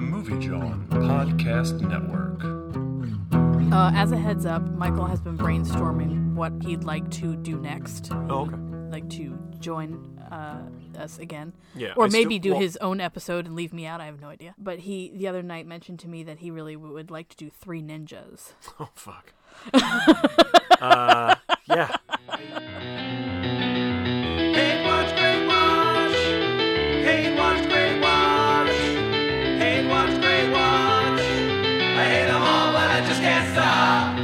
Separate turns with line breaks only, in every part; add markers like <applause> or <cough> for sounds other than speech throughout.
John Podcast Network.
Uh, as a heads up, Michael has been brainstorming what he'd like to do next.
Oh, okay.
Like to join uh, us again,
Yeah,
or
I still-
maybe do
well-
his own episode and leave me out. I have no idea. But he the other night mentioned to me that he really would like to do three ninjas.
<laughs> Oh fuck. uh, yeah.
Hate watch, great watch. Hate watch, great watch. Hate watch, great watch. I hate them all, but I just can't stop.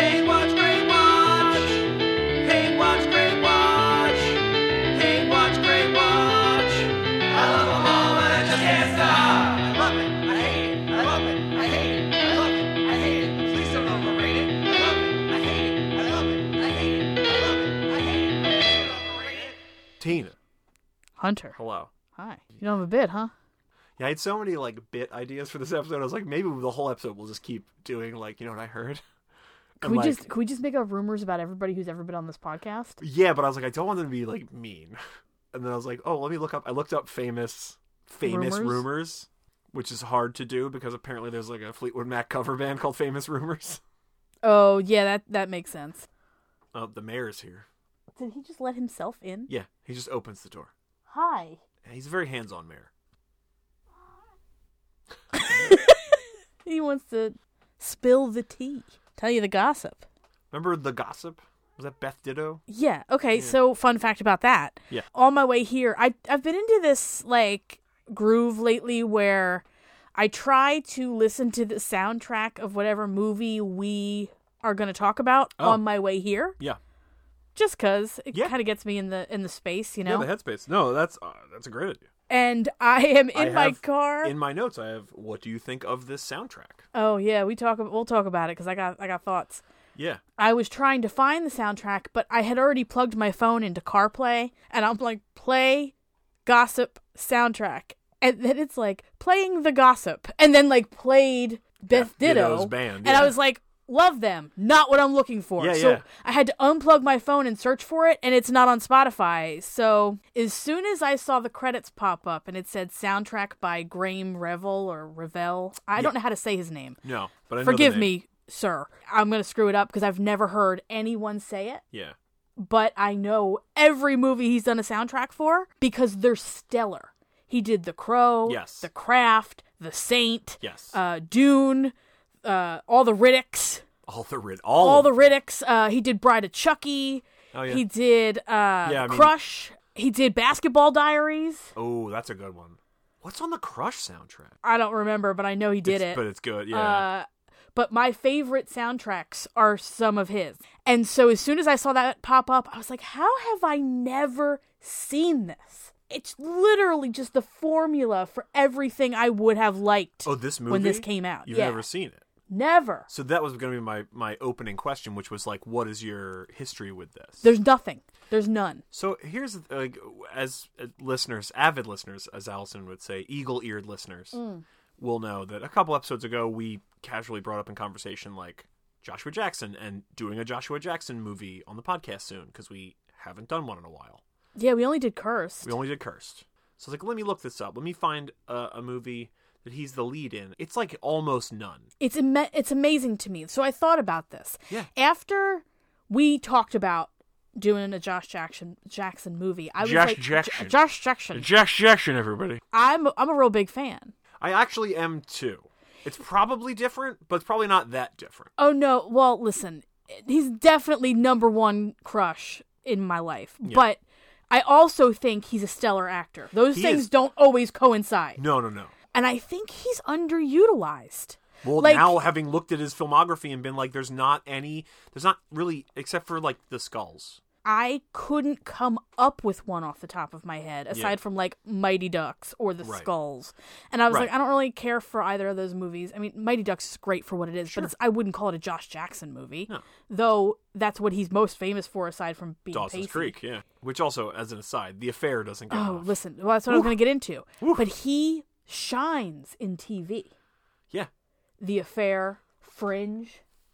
Hate watch, great watch. Hate watch, great watch. Hate watch, great watch. I love them all, but I just can't stop. I love it. I hate it. I love it. I hate it. I love it. I hate it. Please don't overrate it. I love it. I hate it. I love it. I hate it. I love it. I hate it. Please don't overrate it.
Tina.
Hunter,
Hello.
hi. You don't have a bid, huh?
Yeah, I had so many like bit ideas for this episode. I was like, maybe the whole episode we'll just keep doing like you know what I heard.
Can
And,
we
like,
just can we just make up rumors about everybody who's ever been on this podcast?
Yeah, but I was like, I don't want them to be like mean. <laughs> And then I was like, oh, let me look up. I looked up famous famous
Rumors?
rumors, which is hard to do because apparently there's like a Fleetwood Mac cover band called Famous Rumors. <laughs>
Oh yeah, that that makes sense.
Uh, the mayor's here.
Did he just let himself in?
Yeah, he just opens the door.
Hi.
And he's a very hands-on mayor.
He wants to spill the tea, tell you the gossip.
Remember the gossip? Was that Beth Ditto?
Yeah. Okay. So, fun fact about that.
Yeah.
On my way here, I I've been into this like groove lately where I try to listen to the soundtrack of whatever movie we are going to talk about
Oh.
on my way here,
Yeah.
just because it
Yeah.
kind of gets me in the in the space, you know.
Yeah, the headspace. No, that's uh, that's a great idea.
and I am in
I
my
have-
car.
In my notes, I have what do you think of this soundtrack?
oh yeah, we talk. ab- We'll talk about it because I got I got thoughts.
Yeah.
I was trying to find the soundtrack, but I had already plugged my phone into CarPlay, and I'm like, play gossip soundtrack. And then it's like, playing the gossip. And then, like, played Beth
Beth
Ditto.
Ditto's band,
And I
yeah.
was like, love them, not what I'm looking for.
Yeah,
so
yeah.
I had to unplug my phone and search for it, and it's not on Spotify. So as soon as I saw the credits pop up and it said soundtrack by Graham Revel or Revel, I don't know how to say his name.
No, but I know the
Forgive
name.
me, sir. I'm going to screw it up because I've never heard anyone say it,
Yeah.
but I know every movie he's done a soundtrack for because they're stellar. He did The Crow,
Yes.
The Craft, The Saint,
Yes.
uh, Dune, uh, all the Riddicks,
all the rid.
all,
All, of
the
it.
Riddicks. Uh, he did Bride of Chucky.
Oh, yeah.
He did uh,
I mean-
Crush. He did Basketball Diaries.
Oh, that's a good one. What's on the Crush soundtrack?
I don't remember, but I know he did
It's-
it.
But it's good. Yeah.
Uh, but my favorite soundtracks are some of his. And so as soon as I saw that pop up, I was like, how have I never seen this? It's literally just the formula for everything I would have liked.
oh, this movie.
when this came out,
you've
yeah.
never seen it.
Never.
So that was going to be my my opening question, which was like, what is your history with this?
There's nothing. There's none.
So here's uh, like as uh, listeners, avid listeners, as Allison would say, eagle-eared listeners will know that a couple episodes ago we casually brought up in conversation like Joshua Jackson and doing a Joshua Jackson movie on the podcast soon because we haven't done one in a while.
Yeah, we only did Cursed.
We only did Cursed. So I was like, let me look this up. Let me find a, a movie that he's the lead in. It's like almost none.
it's ama- it's amazing to me. So I thought about this.
Yeah.
After we talked about doing a Josh Jackson Jackson movie, I was
Josh
like
Jackson.
Josh Jackson.
Josh Jackson, everybody.
I'm a, I'm a real big fan.
I actually am too. It's probably different, but it's probably not that different.
Oh no! Well, listen, he's definitely number one crush in my life, but I also think he's a stellar actor. Those
He
things
is-
don't always coincide,
No, no, no.
and I think he's underutilized.
Well,
Like-
now having looked at his filmography and been like, there's not any, there's not really, except for like the skulls.
I couldn't come up with one off the top of my head, aside from like Mighty Ducks or The
Right.
Skulls. And I was
Right.
like, I don't really care for either of those movies. I mean, Mighty Ducks is great for what it is, but it's, I wouldn't call it a Josh Jackson movie,
No.
though that's what he's most famous for, aside from being
Dawson's
Pacey.
Creek, yeah. Which also, as an aside, the affair doesn't count.
Oh,
off.
listen, well, that's what I was going to get into. But he shines in TV.
Yeah,
The Affair, Fringe.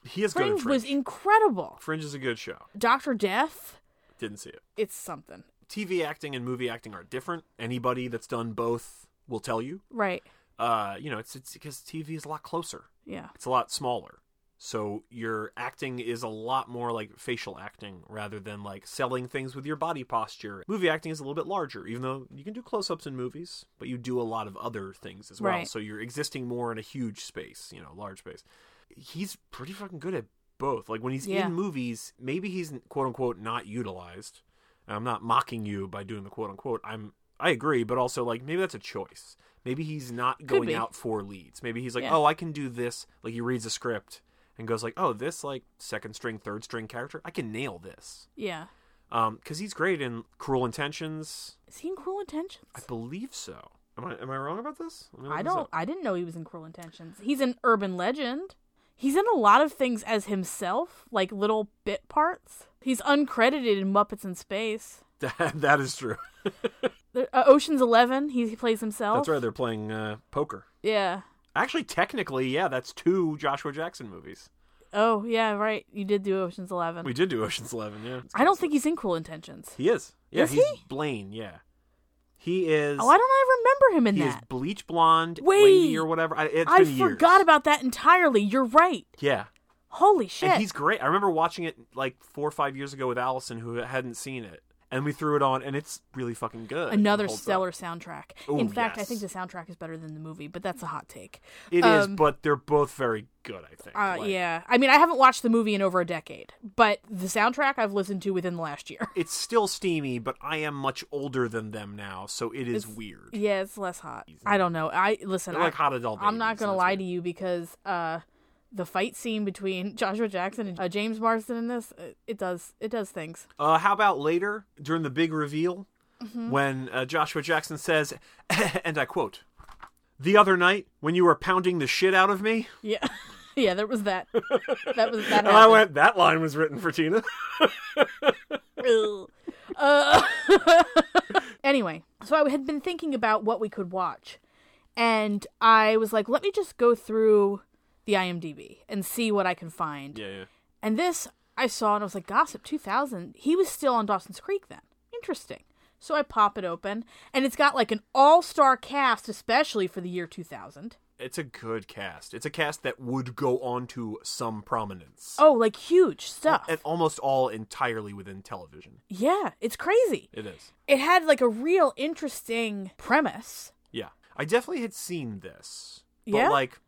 he is good. In
Fringe,
Fringe.
was incredible.
Fringe is a good show.
Doctor Death,
Didn't see it.
it's something,
TV acting and movie acting are different. Anybody that's done both will tell you.
right?
Uh, you know, it's it's because TV is a lot closer.
Yeah.
It's a lot smaller. So your acting is a lot more like facial acting rather than like selling things with your body posture. Movie acting is a little bit larger, even though you can do close-ups in movies, but you do a lot of other things as well.
Right.
So you're existing more in a huge space, you know, large space. He's pretty fucking good at both. Like when he's
Yeah.
in movies, maybe he's quote unquote not utilized. And I'm not mocking you by doing the quote unquote. I'm I agree, but also like maybe that's a choice. Maybe he's not
be.
going out for leads. Maybe he's like,
Yeah.
"Oh, I can do this." Like he reads a script and goes like, "Oh, this like second string, third string character, I can nail this."
Yeah.
Um cuz he's great in Cruel Intentions.
Is he in Cruel Intentions?
I believe so. Am I am I wrong about this? Let me look
I
this
don't.
up.
I didn't know he was in Cruel Intentions. He's in Urban Legend. He's in a lot of things as himself, like little bit parts. He's uncredited in Muppets in Space.
<laughs> That, that is true.
There- Uh, Ocean's Eleven. He, he plays himself.
That's right. They're playing uh, poker.
Yeah.
Actually, technically, yeah, that's two Joshua Jackson movies.
Oh yeah. Right. You did do Ocean's Eleven.
We did do Ocean's Eleven, yeah.
I don't think he's in Cruel Intentions.
he is. Yeah,
Is
he's
he?
Blaine. Yeah, he is.
Oh, I don't. I remember him in
he is
that.
bleach blonde,
Wait.
wavy or whatever. I, it's
I
been
forgot
years.
about that entirely. You're right.
Yeah,
Holy shit.
and he's great. I remember watching it like four or five years ago with Allison, who hadn't seen it, and we threw it on, and it's really fucking good.
Another
It holds up.
stellar soundtrack.
Oh,
in fact, I
yes.
think the soundtrack is better than the movie, but that's a hot take.
It is,
Um,
but they're both very good. I think.
Uh,
Like,
yeah. I mean, I haven't watched the movie in over a decade, but the soundtrack I've listened to within the last <laughs> year.
It's still steamy, but I am much older than them now, so it is weird.
Yeah, it's less hot. I don't know. I listen.
They're like
I,
hot adult.
I'm not
babies,
gonna
that's
lie
weird.
to you because uh, the fight scene between <laughs> Joshua Jackson and uh, James Marsden in this, it, it does it does things.
Uh, how about later during the big reveal
Mm-hmm.
when uh, Joshua Jackson says, <laughs> and I quote, "The other night when you were pounding the shit out of me,"
Yeah, <laughs> yeah. There was that. That was that.
<laughs> and I
happened.
went, "That line was written for Tina."
Ugh. uh, <laughs> anyway, so I had been thinking about what we could watch, and I was like, let me just go through the IMDb and see what I can find.
yeah, yeah.
And this I saw, and I was like, Gossip 2000. He was still on Dawson's Creek then. Interesting. So I pop it open, and it's got like an all star cast, especially for the year 2000.
It's a good cast. It's a cast that would go on to some prominence,
Oh, like huge stuff.
and almost all entirely within television.
yeah, it's crazy.
It is.
It had like a real interesting premise.
Yeah, I definitely had seen this, but
Yeah?
like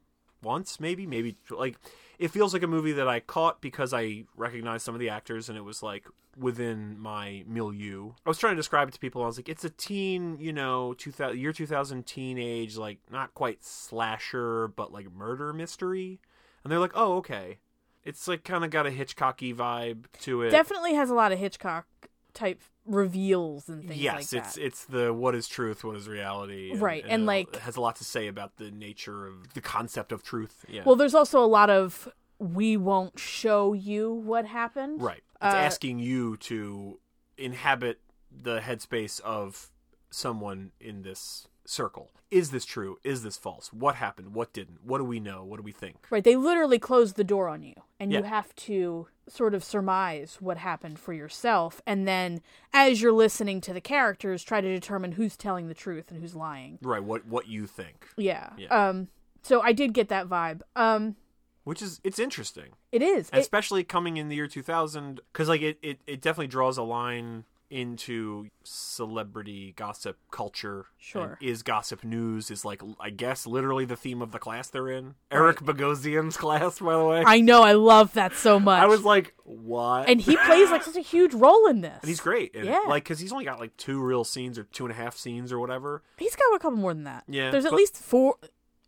once, maybe, maybe tw- like it feels like a movie that I caught because I recognized some of the actors, and it was like within my milieu. I was trying to describe it to people. I was like, it's a teen, you know, two thousand year two thousand teenage, like not quite slasher, but like murder mystery, and they're like, oh, okay. It's like kind of got a Hitchcocky vibe to it.
definitely has a lot of Hitchcock type reveals and things
yes,
like
it's
that.
it's the what is truth, what is reality,
Right, and,
it
like-
has a lot to say about the nature of the concept of truth. Yeah,
well, there's also a lot of we won't show you what happened.
right. It's
uh,
asking you to inhabit the headspace of someone in this circle. Is this true? Is this false? What happened? What didn't? What do we know? What do we think?
Right. They literally close the door on you and you
Yeah.
have to sort of surmise what happened for yourself and then as you're listening to the characters try to determine who's telling the truth and who's lying.
Right. What what you think?
Yeah.
Yeah.
Um so I did get that vibe. Um
Which is it's interesting.
it is.
And
It-
especially coming in the year 2000 because like it, it it definitely draws a line into celebrity gossip culture
Sure.
And is gossip news is like i guess literally the theme of the class they're in eric bogosian's class by the way
I know I love that so much.
<laughs> I was like what
and he plays like such a huge role in this.
And he's great in it.
Yeah.
like because he's only got like two real scenes or two and a half scenes or whatever
He's got a couple more than that.
Yeah,
there's at
but-
least four.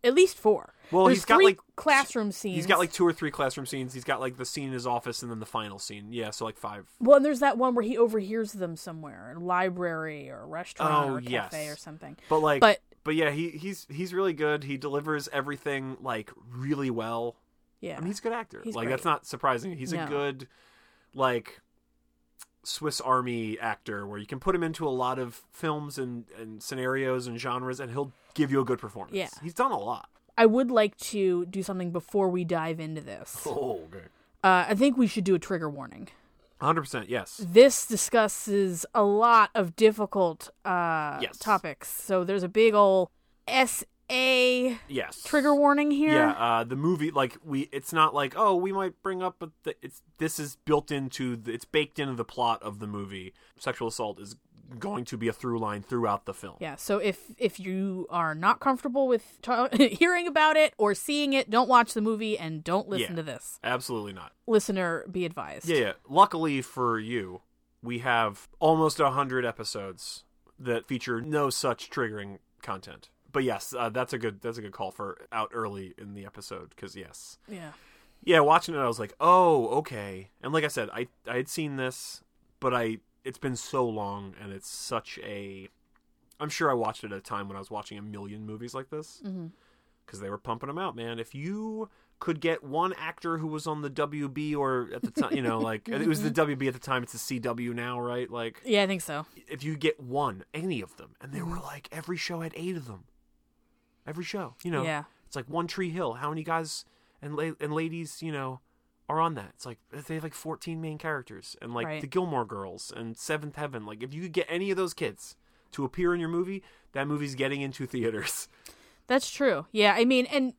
At least four.
Well,
There's
he's got,
three
like,
classroom scenes.
he's got like two or three classroom scenes he's got like the scene in his office and then the final scene yeah so like five
Well, and there's that one where he overhears them somewhere, a library or a restaurant
Oh,
or a
yes.
cafe or something.
But like,
But-
but, yeah, he he's he's really good. He delivers everything like really well.
Yeah,
I mean, he's a good actor.
He's
like that's
great.
not surprising. He's
No.
a good like Swiss Army actor where you can put him into a lot of films and and scenarios and genres, and he'll give you a good performance.
Yeah.
he's done a lot.
I would like to do something before we dive into this.
Oh, good.
Uh, I think we should do a trigger warning.
Hundred percent. Yes.
This discusses a lot of difficult uh,
Yes.
topics, so there's a big old S a
Yes.
trigger warning here.
Yeah, uh, the movie like we it's not like oh we might bring up but the, it's this is built into the, it's baked into the plot of the movie. Sexual assault is going to be a through line throughout the film.
Yeah, so if if you are not comfortable with t- <laughs> hearing about it or seeing it, don't watch the movie and don't listen
Yeah.
to this.
Absolutely not.
Listener, be advised.
Yeah, yeah. Luckily for you, we have almost a hundred episodes that feature no such triggering content. But yes, uh, that's a good that's a good call for out early in the episode because yes,
Yeah.
yeah watching it i was like oh okay and like i said i i had seen this but i it's been so long and it's such a i'm sure i watched it at a time when i was watching a million movies like this because they were pumping them out man if you could get one actor who was on the wb or at the time you know like it was the wb at the time it's the cw now right like
Yeah, I think so.
if you get one any of them and they were like every show had eight of them every show you know
Yeah.
it's like One Tree Hill. How many guys and la- and ladies, you know, are on that? It's like they have like 14 main characters and like
Right.
the Gilmore Girls and Seventh Heaven. Like if you could get any of those kids to appear in your movie, that movie's getting into theaters <laughs>
That's true. Yeah, I mean, and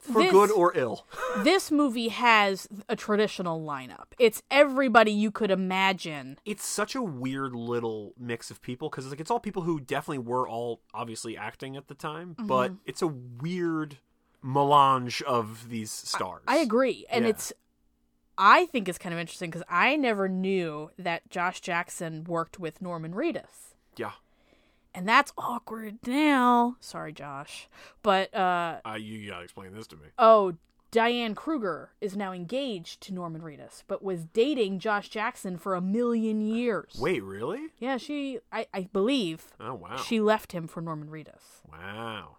for
This-
good or ill.
this movie has a traditional lineup. It's everybody you could imagine.
It's such a weird little mix of people because like it's all people who definitely were all obviously acting at the time,
Mm-hmm.
but it's a weird melange of these stars.
I agree. And
Yeah.
it's I think it's kind of interesting cuz I never knew that Josh Jackson worked with Norman Reedus.
Yeah,
And that's awkward now. Sorry, Josh. But uh
uh, you gotta explain this to me.
Oh, Diane Kruger is now engaged to Norman Reedus, but was dating Josh Jackson for a million years.
Wait, really?
Yeah, she, I, I believe,
Oh wow.
she left him for Norman Reedus.
Wow.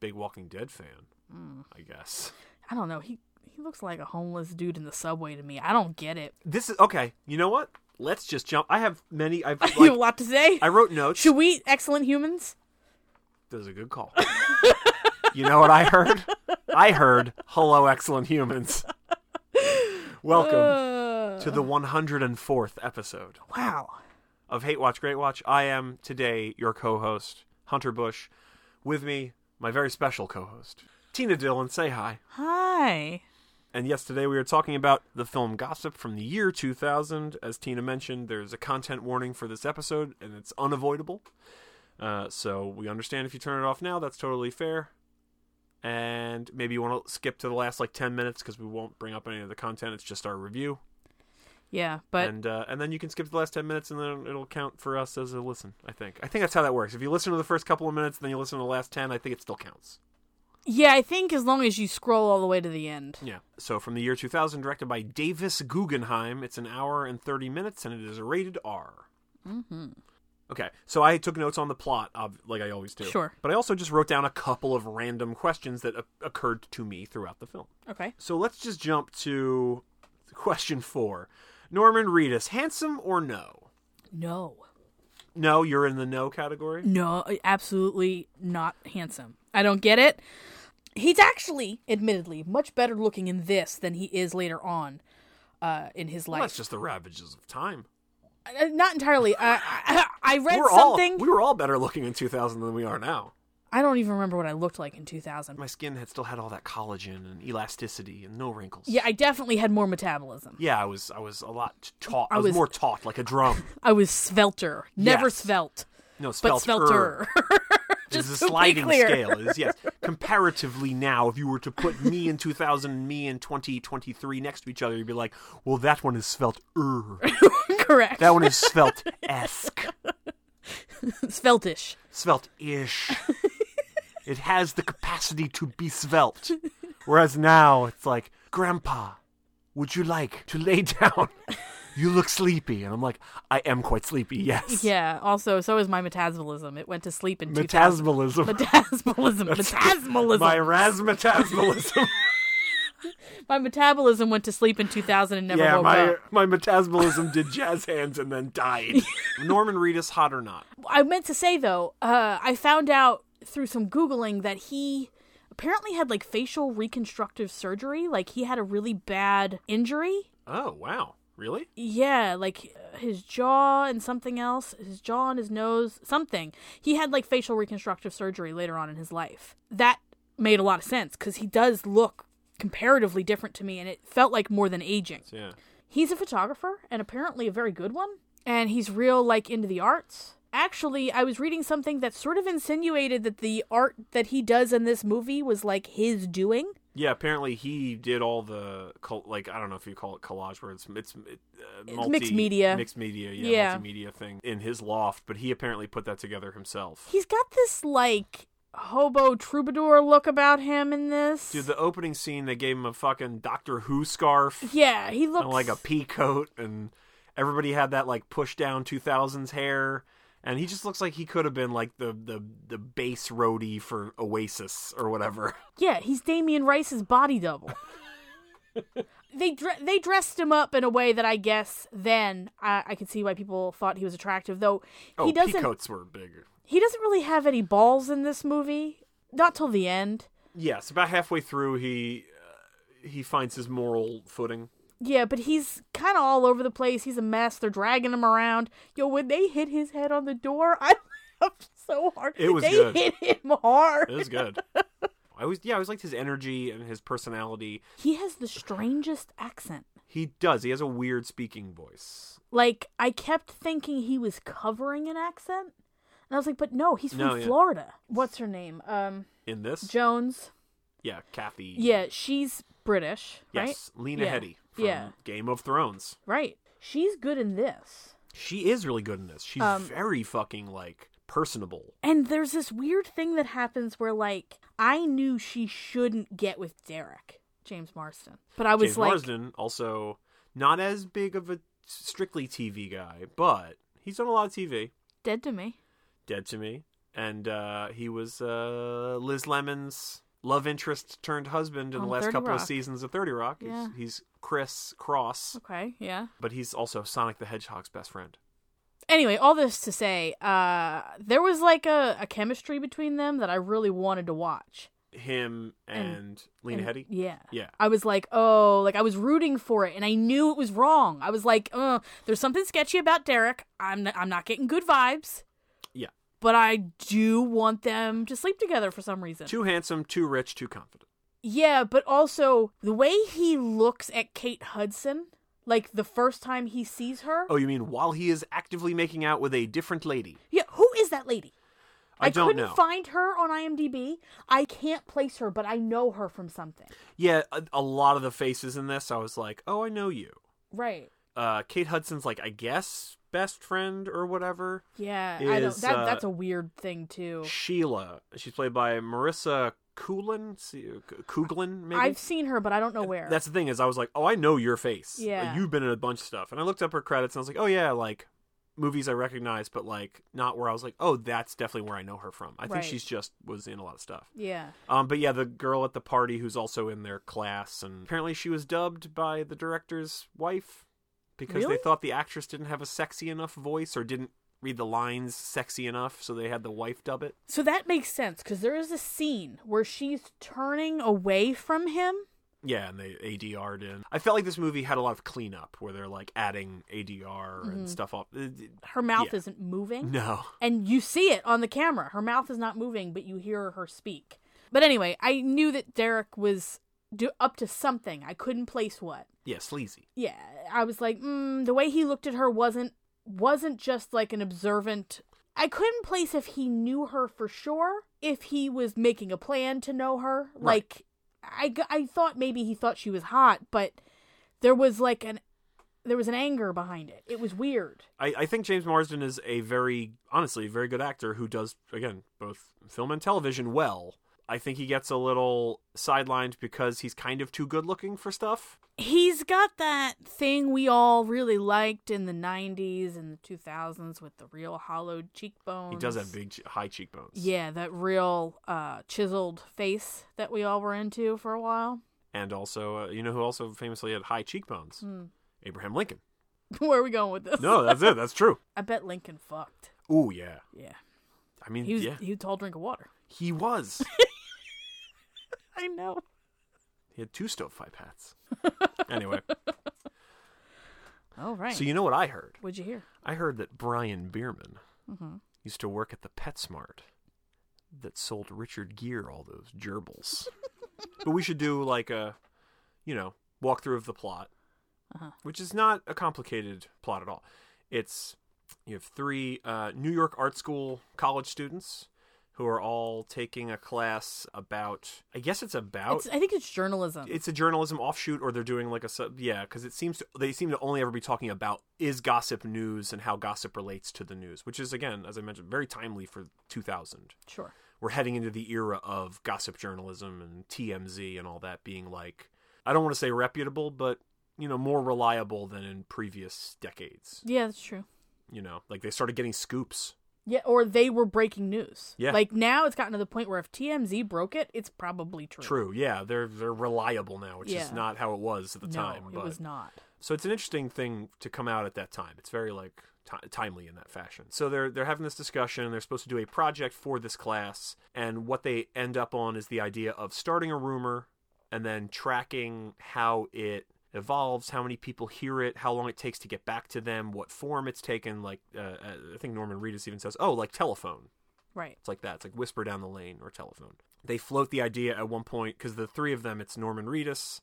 Big Walking Dead fan,
Mm.
I guess.
I don't know. He he looks like a homeless dude in the subway to me. I don't get it. <laughs>
This is okay. You know what? Let's just jump. I have many.
<laughs>
I've
you have
like,
a lot to say.
I wrote notes.
Should we, excellent humans?
That was a good call. you know what I heard? I heard "Hello, excellent humans." Welcome
Uh,
to the 104th episode
wow.
of Hate Watch Great Watch. I am today your co-host Hunter Bush. With me, my very special co-host Tina Dillon. Say hi.
Hi.
And yes, today we are talking about the film Gossip from the year 2000. As Tina mentioned, there's a content warning for this episode, and it's unavoidable. Uh, so we understand if you turn it off now, that's totally fair. And maybe you want to skip to the last like 10 minutes because we won't bring up any of the content. It's just our review,
Yeah, but
and uh, and then you can skip to the last 10 minutes, and then it'll count for us as a listen. I think I think that's how that works. If you listen to the first couple of minutes, then you listen to the last 10, I think it still counts.
yeah, I think as long as you scroll all the way to the end.
Yeah. So from the year 2000, directed by Davis Guggenheim. It's an hour and 30 minutes, and it is rated R. Mm-hmm. Okay. So I took notes on the plot, ob- like I always do.
Sure.
But I also just wrote down a couple of random questions that o- occurred to me throughout the film.
Okay.
So let's just jump to question four. Norman Reedus, handsome or no?
No.
No, you're in the no category.
No, uh, absolutely not handsome. I don't get it. He's actually, admittedly, much better looking in this than he is later on uh, in his
Well,
life.
that's just the ravages of time.
Uh, not entirely.
<sighs>
I, I, I read
We're
something.
all we were all better looking in 2000 than we are now.
I don't even remember what I looked like in 2000.
my skin had still had all that collagen and elasticity and no wrinkles.
Yeah, I definitely had more metabolism.
Yeah, I was I was a lot taut. I
I
was,
was-
more taut, like a
<laughs>
drum.
I was svelter. Never
Yes.
svelte,
No,
but svelter.
svelter. This
<laughs> Just
is
to
a
be
sliding
clear.
scale.
<laughs>
It is yes, comparatively now, if you were to put me in 2000 and me in 2023 next to each other, you'd be like, well, that one is svelte.
Correct.
That one is svelte esque,
Sveltish.
svelte ish. It has the capacity to be svelte, whereas now it's like, Grandpa, would you like to lay <laughs> down? You look sleepy, and I'm like, I am quite sleepy. Yes.
Yeah, also, so is my metabolism. It went to sleep in <laughs> 2000.
Metasmalism.
Metasbolism. Metasbolism.
<laughs>
<laughs>
My rasmetasmolism.
My metabolism went to sleep in 2000 and never
yeah,
woke
my
up.
my metasbolism did jazz hands and then
<laughs>
died. Norman Reedus, hot or not?
I meant to say though, uh, I found out through some googling that he apparently had like facial reconstructive surgery. Like he had a really bad injury.
Oh wow, really?
Yeah, like his jaw and something else, his jaw and his nose, something. He had like facial reconstructive surgery later on in his life. That made a lot of sense because he does look comparatively different to me and it felt like more than aging.
Yeah.
He's a photographer and apparently a very good one. And he's real, like, into the arts. Actually, I was reading something that sort of insinuated that the art that he does in this movie was like his doing.
Yeah, apparently he did all the col- like I don't know if you call it collage, but it's it's uh, multi,
mixed media.
mixed media, yeah,
Yeah.
multimedia thing in his loft. But he apparently put that together himself.
He's got this, like, hobo troubadour look about him in this.
Dude, the opening scene they gave him a fucking Doctor Who scarf
yeah, he looks
and like a pea coat, and everybody had that like push down two thousands hair, and he just looks like he could have been like the the the bass roadie for Oasis or whatever.
Yeah, he's Damien Rice's body
<laughs>
double. they dre- they dressed him up in a way that I guess then I, I could see why people thought he was attractive. Though
Oh,
he
pea
doesn't
coats were bigger.
he doesn't really have any balls in this movie. Not till the end.
Yes, about halfway through he uh, he finds his moral footing.
Yeah, but he's kind of all over the place. He's a mess. They're dragging him around. Yo, when they hit his head on the door, <laughs> I laughed so hard.
It was
they
good.
hit him hard.
It was
<laughs>
good. I always yeah, I always liked his energy and his personality.
He has the strangest accent.
He does. He has a weird speaking voice.
Like I kept thinking he was covering an accent, and I was like, "But no, he's from
No, yeah.
Florida." What's her name? Um,
In this,
Jones.
yeah, Kathy.
Yeah, she's British, right?
yes, Lena
Yeah.
Headey from
Yeah.
Game of Thrones.
Right. She's good in this.
She is really good in this. She's
Um,
very fucking like personable.
And there's this weird thing that happens where, like, I knew she shouldn't get with Derek James Marston, but I was
James
like,
Marsden also not as big of a strictly TV guy, but he's done a lot of TV.
"Dead to me."
Dead to Me, and uh, he was uh, Liz Lemon's love interest turned husband in
On
the last
30
couple of
Rock.
seasons of Thirty Rock.
Yeah.
He's, he's Chris Cross,
Okay, yeah.
but he's also Sonic the Hedgehog's best friend.
Anyway, all this to say, uh, there was like a, a chemistry between them that I really wanted to watch.
Him and,
And-
Lena
And-
Headey.
Yeah.
Yeah.
I was like, oh, like I was rooting for it, and I knew it was wrong. I was like, uh, there's something sketchy about Derek. I'm not, I'm not getting good vibes.
Yeah.
But I do want them to sleep together for some reason.
Too handsome, too rich, too confident.
Yeah, but also the way he looks at Kate Hudson, like the first time he sees her.
Oh, you mean while he is actively making out with a different lady?
Yeah, who is that lady?
I, don't
couldn't
know.
find her on IMDb. I can't place her, but I know her from something.
yeah, a, a lot of the faces in this, I was like, oh, I know you.
Right.
Uh, Kate Hudson's like, I guess best friend or whatever.
Yeah, I don't.
Is,
That,
uh,
that's a weird thing too.
Sheila. She's played by Marissa Coughlin. See- Coughlin, maybe.
I've seen her, but I don't know where.
That's the thing is, I was like, oh, I know your face. Like,
Yeah.
you've been in a bunch of stuff, and I looked up her credits, and I was like, oh yeah, like movies I recognize, but like not where I was like, oh, that's definitely where I know her from. I think
Right.
she's just was in a lot of stuff.
yeah.
Um, but yeah, the girl at the party who's also in their class, and apparently she was dubbed by the director's wife because
Really?
they thought the actress didn't have a sexy enough voice or didn't read the lines sexy enough, so they had the wife dub it.
So that makes sense because there is a scene where she's turning away from him.
Yeah, and they ADR'd in. I felt like this movie had a lot of cleanup where they're like adding ADR
Mm-hmm.
and stuff off. Uh, d-
Her mouth
Yeah.
isn't moving.
No.
And you see it on the camera. Her mouth is not moving, but you hear her speak. But anyway, I knew that Derek was do- up to something. I couldn't place what.
Yeah, sleazy.
Yeah, I was like, mm, the way he looked at her wasn't wasn't just like an observant. I couldn't place if he knew her for sure, if he was making a plan to know her.
Right.
Like, I, g- I thought maybe he thought she was hot, but there was like an there was an anger behind it. It was weird.
I, I think James Marsden is a very, honestly, very good actor who does, again, both film and television well. I think he gets a little sidelined because he's kind of too good looking for stuff.
he's got that thing we all really liked in the 90s and the 2000s with the real hollowed cheekbones.
He does have big, che- high cheekbones.
Yeah, that real uh, chiseled face that we all were into for a while. <laughs>
And also, uh, you know who also famously had high cheekbones?
Hmm.
Abraham Lincoln.
Where are we going with this?
No, that's it. That's true.
I bet Lincoln fucked.
Ooh, yeah.
Yeah.
I mean,
He was
Mm, yeah.
he was a tall drink of water.
He was.
I know. <laughs>
He had two stovepipe hats. Anyway.
All right.
So you know what I heard?
What'd you hear?
I heard that Brian Bierman
Mm-hmm.
used to work at the PetSmart that sold Richard Gere all those
<laughs>
gerbils. but we should do like a, you know, walkthrough of the plot,
Uh-huh.
which is not a complicated plot at all. It's you have three uh, New York art school college students who are all taking a class about. I guess it's about
It's, I think it's journalism.
it's a journalism offshoot or they're doing like a sub yeah because it seems to, they seem to only ever be talking about is gossip news and how gossip relates to the news which is again as i mentioned very timely for 2000
sure.
we're heading into the era of gossip journalism and tmz and all that being like i don't want to say reputable but you know more reliable than in previous decades
Yeah, that's true.
you know like they started getting scoops
Yeah, or they were breaking news.
Yeah.
Like now it's gotten to the point where if TMZ broke it, it's probably true.
true yeah they're they're reliable now which
Yeah.
is not how it was at the
no,
time
it
but
was not.
So it's an interesting thing to come out at that time. It's very like ti timely in that fashion. So they're they're having this discussion. They're supposed to do a project for this class, and what they end up on is the idea of starting a rumor and then tracking how it evolves, how many people hear it, how long it takes to get back to them, what form it's taken. Like uh, I think Norman Reedus even says, "Oh, like telephone."
Right.
It's like that. It's like whisper down the lane or telephone. They float the idea at one point because the three of them. It's Norman Reedus,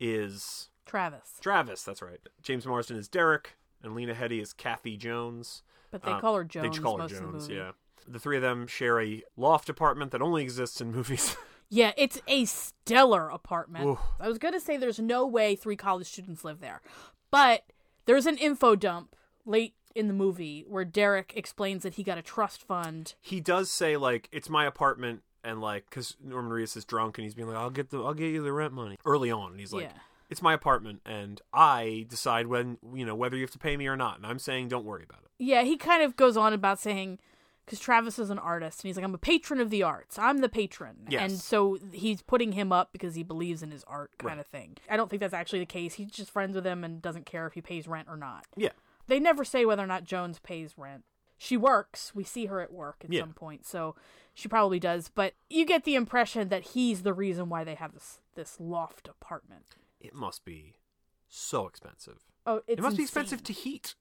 is
Travis.
Travis, that's right. James Marsden is Derek, and Lena Headey is Kathy Jones.
But they
Uh,
call her Jones
They just call her
most of the
Jones,
movie.
yeah. The three of them share a loft apartment that only exists in <laughs> movies.
Yeah, it's a stellar apartment.
Oof.
I was going to say there's no way three college students live there. But there's an info dump late in the movie where Derek explains that he got a trust fund.
he does say like, "It's my apartment," and like, because Norman Reedus is drunk and he's being like, "I'll get the, I'll get you the rent money." Early on, and he's like,
Yeah.
"It's my apartment, and I decide when you know whether you have to pay me or not." And I'm saying, "Don't worry about it."
Yeah, he kind of goes on about saying because Travis is an artist and he's like, I'm a patron of the arts. I'm the patron.
Yes.
And so he's putting him up because he believes in his art kind of thing. I don't think that's actually the case. He's just friends with him and doesn't care if he pays rent or not.
Yeah,
They never say whether or not Jones pays rent. She works. We see her at work at
Yeah.
some point, so she probably does. But you get the impression that he's the reason why they have this this loft apartment.
it must be so expensive.
Oh, it's
it must be
insane.
expensive to heat.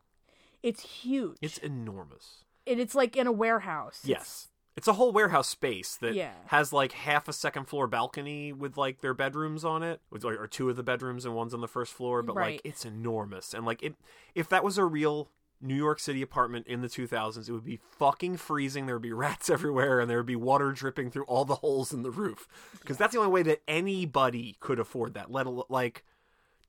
It's huge.
It's enormous.
and it's like in a warehouse.
Yes. It's a whole warehouse space that
Yeah.
has like half a second floor balcony with like their bedrooms on it, with, or, or two of the bedrooms and one's on the first floor. But
Right.
like it's enormous, and like it, if that was a real New York City apartment in the 2000s, it would be fucking freezing. There would be rats <laughs> everywhere, and there would be water dripping through all the holes in the roof. Because that's the only way that anybody could afford that. Let alone like,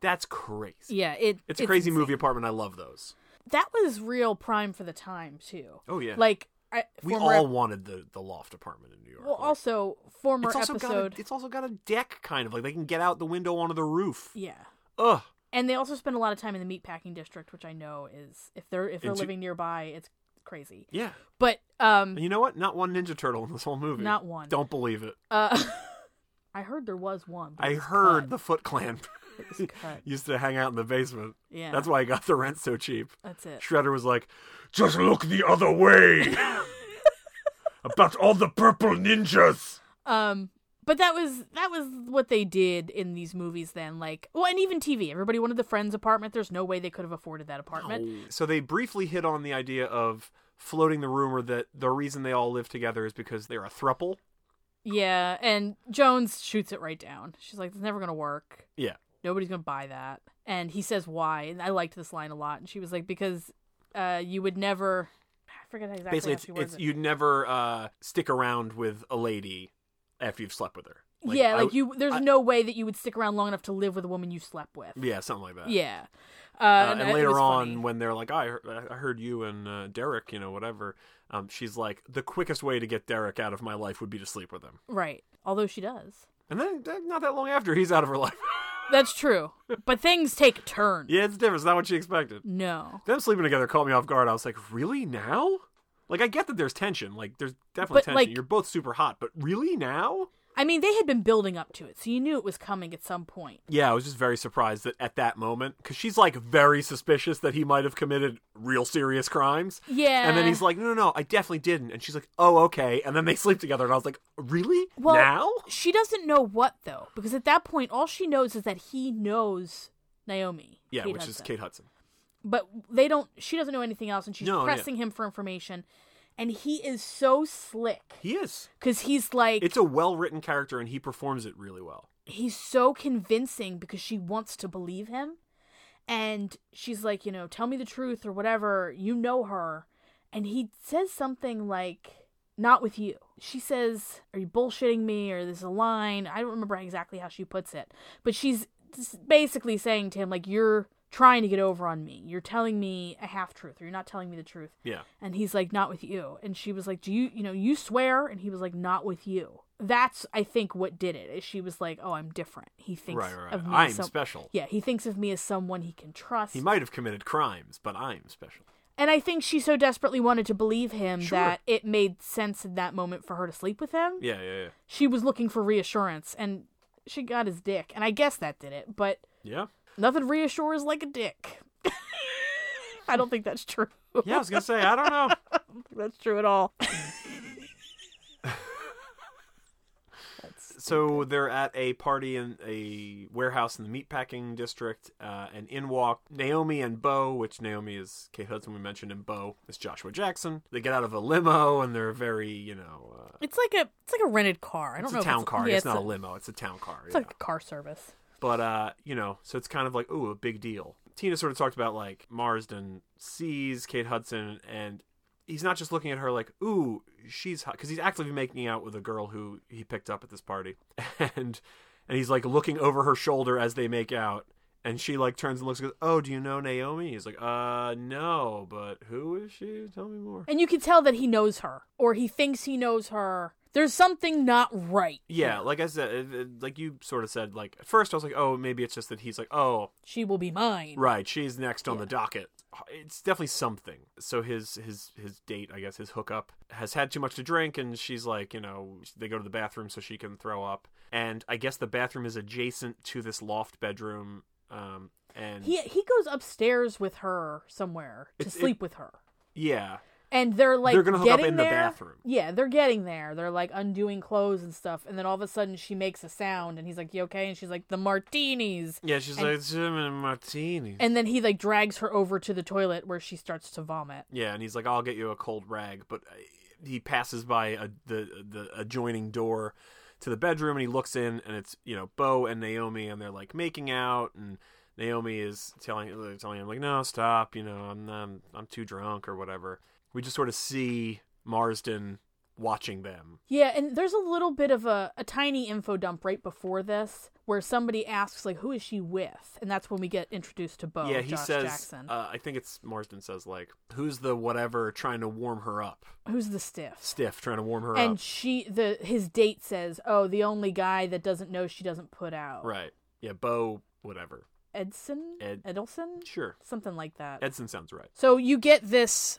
that's crazy.
Yeah, it.
It's a crazy
insane.
movie apartment. I love those.
That was real prime for the time too.
Oh yeah,
Like I,
we
former
all
ep-
wanted the the loft apartment in New York.
well,
Like,
also former
it's also
episode.
got a, it's also got a deck kind of like they can get out the window onto the roof.
yeah,
Ugh,
and they also spend a lot of time in the meatpacking district, which I know is if they're if they're
Into-
living nearby, it's crazy.
yeah.
But um,
And you know what? Not one Ninja Turtle in this whole movie.
Not one.
Don't believe it.
uh, <laughs> I heard there was one. but
I
it was
heard
cut.
the Foot Clan <laughs>
It was cut.
used to hang out in the basement.
Yeah,
That's why I got the rent so cheap.
That's it.
Shredder was like, "Just look the other
<laughs>
way." About all the purple ninjas.
Um, but that was that was what they did in these movies. Then, like, well, and even TV. Everybody wanted the Friends apartment. There's no way they could have afforded that apartment.
So they briefly hit on the idea of floating the rumor that the reason they all live together is because they're a thruple.
Yeah, and Jones shoots it right down. She's like, "It's never gonna work.
Yeah.
Nobody's gonna buy that." And he says, "Why?" And I liked this line a lot. And she was like, "Because uh, you would never." I forget exactly.
basically
how
it's,
she words
it's
it.
you'd never uh, stick around with a lady after you've slept with her
yeah,
I
like
w-
you. There's
I-
no way that you would stick around long enough to live with a woman you slept with.
yeah something like that
Yeah. Uh,
Uh,
and
and,
I- it was
later on
funny.
when they're like "Oh, i heard, I heard you and uh, derek you know whatever um, she's like the quickest way to get derek out of my life would be to sleep with him
right? Although she does.
and then uh, not that long after he's out of her life <laughs>
That's true. But things take a turn.
yeah it's different it's not what she expected
No.
them sleeping together caught me off guard i was like really now like i get that there's tension like there's definitely
But,
tension
like-
you're both super hot but really now
I mean, they had been building up to it, so you knew it was coming at some point.
Yeah, I was just very surprised that at that moment, because she's like very suspicious that he might have committed real serious crimes.
Yeah.
And then he's like, no, no, no, I definitely didn't. And she's like, oh, okay. And then they sleep together. And I was like, really?
Well,
now?
she doesn't know what though, because at that point, all she knows is that he knows Naomi.
Yeah,
Kate
which
Hudson.
is Kate Hudson.
but they don't she doesn't know anything else and she's
No, yeah.
pressing him for information and he is so slick
He is.
because he's like
It's a well written character, and he performs it really well.
he's so convincing because she wants to believe him and she's like you know tell me the truth or whatever you know her and he says something like not with you she says are you bullshitting me or this is a line i don't remember exactly how she puts it but she's s- basically saying to him like you're trying to get over on me you're telling me a half truth or you're not telling me the truth
Yeah.
and he's like, not with you. And she was like, do you, you know, you swear? And he was like, not with you. That's, I think, what did it. Is she was like, oh, I'm different. He thinks
Right, right.
of me
I'm
as some-
special.
Yeah, he thinks of me as someone he can trust.
He might have committed crimes, but I'm special.
and I think she so desperately wanted to believe him
Sure.
that it made sense in that moment for her to sleep with him.
Yeah, yeah, yeah.
She was looking for reassurance, and she got his dick. And I guess that did it, but
Yeah.
nothing reassures like a dick. <laughs> I don't think that's true. <laughs>
Yeah, I was going to say, I don't know.
that's true at all.
So they're at a party in a warehouse in the meatpacking district, uh, and in walk Naomi and Bo, which Naomi is Kate Hudson we mentioned, and Bo is Joshua Jackson. They get out of a limo, and they're very, you know, uh,
It's like a it's like a rented car. I don't
it's
know.
a
if
town
it's,
car.
Yeah,
it's, not
a-
a, limo. It's a town car.
It's
yeah.
like a car service.
But uh, you know, so it's kind of like, ooh, a big deal. Tina sort of talked about like Marsden sees Kate Hudson, and he's not just looking at her like, ooh, she's hot, because he's actively making out with a girl who he picked up at this party, <laughs> and and he's like looking over her shoulder as they make out, and she like turns and looks and goes, oh, do you know Naomi? He's like, uh, no, but who is she? Tell me more.
And you can tell that he knows her, or he thinks he knows her. There's something not right.
Yeah, like I said, it- it- like you sort of said, like at first I was like, oh, maybe it's just that he's like, oh,
She will be mine.
Right, she's next on the docket. It's definitely something. So his his his date, I guess his hookup, has had too much to drink, and she's like, you know, they go to the bathroom so she can throw up, and I guess the bathroom is adjacent to this loft bedroom, um, and
He he goes upstairs with her somewhere to
It's- it-
sleep with her.
yeah,
And they're like
They're gonna hook up
getting
in the
there.
bathroom.
Yeah, they're getting there. They're like undoing clothes and stuff, and then all of a sudden she makes a sound, and he's like, "You okay?" And she's like, "The martinis."
yeah, she's
And-
like, Jim and martini.
And then he like drags her over to the toilet where she starts to vomit.
Yeah, and he's like, "I'll get you a cold rag," but uh, he passes by a, the the adjoining door to the bedroom, and he looks in, and it's you know Bo and Naomi, and they're like making out, and Naomi is telling uh, telling him like, "No, stop," you know, I'm I'm, I'm too drunk or whatever. We just sort of see Marsden watching them.
Yeah, and there's a little bit of a, a tiny info dump right before this where somebody asks, like, who is she with? And that's when we get introduced to Bo,
yeah, he
Josh
says,
Jackson.
uh, I think it's Marsden says like, "Who's the whatever trying to warm her up?"
Who's the stiff?
Stiff trying to warm her
And
up.
she the his date says, Oh, the only guy that doesn't know she doesn't put out.
Right. Yeah, Bo. Whatever.
Edson?
Ed-
Edelson?
Sure.
Something like that.
Edson sounds right.
so you get this,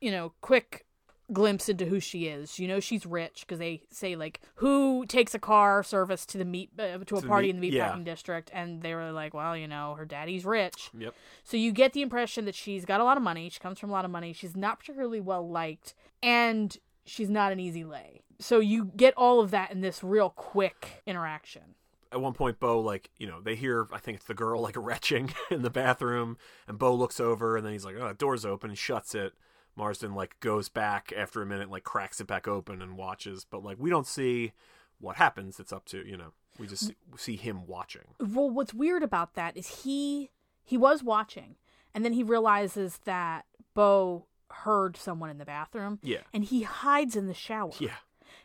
you know, quick glimpse into who she is. You know she's rich because they say like who takes a car service to the meat uh, to a
the
party
meat-
in the meatpacking
yeah.
district and they were like, well, you know, her daddy's rich.
Yep.
So you get the impression that she's got a lot of money. She comes from a lot of money. She's not particularly well liked, and she's not an easy lay. So you get all of that in this real quick interaction.
at one point bo like you know they hear i think it's the girl like <laughs> retching in the bathroom and bo looks over and then he's like oh the door's open and shuts it marsden like goes back after a minute like cracks it back open and watches but like we don't see what happens it's up to you know we just see-
Mm.
see him watching
Well, what's weird about that is he he was watching, and then he realizes that Bo heard someone in the bathroom.
Yeah.
and he hides in the shower.
yeah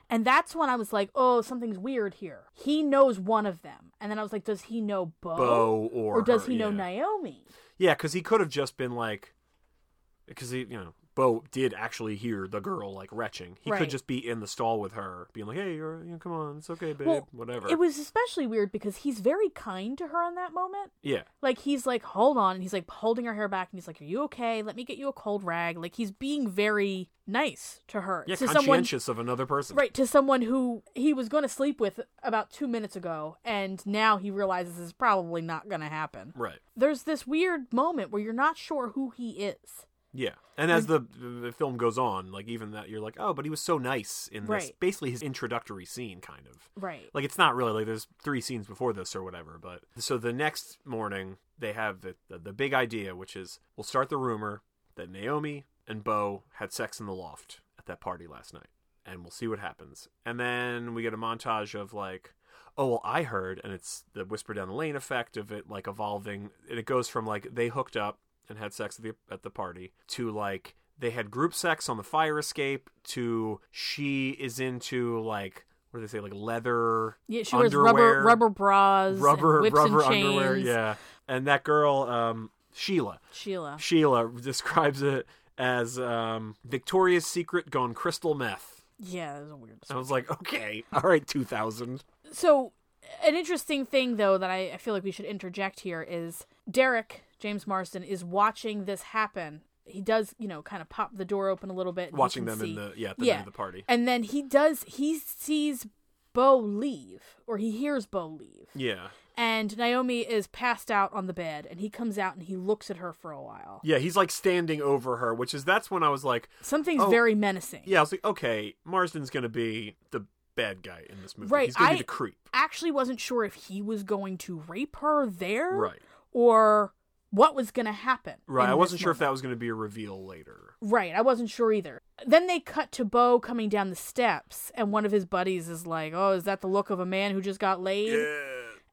And that's when I was like, "Oh, something's weird here." He knows one of them, and then I was like, "Does he know Bo,
bo or
Oh. or does
her,
he know
yeah.
Naomi?"
yeah because he could have just been like because he you know bo did actually hear the girl like retching he
Right.
could just be in the stall with her being like hey you're, you know, come on it's okay babe
Well,
whatever
It was especially weird because he's very kind to her in that moment.
yeah
Like he's like, hold on, and he's like holding her hair back, and he's like, "Are you okay? Let me get you a cold rag." Like he's being very nice to her,
yeah
to someone,
conscientious of another person
right? To someone who he was going to sleep with about two minutes ago, and now he realizes it's probably not going to happen.
Right.
There's this weird moment where you're not sure who he is.
Yeah, and as the, the film goes on, like even that, you're like, oh, but he was so nice in this.
Right.
Basically, his introductory scene, kind of.
Right.
Like it's not really like there's three scenes before this or whatever, but so the next morning they have the the, the big idea, which is we'll start the rumor that Naomi and Bo had sex in the loft at that party last night, and we'll see what happens. And then we get a montage of like, oh well, I heard, and it's the whisper down the lane effect of it like evolving, and it goes from like they hooked up and had sex at the at the party to like they had group sex on the fire escape to she is into like what do they say like leather
Yeah, she wears
underwear
rubber rubber bras,
rubber
and whips
rubber
and chains.
underwear yeah and that girl um Sheila
Sheila.
Sheila <laughs> describes it as um Victoria's Secret gone crystal meth
Yeah, that's a weird.
I was like okay all right 2000
So, an interesting thing though that I, I feel like we should interject here is Derek James Marsden is watching this happen. He does, you know, kind of pop the door open a little bit. and he
watching
can
them in
see-
the yeah at the end of the party
And then he does. He sees Bo leave, or he hears Bo leave.
yeah
and Naomi is passed out on the bed, and he comes out and he looks at her for a while.
yeah he's like standing over her which is that's when I was like
Something's
Oh,
very menacing.
Yeah, I was like, okay, Marsden's gonna be the bad guy in this movie.
Right,
He's gonna
I-
be the creep.
Actually, wasn't sure if he was going to rape her there,
Right.
or what was going to happen.
Right.
in
I
this
wasn't sure if
moment.
that was gonna be a reveal later.
Right, I wasn't sure either. Then they cut to Bo coming down the steps, and one of his buddies is like, "Oh, is that the look of a man who just got laid?"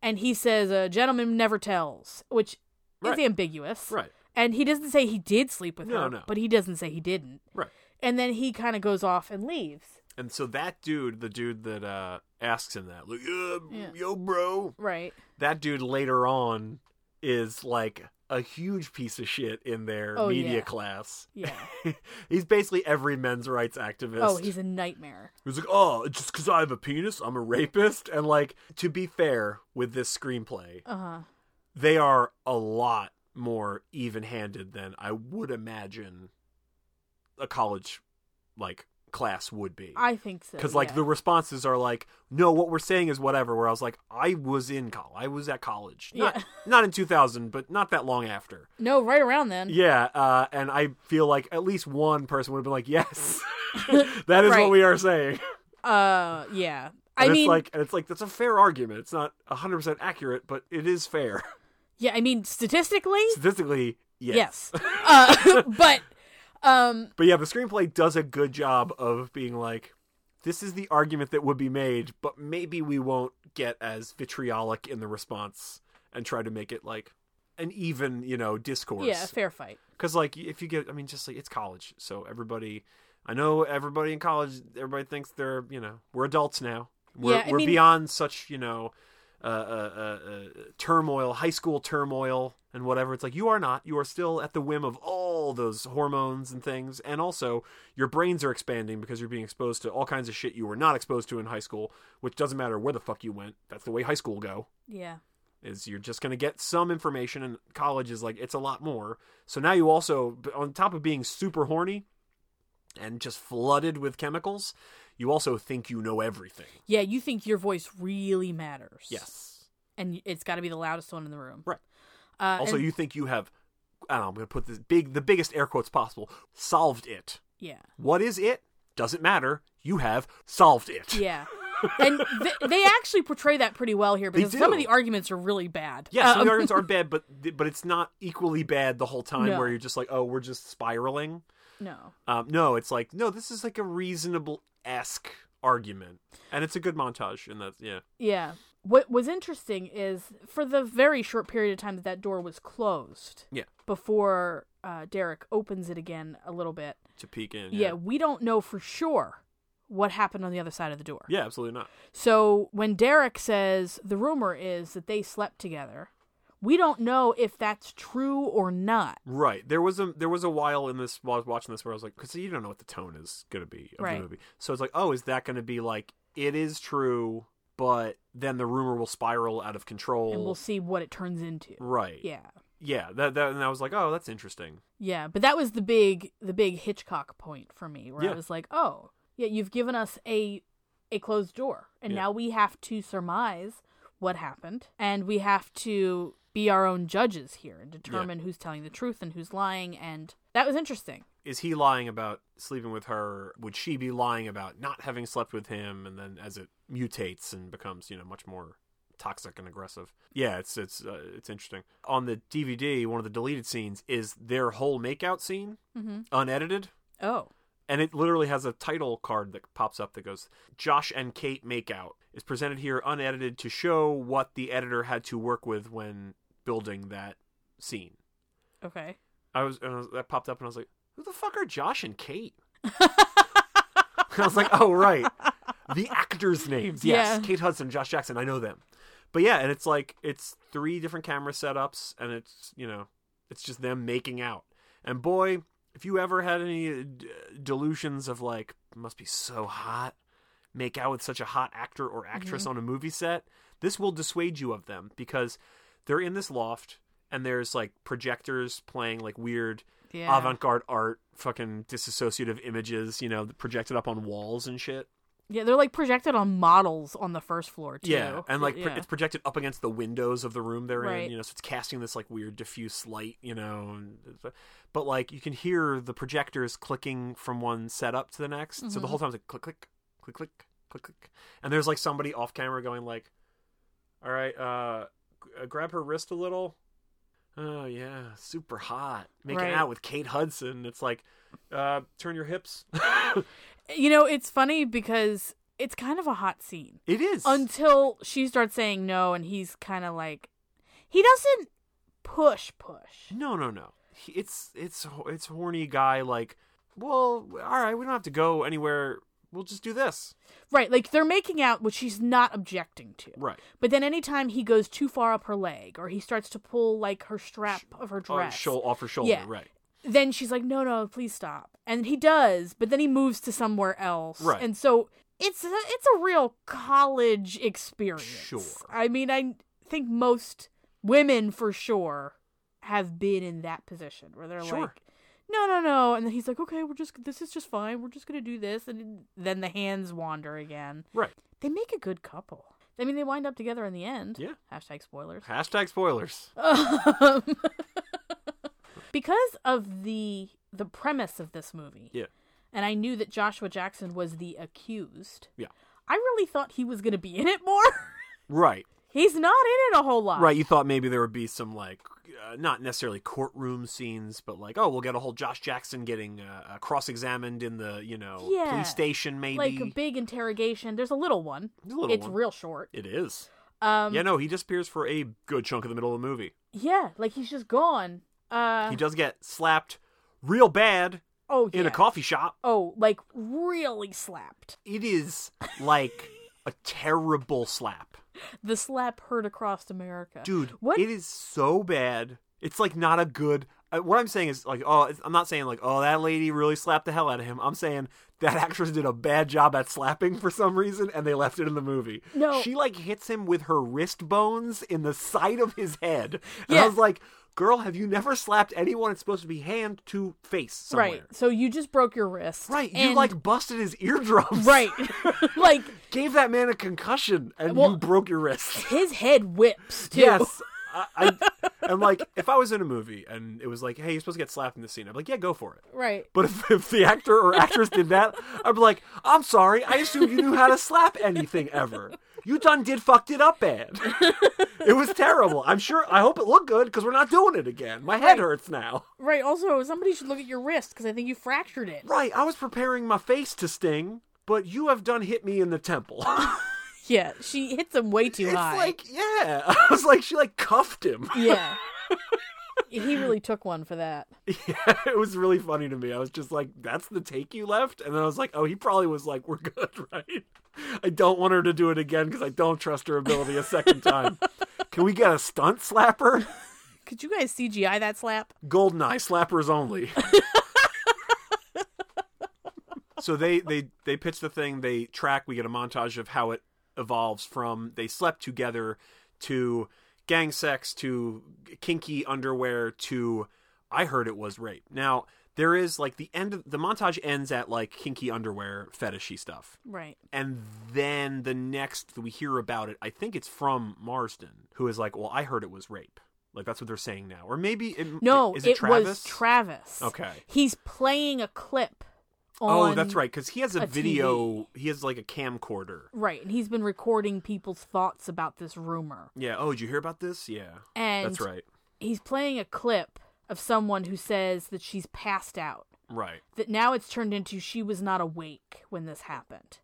And he says, "A gentleman never tells," which
Right.
is ambiguous.
Right.
And he doesn't say he did sleep with
No,
her,
no.
but he doesn't say he didn't.
Right.
And then he kind of goes off and leaves.
And so that dude, the dude that uh asks him that, like, uh,
Yeah.
yo, bro,
Right.
that dude later on is like a huge piece of shit in their
Oh,
media
yeah.
class.
Yeah.
<laughs> he's basically every men's rights activist.
oh, he's a nightmare.
He was like, oh, just because I have a penis, I'm a rapist. And, like, to be fair with this screenplay,
Uh huh.
they are a lot more even handed than I would imagine a college, like, class would be.
I think so.
Because, like,
yeah.
the responses are like, no, what we're saying is whatever. Where I was like, I was in college. I was at college. Not,
Yeah.
not in 2000, but not that long after.
no, right around then.
Yeah, uh, and I feel like at least one person would have been like, yes, <laughs> that is
Right.
what we are saying.
Uh, yeah. I
And it's
mean,
like and it's like that's a fair argument. It's not 100% accurate, but it is fair. <laughs>
yeah. I mean, statistically,
Statistically, yes.
yes. uh, <laughs> but um,
But yeah, the screenplay does a good job of being like this is the argument that would be made, but maybe we won't get as vitriolic in the response and try to make it like an even, you know, discourse.
yeah, fair fight.
Cuz like if you get I mean just like it's college, so everybody I know everybody in college everybody thinks they're, you know, we're adults now. We're
Yeah, I
we're
mean-
beyond such, you know, uh, uh, uh, uh, turmoil, high school turmoil, and whatever. It's like you are not. You are still at the whim of all those hormones and things, and also your brains are expanding because you're being exposed to all kinds of shit you were not exposed to in high school. Which doesn't matter where the fuck you went. That's the way high school go
Yeah.
is you're just going to get some information and college is like it's a lot more so now you also b- on top of being super horny and just flooded with chemicals you also think you know everything
Yeah. You think your voice really matters?
yes
And it's got to be the loudest one in the room.
Right.
Uh,
also
and-
you think you have i don't know i'm going to put this big the biggest air quotes possible solved it
Yeah.
what is it doesn't matter you have solved it
Yeah. And th- they actually portray that pretty well here because some of
do.
the arguments are really bad.
Yeah, some of
Um,
the arguments are bad, but but it's not equally bad the whole time.
No.
Where you're just like, oh, we're just spiraling.
<laughs> No.
Um, no, it's like no, this is like a reasonable esque argument, and it's a good montage. And that's yeah,
Yeah. What was interesting is for the very short period of time that that door was closed
yeah,
before uh, Derek opens it again a little bit.
to peek in.
Yeah.
Yeah,
we don't know for sure what happened on the other side of the door.
yeah, absolutely not.
So when Derek says the rumor is that they slept together, we don't know if that's true or not.
Right. There was a there was a while in this while I was watching this where I was like, because you don't know what the tone is going to be of
Right.
the movie. So it's like, oh, is that going to be like it is true, but then the rumor will spiral out of control.
And we'll see what it turns into.
Right.
Yeah.
Yeah. That, that and I was like, oh, that's interesting.
Yeah, but that was the big the big Hitchcock point for me where I
Yeah.
was like, "Oh, yeah, you've given us a a closed door and
Yeah.
now we have to surmise what happened and we have to be our own judges here and determine who's telling the truth and who's lying and That was interesting.
Is he lying about sleeping with her? Would she be lying about not having slept with him? And then as it mutates and becomes, you know, much more toxic and aggressive. Yeah, it's it's uh, it's interesting. On the DVD, one of the deleted scenes is their whole makeout scene,
Mm-hmm.
unedited,
Oh.
and it literally has a title card that pops up that goes Josh and Kate makeout is presented here unedited to show what the editor had to work with when building that scene.
Okay.
I was, and I was that popped up, and I was like, "Who the fuck are Josh and Kate?" I was like, "Oh right, the actors' names. Yes,
Yeah.
Kate Hudson, Josh Jackson. I know them." But yeah, and it's like it's three different camera setups, and it's you know, it's just them making out. And boy, if you ever had any uh, d- delusions of like, must be so hot, make out with such a hot actor or actress on a movie set, this will dissuade you of them because they're in this loft and there's like projectors playing like weird
Yeah.
avant-garde art fucking disassociative images you know projected up on walls and shit
Yeah, they're like projected on models on the first floor too.
yeah and like
Yeah.
Pro- it's projected up against the windows of the room they're
Right.
in you know so it's casting this like weird diffuse light you know and- but like you can hear the projectors clicking from one setup to the next so the whole time it's like click click click click click click and there's like somebody off camera going like all right uh g- uh, grab her wrist a little oh yeah super hot making
Right.
out with kate hudson it's like uh turn your hips <laughs>
you know, it's funny because it's kind of a hot scene
it is
until she starts saying no, and he's kind of like, he doesn't push push.
No, no, no. He- It's it's it's horny guy like, well, all right, we don't have to go anywhere. We'll just do this.
Right, like they're making out, which she's not objecting to.
Right.
But then anytime he goes too far up her leg, or he starts to pull like her strap of her
On
dress,
shou- off her Oh, shoulder,
Yeah.
right.
then she's like, "No, no, please stop." And he does, but then he moves to somewhere else.
Right.
And so it's a, it's a real college experience.
Sure.
I mean, I think most women for sure have been in that position where they're
Sure.
like, "No, no, no." And then he's like, "Okay, we're just this is just fine. We're just going to do this." And then the hands wander again.
Right.
They make a good couple. I mean, they wind up together in the end.
Yeah.
Hashtag spoilers.
Hashtag spoilers.
Um, <laughs> because of the the premise of this movie.
Yeah.
And I knew that Joshua Jackson was the accused.
Yeah.
I really thought he was going to be in it more. <laughs>
Right.
He's not in it a whole lot.
Right. You thought maybe there would be some like, uh, not necessarily courtroom scenes, but like, oh, we'll get a whole Josh Jackson getting uh, uh, cross-examined in the you know
Yeah.
police station, maybe.
Like a big interrogation. There's a little one.
There's a little
it's
one.
real short.
It is.
Um
yeah. No, he disappears for a good chunk of the middle of the movie.
yeah, like he's just gone. Uh
he does get slapped real bad
oh yeah.
in a coffee shop.
Oh, like really slapped.
it is like a terrible slap
The slap heard across America.
dude
What
it is so bad it's like not a good uh, what i'm saying is like oh it's, i'm not saying like oh that lady really slapped the hell out of him i'm saying that <laughs> actress did a bad job at slapping for some reason and they left it in the movie
No.
she like hits him with her wrist bones in the side of his head and
Yeah.
i was like girl have you never slapped anyone it's supposed to be hand to face somewhere
Right. So you just broke your wrist.
Right, you
and-
like busted his eardrums.
Right. <laughs> like
gave that man a concussion, and
Well-
you broke
<laughs>
your wrist. <laughs>
his head whips too.
Yes. I, I, and like, if I was in a movie and it was like, hey, you're supposed to get slapped in this scene, I'd be like, yeah, go for it.
Right.
But if, <laughs> if the actor or actress did that, I'd be like, I'm sorry, I assumed you knew how to slap anything ever. You done did fucked it up bad. it was terrible. I'm sure, I hope it looked good because we're not doing it again. My head hurts now.
Right. Also, somebody should look at your wrist because I think you fractured it.
Right, I was preparing my face to sting, but you have done hit me in the temple. <laughs>
Yeah. She hits him way too
it's
high.
like, yeah. <laughs> I was like, she like cuffed him. <laughs>
yeah. he really took one for that.
Yeah, <laughs> it was really funny to me. I was just like, that's the take you left? And then I was like, oh, he probably was like, we're good, <laughs> right? I don't want her to do it again because I don't trust her ability a second time. Can we get a stunt slapper?
Could you guys CGI that slap?
Goldeneye slappers only. <laughs> so they they they pitch the thing. They track. We get a montage of how it evolves from they slept together to gang sex to kinky underwear to I heard it was rape. Now there is like the end of the montage ends at like kinky underwear fetishy stuff
Right.
and then the next we hear about it i think it's from marsden who is like well i heard it was rape Like that's what they're saying now, or maybe it,
No,
is
it,
it, Travis?
was Travis.
Okay.
He's playing a clip.
Oh,
on-
that's right, because he has a,
a
video. He has like a camcorder.
Right, and he's been recording people's thoughts about this rumor.
Yeah. Oh, did you hear about this? Yeah.
And
that's right.
he's playing a clip of someone who says that she's passed out.
Right.
That now it's turned into she was not awake when this happened.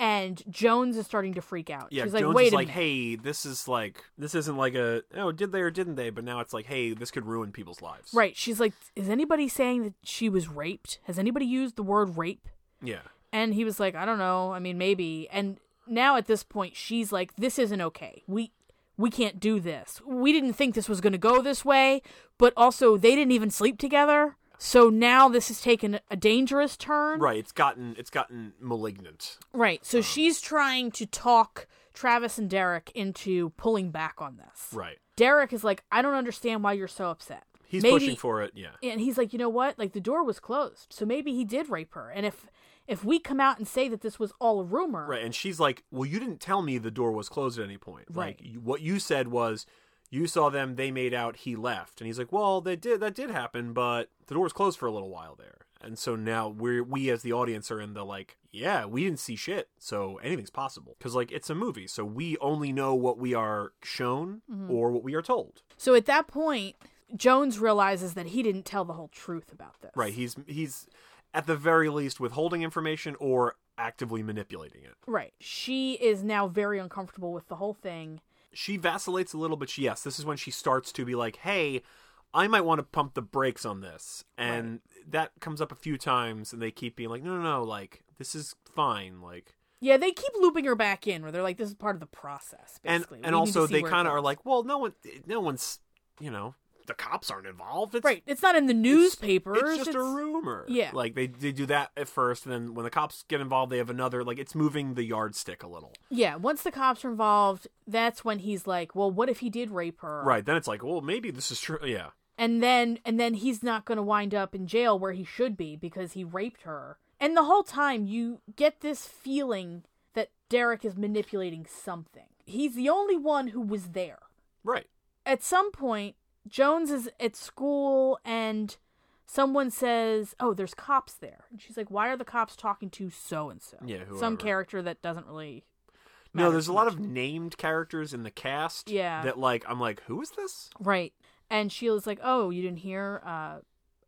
And Jones is starting to freak out.
Yeah.
She's like,
Jones
wait
is
a
like,
minute.
hey, this is like this isn't like a oh did they or didn't they? But now it's like hey, this could ruin people's lives.
Right. She's like, is anybody saying that she was raped? Has anybody used the word rape?
Yeah.
And he was like, I don't know. I mean, maybe. And now at this point, she's like, this isn't okay. We we can't do this. We didn't think this was going to go this way, but also they didn't even sleep together. So now this has taken a dangerous turn.
Right. It's gotten it's gotten malignant.
Right.
Uh.
So she's trying to talk Travis and Derek into pulling back on this.
Right.
Derek is like, I don't understand why you're so upset.
He's
Maybe-
pushing for it. Yeah.
and he's like you know what like the door was closed so maybe he did rape her and if if we come out and say that this was all a rumor
Right, and she's like, "Well, you didn't tell me the door was closed at any point.
Right.
Like you- what you said was you saw them, they made out, he left." And he's like, "Well, they did that did happen, but the door was closed for a little while there." And so now we are we as the audience are in the like, "Yeah, we didn't see shit, so anything's possible." Cuz like it's a movie, so we only know what we are shown or what we are told.
so at that point jones realizes that he didn't tell the whole truth about this
Right? He's he's at the very least withholding information or actively manipulating it.
right she is now very uncomfortable with the whole thing
she vacillates a little, but she, yes, this is when she starts to be like, hey, I might want to pump the brakes on this. And that comes up a few times, and they keep being like, no, no, no, like, this is fine. Like,
yeah they keep looping her back in where they're like this is part of the process
and,
basically We need
and
to
also
see
they
where it
kind of are
goes.
like, well, no one, no one's, you know, the cops aren't involved. It's,
right it's not in the
it's-
newspapers
It's just a rumor.
Yeah.
Like, they, they do that at first, and then when the cops get involved, they have another, like, it's moving the yardstick a little.
yeah once the cops are involved that's when he's like well what if he did rape her
Right. Then it's like, well, maybe this is true. Yeah.
and then and then he's not going to wind up in jail where he should be because he raped her and the whole time you get this feeling that derek is manipulating something he's the only one who was there
Right.
at some point jones is at school and someone says oh there's cops there and she's like why are the cops talking to so and so
Yeah,
some
whoever.
character that doesn't really
No,
matter
there's
too
a lot
much.
of named characters in the cast.
Yeah.
That like I'm like, who is this?
Right. And Sheila's like, oh, you didn't hear? Uh,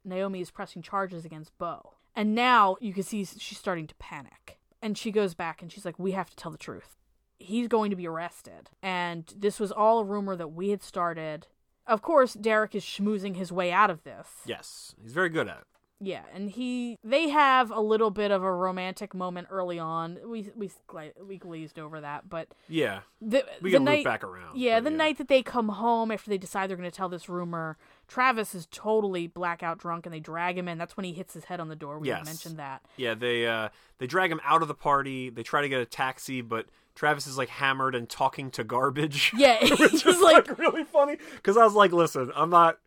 Naomi is pressing charges against Bo. And now you can see she's starting to panic. And she goes back and she's like, we have to tell the truth. He's going to be arrested. And this was all a rumor that we had started. Of course, Derek is schmoozing his way out of this.
Yes, he's very good at it.
Yeah, and he they have a little bit of a romantic moment early on. We we gla- we glazed over that, but
Yeah,
the,
we
the
can loop
night
back around.
yeah,
but
the night that they come home after they decide they're going to tell this rumor, Travis is totally blackout drunk and they drag him in. That's when he hits his head on the door. We
Yes.
had mentioned that.
Yeah, they uh they drag him out of the party. They try to get a taxi, but Travis is like hammered and talking to garbage.
<laughs> Yeah, he's
<laughs> which is
just like,
like really funny because I was like, listen, I'm not,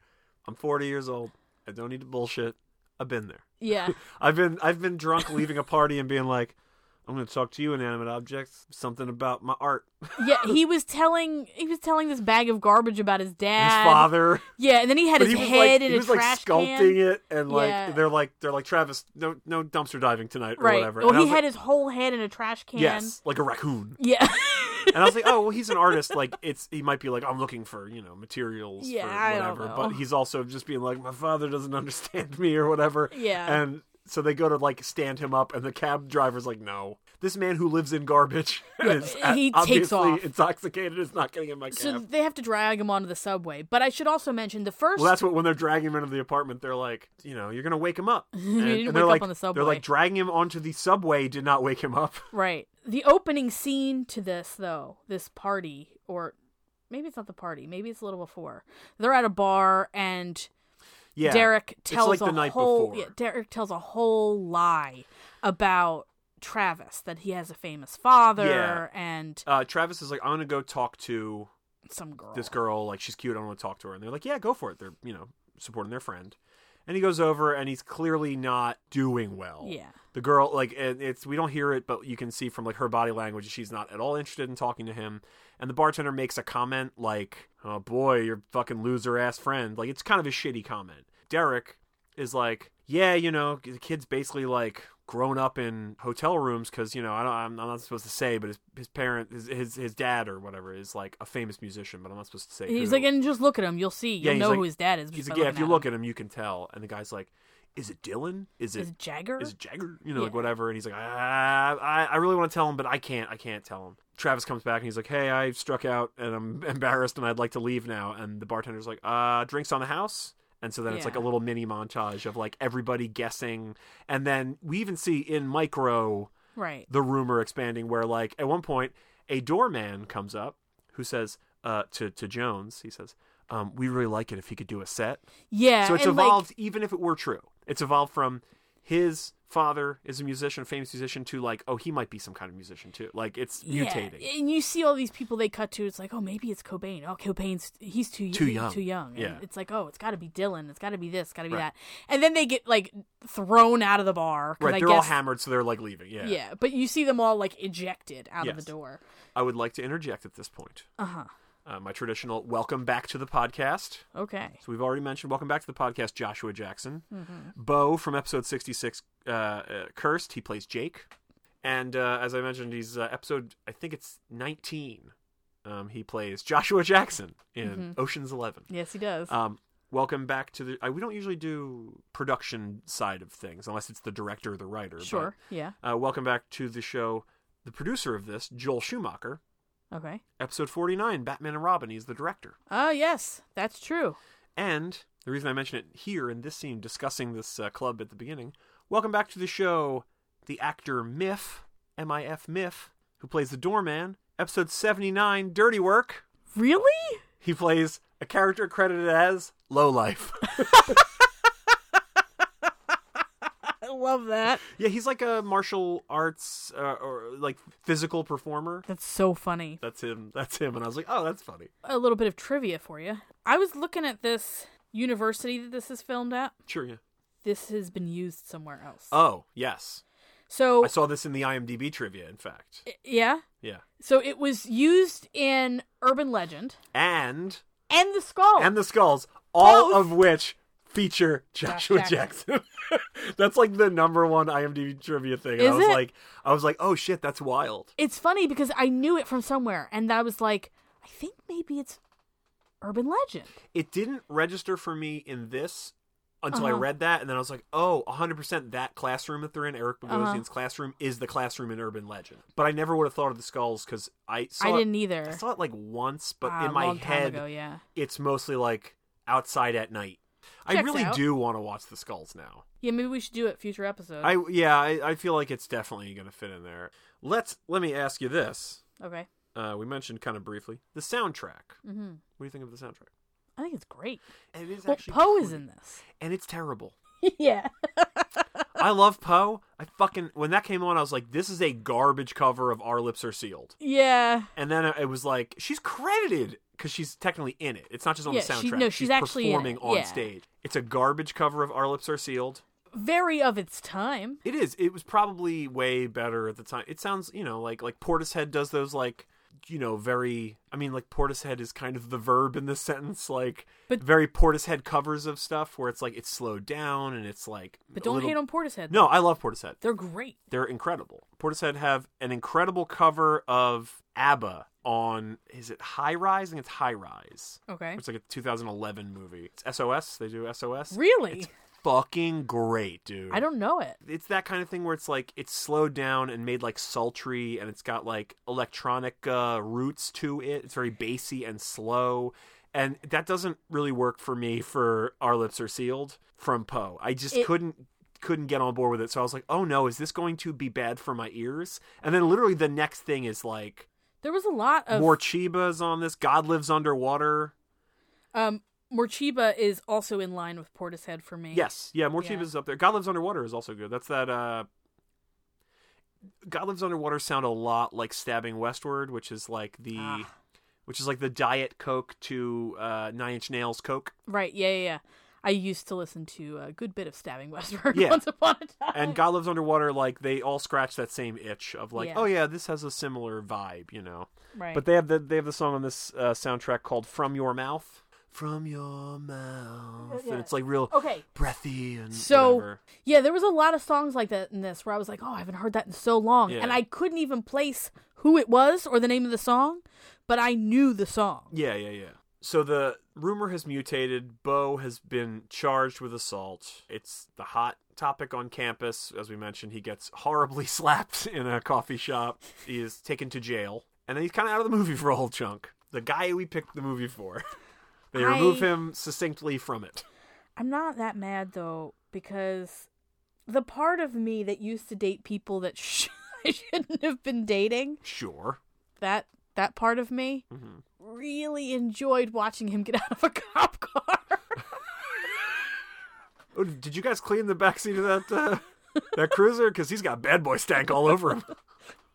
I'm 40 years old. I don't need to bullshit. I've been there. <laughs>
yeah,
I've been I've been drunk leaving a party and being like, I'm gonna talk to you inanimate objects. Something about my art, <laughs> his
yeah. He was telling he was telling this bag of garbage about his dad.
father.
Yeah, and then he had
But
his
he was
head
like,
in
he
a
was like
trash
sculpting
can.
it, and like
Yeah.
they're like they're like Travis, no no dumpster diving tonight or
right.
whatever.
Well,
And I
he
was
had
like,
his whole head in a trash can.
yes, like a raccoon.
Yeah. <laughs>
And I was like, oh well, he's an artist. Like it's he might be like I'm looking for you know materials
Yeah, I
for
don't
whatever,
know.
but he's also just being like my father doesn't understand me or whatever.
Yeah.
and. So they go to like stand him up, and the cab driver's like, "No, this man who lives in garbage <laughs> and is
Yeah, he
a-
takes
obviously
off.
intoxicated is not getting in my cab."
so they have to drag him onto the subway. But I should also mention the first
Well, that's what when they're dragging him into the apartment, they're like, you know, you're gonna wake
<laughs>
him up. And,
didn't
and they're
wake up
like,
on the subway.
they're like dragging him onto the subway did not wake him up. <laughs>
Right. The opening scene to this, though, this party, or maybe it's not the party, maybe it's a little before. They're at a bar and
Yeah,
Derek tells
like
a
the night
whole
before.
Yeah, Derek tells a whole lie about Travis that he has a famous father
Yeah.
and
Uh, Travis is like, I'm gonna go talk to
some girl.
this girl. Like she's cute. I want to talk to her. And they're like, yeah, go for it. They're you know supporting their friend. And he goes over and he's clearly not doing well.
Yeah.
The girl, like, and it's, we don't hear it, but you can see from, like, her body language, she's not at all interested in talking to him. And the bartender makes a comment like, oh boy, your fucking loser ass friend. Like, it's kind of a shitty comment. Derek is like, yeah, you know, the kid's basically like grown up in hotel rooms because you know I don't, I'm, I'm not supposed to say, but his his parent, his, his his dad or whatever is like a famous musician, but I'm not supposed to say.
He's
who.
like, and just look at him. You'll see.
Yeah,
You'll
he's
know
like-
who his dad is.
He's
just
like,
by
yeah, if you
at
look
him.
at him, you can tell. And the guy's like, is it Dylan? Is it
is it Jagger.
is it Jagger? You know, like
Yeah.
whatever. And he's like, ah, I I really want to tell him, but I can't. I can't tell him. Travis comes back and he's like, hey, I struck out and I'm <laughs> embarrassed and I'd like to leave now. And the bartender's like, uh, drinks on the house. And so then it's like a
Yeah.
little mini montage of like everybody guessing. And then we even see in micro
right.
the rumor expanding where like at one point a doorman comes up who says uh, to to Jones he says um, we really like it if he could do a set
Yeah.
so it's
and,
evolved
Like,
even if it were true it's evolved from his father is a musician a famous musician to like oh he might be some kind of musician too like it's mutating
Yeah. And you see all these people they cut to. It's like, oh, maybe it's Cobain. Oh, Cobain's he's too
Too
he's
young.
Too young. And
Yeah.
It's like, oh, it's got to be Dylan. It's got to be this. Got to be
Right.
that. And then they get like thrown out of the bar. 'cause
right
I
they're all
guess,
hammered so they're like leaving yeah
Yeah, but you see them all like ejected out of
Yes.
the door.
I would like to interject at this point
Uh huh.
uh, my traditional welcome back to the podcast
Okay.
So we've already mentioned. Welcome back to the podcast, Joshua Jackson.
Mm-hmm.
Bo from episode sixty-six, uh, uh, cursed. He plays Jake, and uh, as I mentioned, he's uh, episode. I think it's nineteen. Um, he plays Joshua Jackson in
Mm-hmm.
Ocean's Eleven.
Yes, he does.
Um, welcome back to the. I, we don't usually do production side of things unless it's the director or the writer. but,
sure. Yeah.
uh, welcome back to the show. The producer of this, Joel Schumacher,
Okay.
episode forty-nine, Batman and Robin. He's the director.
Ah, yes, that's true.
And the reason I mention it here in this scene, discussing this uh, club at the beginning, welcome back to the show, the actor Miff, M I F Miff, who plays the doorman, episode 79, Dirty Work.
Really?
He plays a character credited as Lowlife. <laughs>
I love that.
yeah, he's like a martial arts uh, or like physical performer.
That's so funny.
That's him. That's him. And I was like, oh, that's funny.
A little bit of trivia for you. I was looking at this university that this is filmed at.
Sure, yeah.
This has been used somewhere else.
Oh, yes.
so,
I saw this in the IMDb trivia, in fact.
yeah.
Yeah.
So it was used in Urban Legend
And
and The Skull.
and the skulls, all
Oh. Both.
of which feature Joshua
Jackson.
Jackson. <laughs> that's like the number one IMDb trivia thing. And
Is
I was
it?
like, I was like, oh shit, that's wild.
it's funny because I knew it from somewhere, and I was like, I think maybe it's Urban Legend.
It didn't register for me in this until I
Uh-huh.
read that, and then I was like, oh, 100% that classroom that they're in, Eric
Uh-huh.
Bogosian's classroom, is the classroom in Urban Legend. But I never would have thought of the skulls because I saw
I
it-
didn't either.
I saw it like once, but
Ah,
in my
long time
head,
ago, yeah.
it's mostly like outside at night. I
Checks
really
out.
do want to watch the skulls now.
Yeah, maybe we should do it future episode.
I yeah, I, I feel like it's definitely going to fit in there. Let's let me ask you this.
okay.
Uh, we mentioned kind of briefly the soundtrack.
Mm-hmm.
What do you think of the soundtrack?
I think it's great.
It is
Well,
actually
Poe is
pretty-
in
<laughs>
this.
and it's terrible.
yeah.
I love Poe. I fucking when that came on, I was like, this is a garbage cover of Our Lips Are Sealed.
Yeah.
And then it was like she's credited because she's technically in it. It's not just on the
Yeah,
soundtrack.
she- no, she's actually in it.
performing on
Yeah.
stage. It's a garbage cover of Our Lips Are Sealed.
Very of its time.
It is. It was probably way better at the time. It sounds, you know, like like Portishead does those like you know, very I mean like Portishead is kind of the verb in this <laughs> sentence, like
But-
very Portishead covers of stuff where it's like it's slowed down and it's like
But
a
don't
little-
hate on Portishead.
No, I love Portishead.
They're great.
They're incredible. Portishead have an incredible cover of ABBA on is it High Rise? I think it's High Rise.
Okay.
It's like a 2011 movie. It's SOS. They do SOS.
Really?
It's fucking great, dude
I don't know it.
it's that kind of thing where it's like it's slowed down and made like sultry and it's got like electronic uh, roots to it it's very bassy and slow and that doesn't really work for me for our lips are sealed from poe i just
It-
couldn't couldn't get on board with it so i was like oh no is this going to be bad for my ears and then literally the next thing is like
There was a lot of
more chibas on this god lives underwater
um Morchiba is also in line with Portishead for me.
Yes, yeah, more
Yeah.
Chivas is up there. God Lives Underwater is also good. That's that. uh God Lives Underwater sound a lot like Stabbing Westward, which is like the,
Ah.
which is like the Diet Coke to uh Nine Inch Nails Coke.
Right. Yeah, yeah, yeah. I used to listen to a good bit of Stabbing <laughs> Westberg
Yeah.
once upon a time.
and God Lives Underwater, like they all scratch that same itch of like,
Yeah.
oh yeah, this has a similar vibe, you know.
right.
But they have the they have the song on this uh, soundtrack called "From Your Mouth." From your mouth,
Yeah.
and it's like real
okay.
breathy and
So
whatever.
yeah, there was a lot of songs like that in this where I was like, "Oh, I haven't heard that in so long,"
Yeah.
and I couldn't even place who it was or the name of the song, but I knew the song.
Yeah, yeah, yeah. So the rumor has mutated. Bo has been charged with assault. It's the hot topic on campus. As we mentioned, he gets horribly <laughs> slapped in a coffee shop. He is taken to jail. And then he's kind of out of the movie for a whole chunk. The guy we picked the movie for. <laughs> They
I-
remove him succinctly from it.
I'm not that mad though because the part of me that used to date people that <laughs> sh- I shouldn't have been dating
Sure.
that that part of me
Mm-hmm.
really enjoyed watching him get out of a <laughs> cop car. <laughs>
Oh, did you guys clean the backseat of that uh, that cruiser? Because he's got bad boy stank all over him.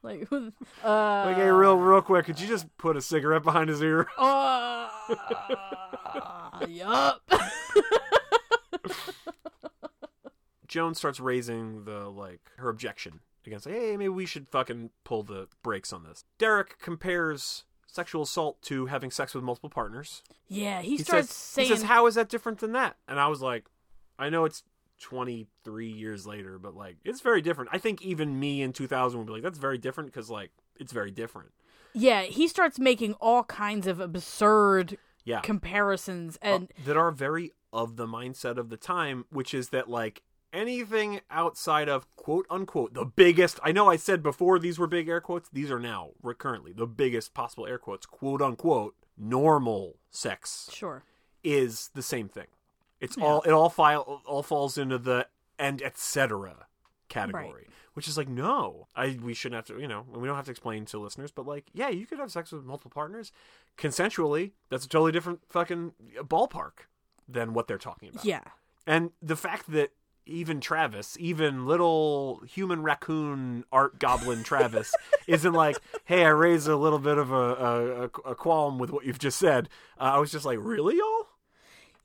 like, uh,
Like, hey, real, real quick, could you just put a cigarette behind his ear?
uh, yup. <laughs>
Joan starts raising the like her objection against like, hey, maybe we should fucking pull the brakes on this. Derek compares sexual assault to having sex with multiple partners.
Yeah, he, starts
says,
saying
he says, How is that different than that? And I was like, I know it's twenty three years later, but like it's very different. I think even me in two thousand would be like, that's very different because like it's very different.
Yeah, he starts making all kinds of absurd
Yeah. Oh.
comparisons and
Uh, that are very of the mindset of the time, which is that like anything outside of quote unquote the biggest I know I said before these were big air quotes, these are now recurrently the biggest possible air quotes, quote unquote, normal sex
sure.
is the same thing. It's all it all file all falls into the and etc category. Which is like no, I we shouldn't have to you know we don't have to explain to listeners, but like yeah, you could have sex with multiple partners consensually. That's a totally different fucking ballpark than what they're talking about.
Yeah.
and the fact that even Travis, even little human raccoon art goblin Travis, isn't like, hey, I raise a little bit of a a, a- a qualm with what you've just said. Uh, I was just like, really, y'all?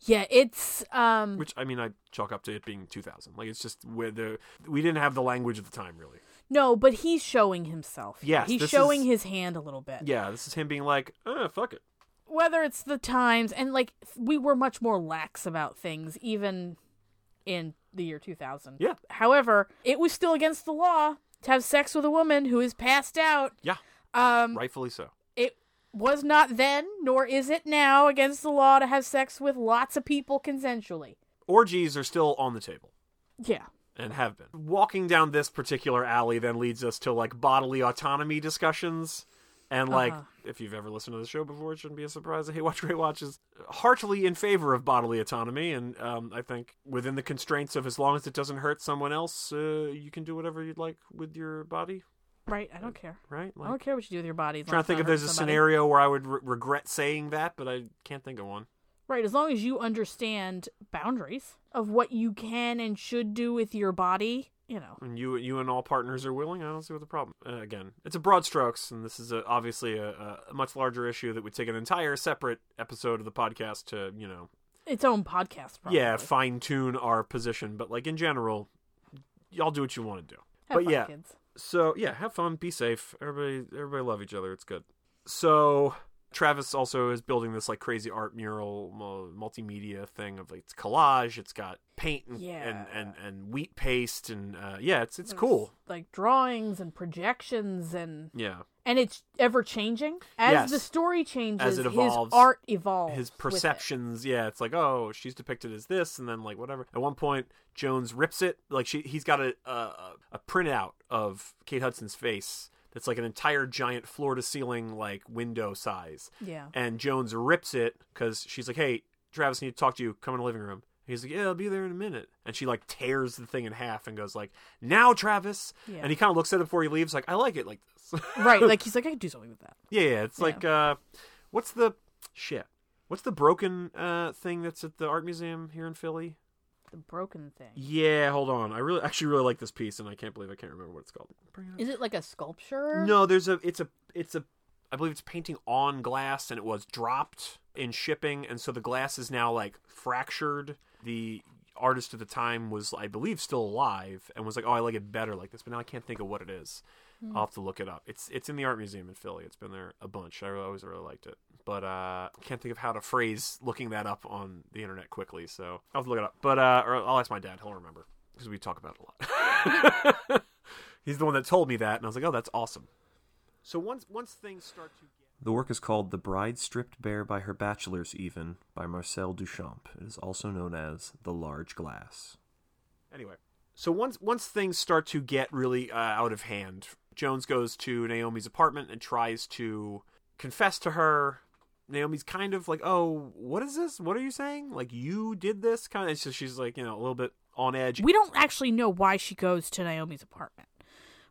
Yeah, it's um
Which I mean, I chalk up to it being 2000. Like it's just where the we didn't have the language of the time really.
no, but he's showing himself.
Yes,
he's
this
showing
is-
his hand a little bit.
Yeah, this is him being like, eh, fuck it.
Whether it's the times and like we were much more lax about things even in the year 2000.
Yeah.
However, it was still against the law to have sex with a woman who is passed out.
Yeah,
Um
rightfully so.
it was not then nor is it now against the law to have sex with lots of people consensually.
Orgies are still on the table
Yeah.
and have been. Walking down this particular alley then leads us to like bodily autonomy discussions. And like,
Uh-huh.
if you've ever listened to the show before, it shouldn't be a surprise that Hey <laughs> Watch Ray Watch is heartily in favor of bodily autonomy. And um, I think within the constraints of as long as it doesn't hurt someone else, uh, you can do whatever you'd like with your body,
Right, I don't care.
right? Like,
I don't care what you do with your body. as long
trying
as
to think
it's not
if there's
hurting
a
somebody.
scenario where I would re- regret saying that, but I can't think of one.
Right, as long as you understand boundaries of what you can and should do with your body, you know.
And you, you and all partners are willing. I don't see what the problem. Uh, again, it's a broad strokes, and this is a, obviously a, a much larger issue that would take an entire separate episode of the podcast to, you know,
Its own podcast, probably.
yeah, fine tune our position. But like in general, y'all do what you want to do.
Have
but
fun,
yeah,
kids.
so yeah, have fun, be safe. Everybody, everybody love each other. It's good. So Travis also is building this like crazy art mural mu- multimedia thing of like it's collage. It's got paint and
Yeah.
and, and and wheat paste and uh, yeah, it's it's cool.
Like drawings and projections and
Yeah,
and it's ever changing as
Yes.
the story changes.
As it evolves,
his art evolves.
his
with it.
perceptions. Yeah, it's like oh, she's depicted as this, and then like whatever. At one point, Jones rips it. Like she, he's got a a, a printout of Kate Hudson's face. That's like an entire giant floor to ceiling like window size.
Yeah,
and Jones rips it because she's like, "Hey, Travis, I need to talk to you. Come in the living room." And he's like, "Yeah, I'll be there in a minute." And she like tears the thing in half and goes like, "Now, Travis!"
Yeah.
And he kind of looks at it before he leaves, like, "I like it like this." <laughs>
right. Like he's like, I could do something with that.
yeah, yeah. It's like, uh, what's the shit? What's the broken uh thing that's at the art museum here in Philly?
The broken thing.
Yeah, hold on. I really, actually, really like this piece, and I can't believe I can't remember what it's called. Bring it up.
Is it like a sculpture?
No, there's a. It's a. It's a. I believe it's painting on glass, and it was dropped in shipping, and so the glass is now like fractured. The artist at the time was, I believe, still alive, and was like, "Oh, I like it better like this," but now I can't think of what it is. I'll have to look it up. It's it's in the art museum in Philly. It's been there a bunch. I really- always really liked it, but uh, can't think of how to phrase looking that up on the internet quickly. So I'll have to look it up. But uh, or I'll ask my dad. He'll remember because we talk about it a lot. <laughs> He's the one that told me that, and I was like, "Oh, that's awesome." So once once things start to get
The work is called The Bride Stripped Bare by Her Bachelors Even by Marcel Duchamp. It is also known as The Large Glass.
anyway, so once once things start to get really uh, out of hand, Jones goes to Naomi's apartment and tries to confess to her. Naomi's kind of like, "Oh, what is this? What are you saying? Like you did this?" Kind of. So she's like, you know, a little bit on edge.
We don't actually know why she goes to Naomi's apartment.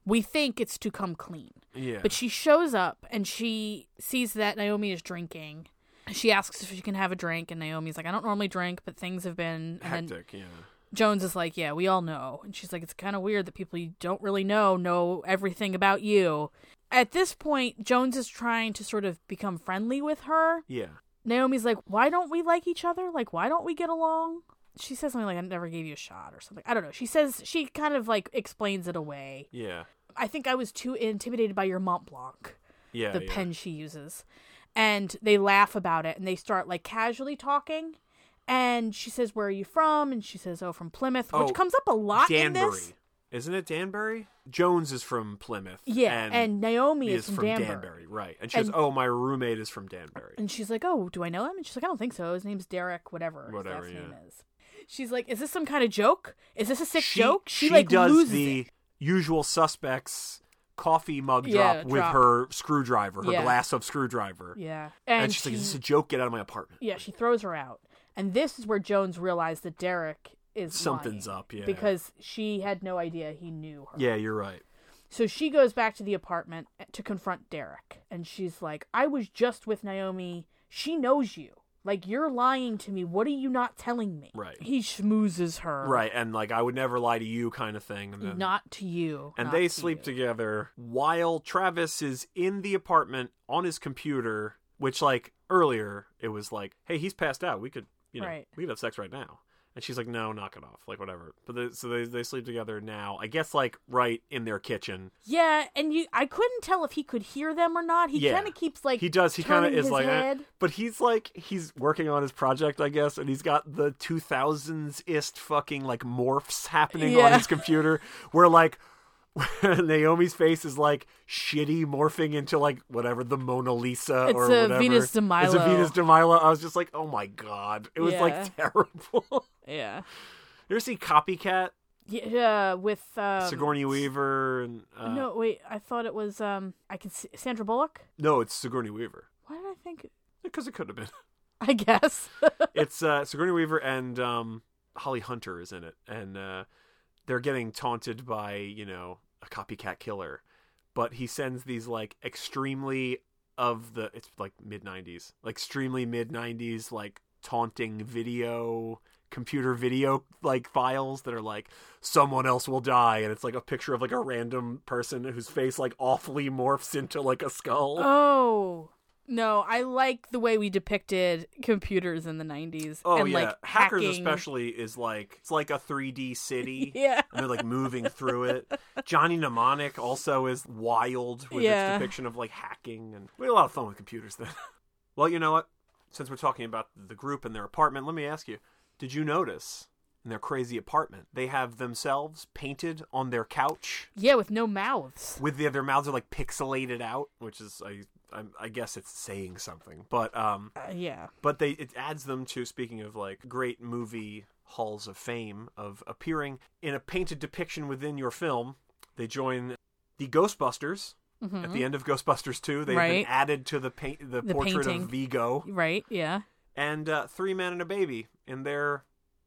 We think it's to come clean.
yeah,
But she shows up and she sees that Naomi is drinking. She asks if she can have a drink, and Naomi's like, I don't normally drink, but things have been. And then
hectic. yeah.
Jones is like, Yeah, we all know. And she's like, It's kind of weird that people you don't really know know everything about you. At this point, Jones is trying to sort of become friendly with her.
Yeah.
Naomi's like, Why don't we like each other? Like, why don't we get along? She says something like, I never gave you a shot or something. I don't know. She says, She kind of like explains it away.
Yeah.
I think I was too intimidated by your Mont Blanc
Yeah.
the
yeah.
pen she uses. And they laugh about it and they start like casually talking. And she says, Where are you from? And she says, Oh, from Plymouth, which
Oh,
comes up a lot in
Danbury.
this.
Isn't it Danbury? Jones is from Plymouth.
Yeah, and, Naomi
is
is,
from Danbury.
Danbury.
right? And she goes,
And-
"Oh, my roommate is from Danbury."
And she's like, Oh, do I know him? And she's like, I don't think so. His name's Derek, whatever,
Whatever,
his last
yeah.
name is. She's like, Is this some kind of joke? Is this a sick
she,
joke?
She,
like
does
loses
the
it.
usual suspects coffee mug
Yeah,
drop with
drop.
her screwdriver, her
Yeah.
glass of screwdriver,
Yeah.
and,
And,
she's
she,
like, "This is a joke. Get out of my apartment."
Yeah, she throws her out. And this is where Jones realized that Derek is
Something's
lying
up, yeah.
Because she had no idea he knew her.
Yeah, you're right.
So she goes back to the apartment eh, to confront Derek. And she's like, I was just with Naomi. She knows you. Like, you're lying to me. What are you not telling me?
Right.
He schmoozes her.
Right, and like I would never lie to you, kind of thing. And then,
Not to you.
and
not
they
to
sleep
you.
together while Travis is in the apartment on his computer, which like earlier it was like, "Hey, he's passed out. We could, you know,
Right.
we could have sex right now." And she's like, "No, knock it off. Like whatever." But they, so they they sleep together now. I guess like right in their kitchen.
Yeah, and you I couldn't tell if he could hear them or not. He
Yeah.
kind of keeps like
he does he kind of
turning
is
his
like eh.
head.
but he's like he's working on his project i guess and he's got the 2000s ist fucking like morphs happening on
Yeah. <laughs>
his computer where like <laughs> Naomi's face is like shitty morphing into like whatever the Mona Lisa
It's
or
a
whatever.
Venus de
It's a
Milo.
Venus de Milo. I was just like, oh my god, it was
Yeah.
like <laughs> terrible. you
Yeah.
ever see Copycat?
Yeah, with um,
Sigourney Weaver and uh,
no, wait. I thought it was um. I can see Sandra Bullock.
no, it's Sigourney Weaver
Why did I think? <laughs>
because it could have been.
I guess.
it's uh, Sigourney Weaver and um, Holly Hunter is in it, and uh, they're getting taunted by you know a copycat killer, but he sends these like extremely of the it's like mid '90s, like extremely mid '90s like taunting video computer video like files that are like someone else will die and it's like a picture of like a random person whose face like awfully morphs into like a skull
oh no, I like the way we depicted computers in the '90s.
Oh
and,
yeah,
like,
hackers
hacking.
especially is like it's like a 3D city.
<laughs> Yeah.
and they're like moving through it. Johnny Mnemonic also is wild with
Yeah.
its depiction of like hacking, and we had a lot of fun with computers then. <laughs> well, you know what? Since we're talking about the group and their apartment, let me ask you: Did you notice in their crazy apartment they have themselves painted on their couch?
Yeah, with no mouths.
with the, their mouths are like pixelated out, which is I, I I guess it's saying something, but um,
Uh, yeah,
but they it adds them to speaking of like great movie halls of fame of appearing in a painted depiction within your film. They join the Ghostbusters
Mm-hmm.
at the end of Ghostbusters 2. They've
Right.
been added to the paint the,
The
portrait
painting.
of Vigo
right. Yeah,
and uh, Three Men and a Baby in their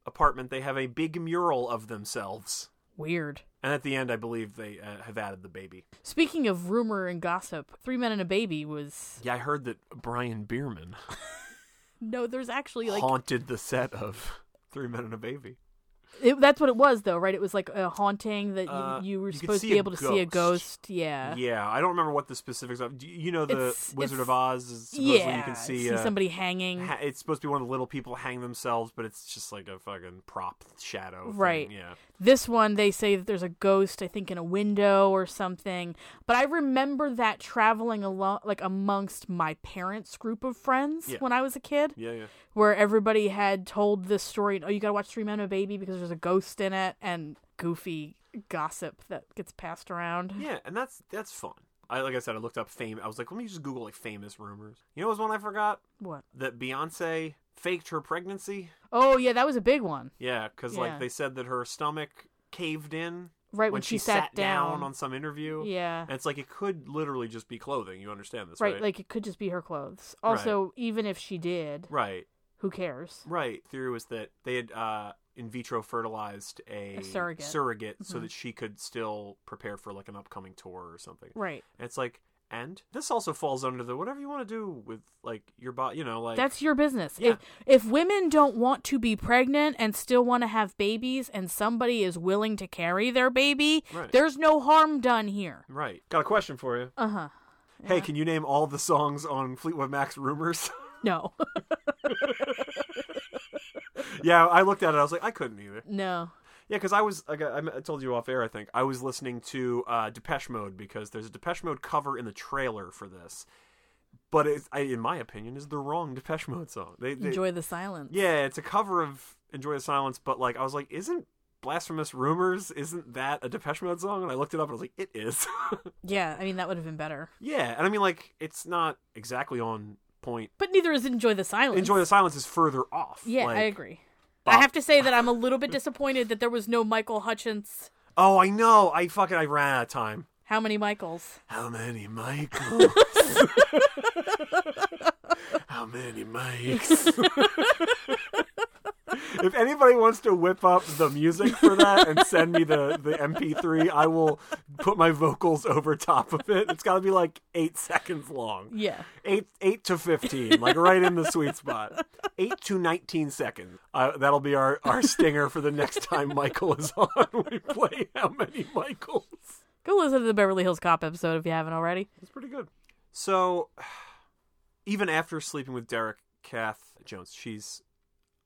apartment. They have a big mural of themselves.
weird.
And at the end, I believe they uh, have added the baby.
Speaking of rumor and gossip, Three Men and a Baby was
Yeah, I heard that Brian Bierman
no. There's actually like
haunted the set of Three Men and a Baby.
It, that's what it was, though, right? It was like a haunting that you,
Uh,
you were
you could
supposed to
see
be
a
able to see a
ghost.
ghost. Yeah.
Yeah, I don't remember what the specifics of. do You you know, the
It's-
Wizard
it's-
of Oz is supposedly
Yeah,
you can see, uh,
somebody hanging.
ha- it's supposed to be one of the little people hang themselves, but it's just like a fucking prop shadow. thing,
Right.
Yeah.
This one, they say that there's a ghost, I think, in a window or something. But I remember that traveling along, like amongst my parents' group of friends
Yeah.
when I was a kid,
Yeah. Yeah.
where everybody had told this story. Oh, you gotta watch Three Men and a Baby because there's a ghost in it, and goofy gossip that gets passed around.
Yeah, and that's that's fun. I like I said, I looked up fame. I was like, let me just Google like famous rumors. You know, what was one I forgot
What?
that Beyonce faked her pregnancy.
Oh, yeah, that was a big one.
Yeah, because
Yeah.
like they said that her stomach caved in
Right
when, she, sat, down.
down.
on some interview.
Yeah.
and it's like it could literally just be clothing. You understand this,
right,
right?
like it could just be her clothes.
Right.
Also, even if she did,
right,
who cares?
right. Theory was that they had uh, in vitro fertilized a,
A surrogate. Mm-hmm.
surrogate so that she could still prepare for like an upcoming tour or something.
Right.
And it's like, and this also falls under the whatever you want to do with like your body, you know, like
That's your business.
Yeah.
If if women don't want to be pregnant and still want to have babies and somebody is willing to carry their baby,
Right.
there's no harm done here.
right. Got a question for you.
Uh-huh.
Hey, can you name all the songs on Fleetwood Mac's Rumors? <laughs>
No. <laughs>
yeah, I looked at it. I was like, I couldn't either.
no.
Yeah, because I was like, I I told you off air. I think I was listening to uh, Depeche Mode because there's a Depeche Mode cover in the trailer for this, but it, I, in my opinion, is the wrong Depeche Mode song. They, they
Enjoy the silence.
yeah, it's a cover of Enjoy the Silence, but like I was like, isn't Blasphemous Rumors? Isn't that a Depeche Mode song? And I looked it up and I was like, it is. <laughs>
Yeah, I mean that would have been better.
yeah, and I mean like it's not exactly on point.
But neither is enjoy the silence.
Enjoy the Silence is further off.
Yeah, I
like-
agree. I have to say that
<laughs>
I'm a little bit disappointed that there was no Michael Hutchins.
Oh, I know. I fucking I ran out of time.
How many Michaels?
How many <laughs> Michaels? How many Mikes? <laughs> if anybody wants to whip up the music for that and send me the, the MP3, I will put my vocals over top of it. It's got to be like eight seconds long.
Yeah.
Eight, eight to 15, like right in the sweet spot. Eight to 19 seconds. Uh, that'll be our, our stinger for the next time Michael is on. <laughs> We play How Many Michaels.
Go listen to the Beverly Hills Cop episode if you haven't already.
It's pretty good. So, <sighs> even after sleeping with Derek, Kath Jones, she's,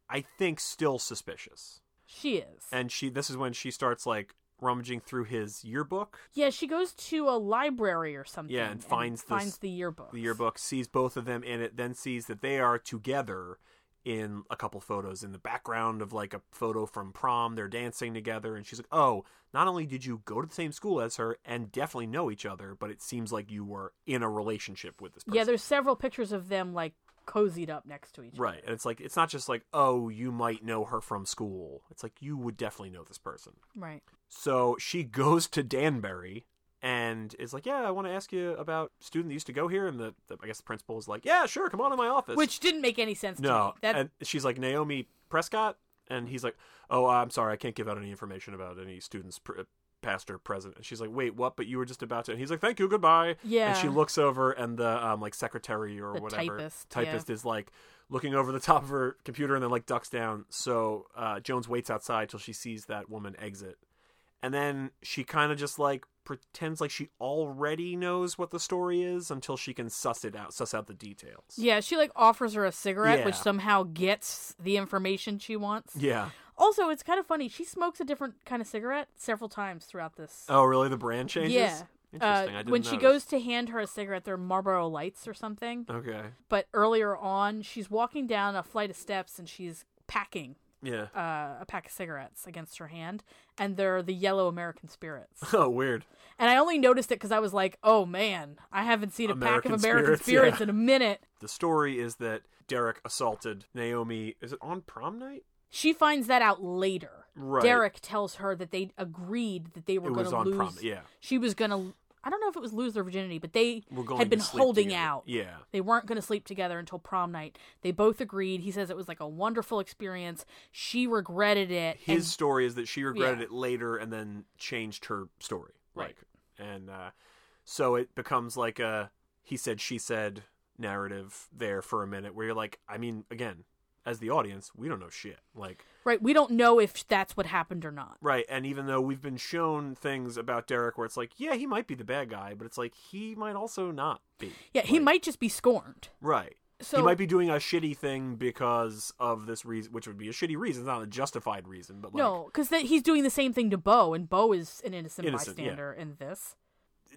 I think, still suspicious.
She is.
And she, this is when she starts like rummaging through his yearbook,
Yeah, she goes to a library or something.
Yeah, and finds this-
finds the yearbook.
the yearbook, sees both of them in it, then sees that they are together in a couple photos in the background of like a photo from prom. They're dancing together, and she's like, "Oh, not only did you go to the same school as her and definitely know each other, but it seems like you were in a relationship with this person."
Yeah, there's several pictures of them like cozied up next to each other.
Right. And it's like, it's not just like, oh, you might know her from school. It's like, you would definitely know this person.
Right.
So she <laughs> goes to Danbury and is like, yeah, I want to ask you about a student that used to go here. And the, the I guess the principal is like, yeah, sure, come on to my office.
Which didn't make any sense to me.
no.
That
And she's like, Naomi Prescott. And he's like, oh, I'm sorry, I can't give out any information about any students. Pr- uh, past or present and she's like wait what but you were just about to and he's like thank you goodbye
Yeah.
and she looks over and the um like secretary or
The
whatever
typist, yeah.
typist is like looking over the <laughs> top of her computer and then like ducks down. So uh, Jones waits outside till she sees that woman exit, and then she kind of just like pretends like she already knows what the story is until she can suss it out, suss out the details.
Yeah, she like offers her a cigarette, which
Yeah.
somehow gets the information she wants.
Yeah.
Also, it's kind of funny. She smokes a different kind of cigarette several times throughout this.
Oh, really? The brand changes.
yeah. Uh,
Interesting. I didn't
when she
notice.
goes to hand her a cigarette, they're Marlboro Lights or something.
Okay.
But earlier on, she's walking down a flight of steps and she's packing
Yeah.
uh, a pack of cigarettes against her hand, and they're the yellow American spirits.
<laughs> oh, weird.
And I only noticed it because I was like, "Oh man, I haven't seen a pack
American
of American spirits,
Spirits, yeah.
in a minute."
The story is that Derek assaulted Naomi. Is it on prom night?
She finds that out later.
Right.
Derek tells her that they agreed that they were
It
going
was
to
on
lose.
prom. Yeah.
She was going to. I don't know if it was lose their virginity, but they
We're going
had been
to sleep
holding
together.
out.
Yeah.
They weren't going to sleep together until prom night. They both agreed. He says it was like a wonderful experience. She regretted it.
his
and-
story is that she regretted
Yeah.
it later and then changed her story
Right.
like and uh, so it becomes like a he said she said narrative there for a minute where you're like i mean again as the audience, we don't know shit. Like,
Right? We don't know if that's what happened or not.
right. And even though we've been shown things about Derek where it's like, yeah, he might be the bad guy, but it's like, he might also not be.
Yeah, he might just be scorned.
Right.
So-
he might be doing a shitty thing because of this reason, which would be a shitty reason. It's not a justified reason, but like,
no, because he's doing the same thing to Bo, and Bo is an innocent,
Innocent, yeah.
bystander in this.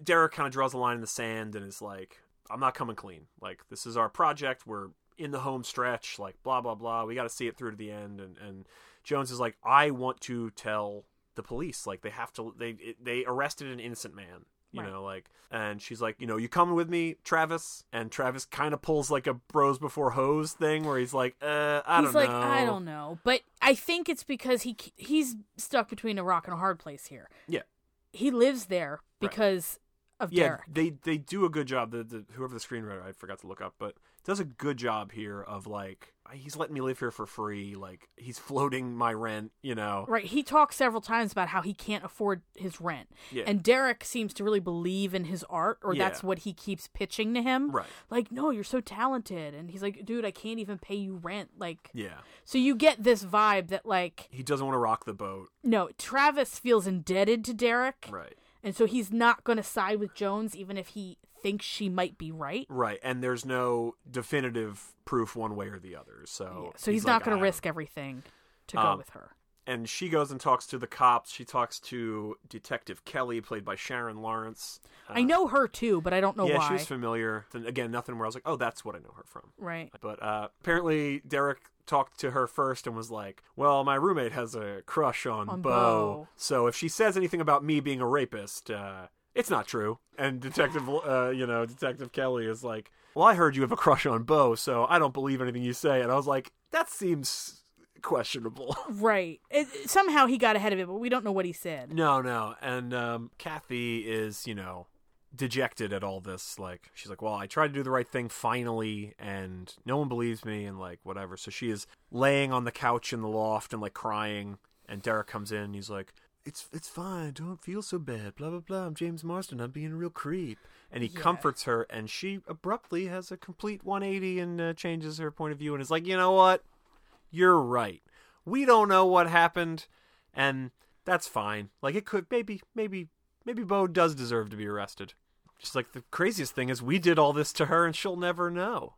Derek kind of draws a line in the sand and is like, I'm not coming clean. Like, this is our project. We're in the home stretch, like, blah, blah, blah. We got to see it through to the end. And, and Jones is like, I want to tell the police. Like, they have to, they, it, they arrested an innocent man. You
Right.
know, like, and she's like, you know, you coming with me, Travis? And Travis kind of pulls like a bros before hose thing where he's like, uh, I
he's
don't
like,
know.
I don't know, but I think it's because he he's stuck between a rock and a hard place here.
Yeah.
he lives there because of
yeah,
Derek.
they they do a good job. The, the whoever the screenwriter I forgot to look up, but does a good job here of like he's letting me live here for free. Like he's floating my rent, you know.
Right, he talks several times about how he can't afford his rent,
Yeah.
and Derek seems to really believe in his art, or that's
Yeah.
what he keeps pitching to him.
Right.
like, no, you're so talented, and he's like, dude, I can't even pay you rent. Like,
Yeah,
so you get this vibe that like,
he doesn't want to rock the boat.
no, Travis feels indebted to Derek,
Right,
and so he's not going to side with Jones, even if he thinks she might be right.
right, and there's no definitive proof one way or the other. So
Yeah, so he's,
Oh, like,
not going to
"I don't
risk everything to go
Um,
with her.
and she goes and talks to the cops. She talks to Detective Kelly, played by Sharon Lawrence.
I know her too, but I don't know
uh, yeah,
why.
she was familiar. Then again, nothing where I was like, oh, that's what I know her from.
right.
But uh, apparently, Derek talked to her first and was like, "Well, my roommate has a crush on,
On
Bo,
Bo.
so if she says anything about me being a rapist, uh, it's not true." And Detective, uh, you know, Detective Kelly is like, "Well, I heard you have a crush on Bo, so I don't believe anything you say." And I was like, "That seems questionable."
Right. It, somehow he got ahead of it, but we don't know what he said.
no, no. And um, Kathy is, you know. Dejected at all this, like she's like, "Well, I tried to do the right thing finally, and no one believes me, and like whatever." So she is laying on the couch in the loft and like crying, and Derek comes in, and he's like, "It's it's fine, don't feel so bad, blah blah blah." I'm James Marston, I'm being a real creep, and he comforts her, and she abruptly has a complete 180 and uh, changes her point of view, and is like, "You know what? You're right. We don't know what happened, and that's fine. Like it could maybe maybe." Maybe Bo does deserve to be arrested. She's like, the craziest thing is we did all this to her and she'll never know.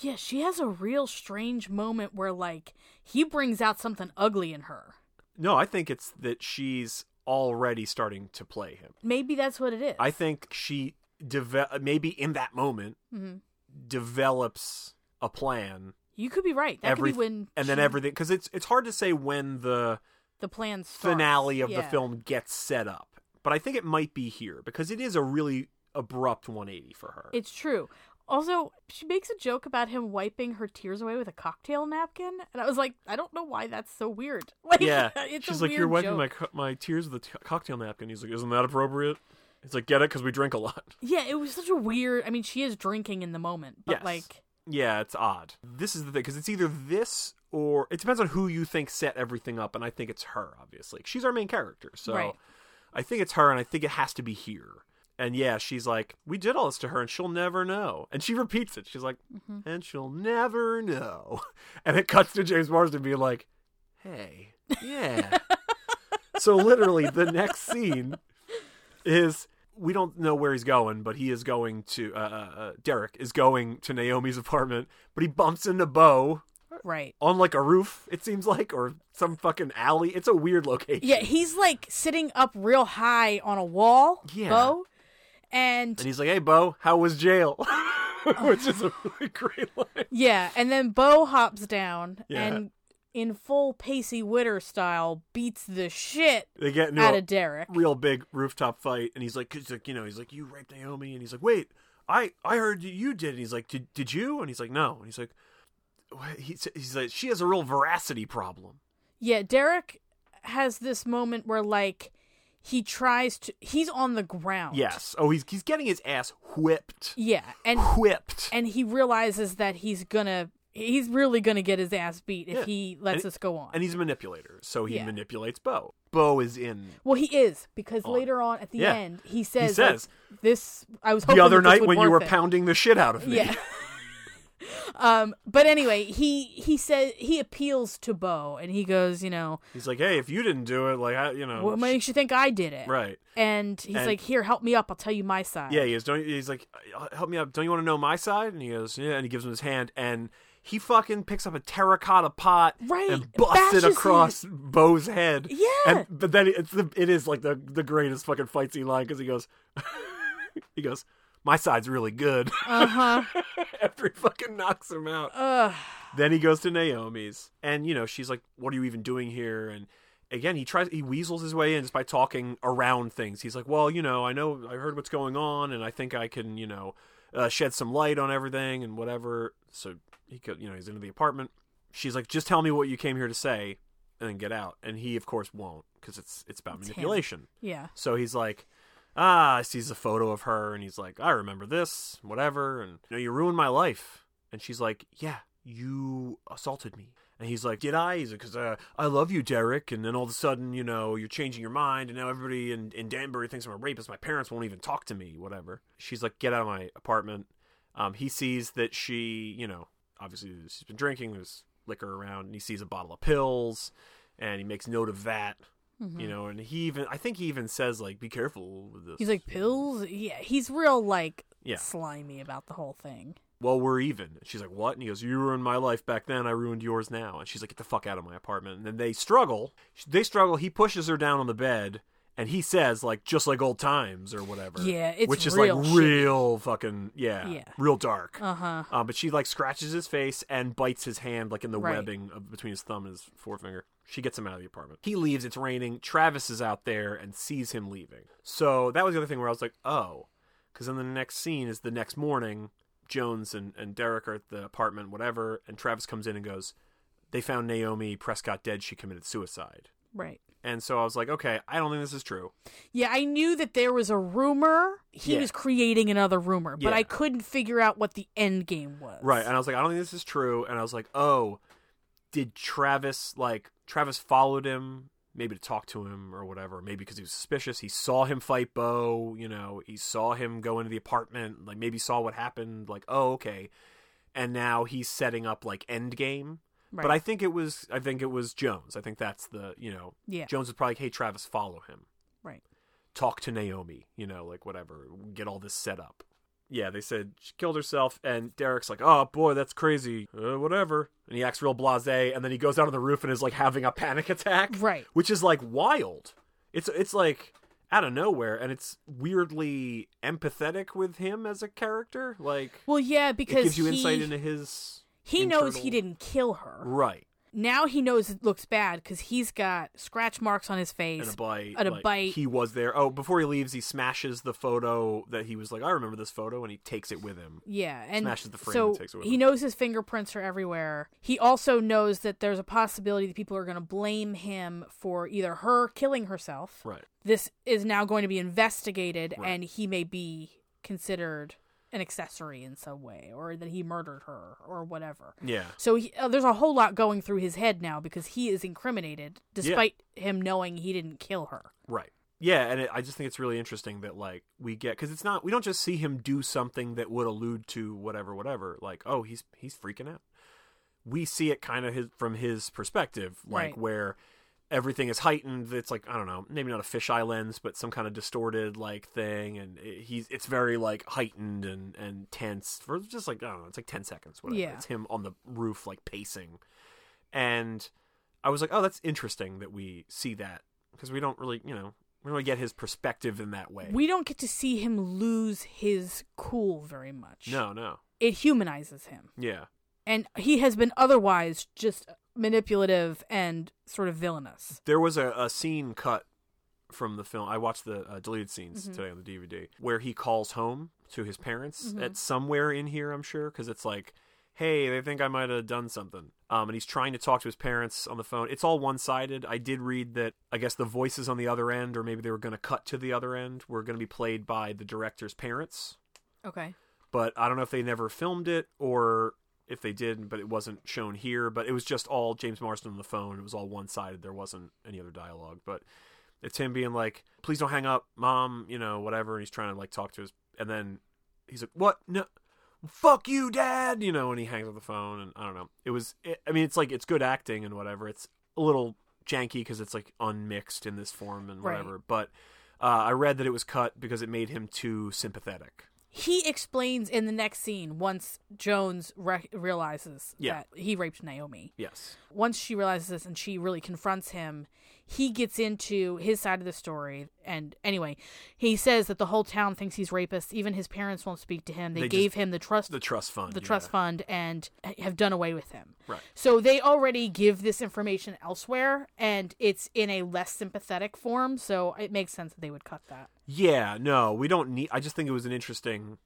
Yeah, she has a real strange moment where, like, he brings out something ugly in her.
No, I think it's that she's already starting to play him.
Maybe that's what it is.
I think she deve- uh, maybe in that moment
Mhm.
develops a plan.
You could be right. That
Everyth-
could be when
and then
she-
everything because it's it's hard to say when the
the plan starts.
finale of the
Yeah.
film gets set up, but I think it might be here because it is a really abrupt 180 for her.
It's true. Also, she makes a joke about him wiping her tears away with a cocktail napkin, and I was like, I don't know why that's so weird. <laughs> Like,
yeah,
it's
she's
a
like,
weird
"You're wiping
joke.
my co- my tears with a t- cocktail napkin." He's like, "Isn't that appropriate?" It's like, "Get it, because we drink a lot."
Yeah, it was such a weird. I mean, she is drinking in the moment, but
Yes.
like,
Yeah, it's odd. This is the thing because it's either this or it depends on who you think set everything up, and I think it's her. Obviously, she's our main character, so
Right.
I think it's her, and I think it has to be here. And yeah, she's like, we did all this to her, and she'll never know. And she <laughs> repeats it. She's like, and she'll never know. <laughs> And it cuts to James Marsden being like, hey, yeah. so literally, the next scene is we don't know where he's going, but he is going to uh, uh, uh, Derek is going to Naomi's <laughs> apartment, but he bumps into Bo
right.
on like a roof, it seems like, or some fucking alley. It's a weird location.
Yeah, he's like sitting up real high on a wall,
Yeah.
Bo, and,
And he's like, "Hey, Bo, how was jail?" <laughs> Which is a really great line.
yeah, and then Bo hops down
Yeah.
and, in full Pacey Witter style, beats the shit
They get into
out
a
of Derek.
real big rooftop fight, and he's like, he's like, you know, he's like, "You raped Naomi," and he's like, "Wait, I, I heard you- you did." And he's like, "Did, did you?" And he's like, "No." And he's like, "What?" he's, he's like, "She has a real veracity problem."
Yeah, Derek has this moment where like he tries to he's on the ground.
Yes. Oh, he's he's getting his ass whipped,
Yeah, and
whipped.
and he realizes that he's gonna he's really gonna get his ass beat if
Yeah.
he lets
And-
us go on.
and he's a manipulator, so he
Yeah.
manipulates Bo. Bo is in
well, he is because
On.
later on at the
Yeah.
end he says,
says,
like, "This I was hoping
the other
that this
night
would
when you
worth
were
it."
pounding the shit out of me.
Yeah. <laughs> Um, but anyway, he he says he appeals to Bo, and he goes, you know,
He's like, hey, if you didn't do it, like, I, you know,
what makes you think I did it?
Oh, right?
And he's
And-
like, here, help me up. I'll tell you my side.
Yeah, he goes, don't. He's like, help me up. Don't you want to know my side? And he goes, yeah. And he gives him his hand, and he fucking picks up a terracotta pot
Right,
and busts
bashes
it across Bo's head.
Yeah.
And, but then it's the, it is like the the greatest fucking fight scene line because he goes, <laughs> he goes, my side's really good. Uh
Uh-huh.
huh. <laughs> After he fucking knocks him out. Then he goes to Naomi's, and you know she's like, "What are you even doing here?" And again, he tries he weasels his way in just by talking around things. He's like, "Well, you know, I know I heard what's going on, and I think I can, you know, uh, shed some light on everything and whatever." So he, go, you know, he's into the apartment. She's like, "Just tell me what you came here to say, and then get out." And he, of course, won't because it's it's about
him.
manipulation.
Yeah.
So he's like, ah, sees a photo of her, and he's like, I remember this, whatever, and you know, you ruined my life. And she's like, yeah, you assaulted me. And he's like, did I? He's like, because uh, I love you, Derek. And then all of a sudden, you know, you're changing your mind, and now everybody in, in Danbury thinks I'm a rapist. My parents won't even talk to me, whatever. She's like, get out of my apartment. Um, he sees that she, you know, obviously she's been drinking, there's liquor around, and he sees a bottle of pills, and he makes note of that you know and he even i think he even says like be careful with this
Mm-hmm. He's like pills. Yeah. He's real like
Yeah.
slimy about the whole thing.
well we're even And she's like what and he goes you ruined my life back then i ruined yours now and she's like get the fuck out of my apartment and then they struggle they struggle he pushes her down on the bed and he says like just like old times or whatever
Yeah, it's
which is
real
like
shitty.
real fucking yeah,
Yeah.
real dark
Uh-huh.
Uh, but she like scratches his face and bites his hand like in the
Right.
webbing of, between his thumb and his forefinger. She gets him out of the apartment. He leaves. It's raining. Travis is out there and sees him leaving. So that was the other thing where I was like, oh, because then the next scene is the next morning. Jones and, and Derek are at the apartment, whatever, and Travis comes in and goes, "They found Naomi Prescott dead. She committed suicide."
Right.
And so I was like, okay, I don't think this is true.
Yeah, I knew that there was a rumor. He
Yeah.
was creating another rumor, but
Yeah.
I couldn't figure out what the end game was.
Right. And I was like, I don't think this is true. And I was like, oh, did Travis, like, Travis followed him, maybe to talk to him or whatever, maybe because he was suspicious. He saw him fight Bo, you know, he saw him go into the apartment, like, maybe saw what happened, like, oh, okay. And now he's setting up, like, end game. But I
Right.
think it was, I think it was Jones. I think that's the, you know,
Yeah.
Jones was probably like, hey, Travis, follow him
Right.
talk to Naomi, you know, like whatever, get all this set up. Yeah, they said she killed herself, and Derek's like, oh boy, that's crazy, uh, whatever. And he acts real blase, and then he goes out on the roof and is like having a panic attack.
Right.
Which is like wild. It's, it's like out of nowhere, and it's weirdly empathetic with him as a character. Like,
Well, yeah,
it
because
gives you
he,
insight into his.
he knows he
internal-
didn't kill her.
Right.
Now he knows it looks bad because he's got scratch marks on his face
and a bite.
and a
like,
bite.
He was there. Oh, before he leaves, he smashes the photo that he was like, I remember this photo, and he takes it with him.
Yeah, and
Smashes the frame
so
and takes it with
he
him.
knows his fingerprints are everywhere. He also knows that there's a possibility that people are going to blame him for either her killing herself.
Right.
This is now going to be investigated,
Right.
and he may be considered an accessory in some way, or that he murdered her, or whatever.
Yeah.
So he, uh, there's a whole lot going through his head now because he is incriminated, despite him knowing he didn't kill her.
Right. Yeah, and it, I just think it's really interesting that like we get because it's not we don't just see him do something that would allude to whatever, whatever. Like, oh, he's he's freaking out. We see it kind of his, from his perspective, like
Right.
where everything is heightened. It's like I don't know, maybe not a fisheye lens, but some kind of distorted like thing, and it, he's it's very like heightened and and tense for just like I don't know, it's like ten seconds. Whatever.
Yeah.
It's him on the roof like pacing, and I was like, oh, that's interesting that we see that because we don't really, you know, we don't really get his perspective in that way.
We don't get to see him lose his cool very much.
no, no,
It humanizes him.
yeah,
and he has been otherwise just manipulative and sort of villainous.
there was a, a scene cut from the film. I watched the uh, deleted scenes today on the DVD where he calls home to his parents at somewhere in here, I'm sure, because it's like, hey, they think I might have done something. Um, and he's trying to talk to his parents on the phone. It's all one sided. I did read that I guess the voices on the other end, or maybe they were going to cut to the other end, were going to be played by the director's parents.
Okay.
but I don't know if they never filmed it or if they did, but it wasn't shown here. But it was just all James Marston on the phone. It was all one sided. There wasn't any other dialogue. But it's him being like, "Please don't hang up, mom," you know, whatever. And he's trying to like talk to his, and then he's like, "What? No, fuck you, dad, you know, and he hangs up the phone. And I don't know. It was, it, I mean, it's like, it's good acting and whatever. It's a little janky because it's like unmixed in this form and
Right.
whatever. But uh, I read that it was cut because it made him too sympathetic.
He explains in the next scene once Jones re- realizes
Yeah.
that he raped Naomi.
Yes.
once she realizes this and she really confronts him, he gets into his side of the story. And anyway, he says that the whole town thinks he's rapist. Even his parents won't speak to him. They,
They
gave
just-
him the trust,
The trust fund.
the
yeah.
trust fund, and have done away with him.
Right.
So they already give this information elsewhere, and it's in a less sympathetic form. So it makes sense that they would cut that.
Yeah, no, we don't need. I just think it was an interesting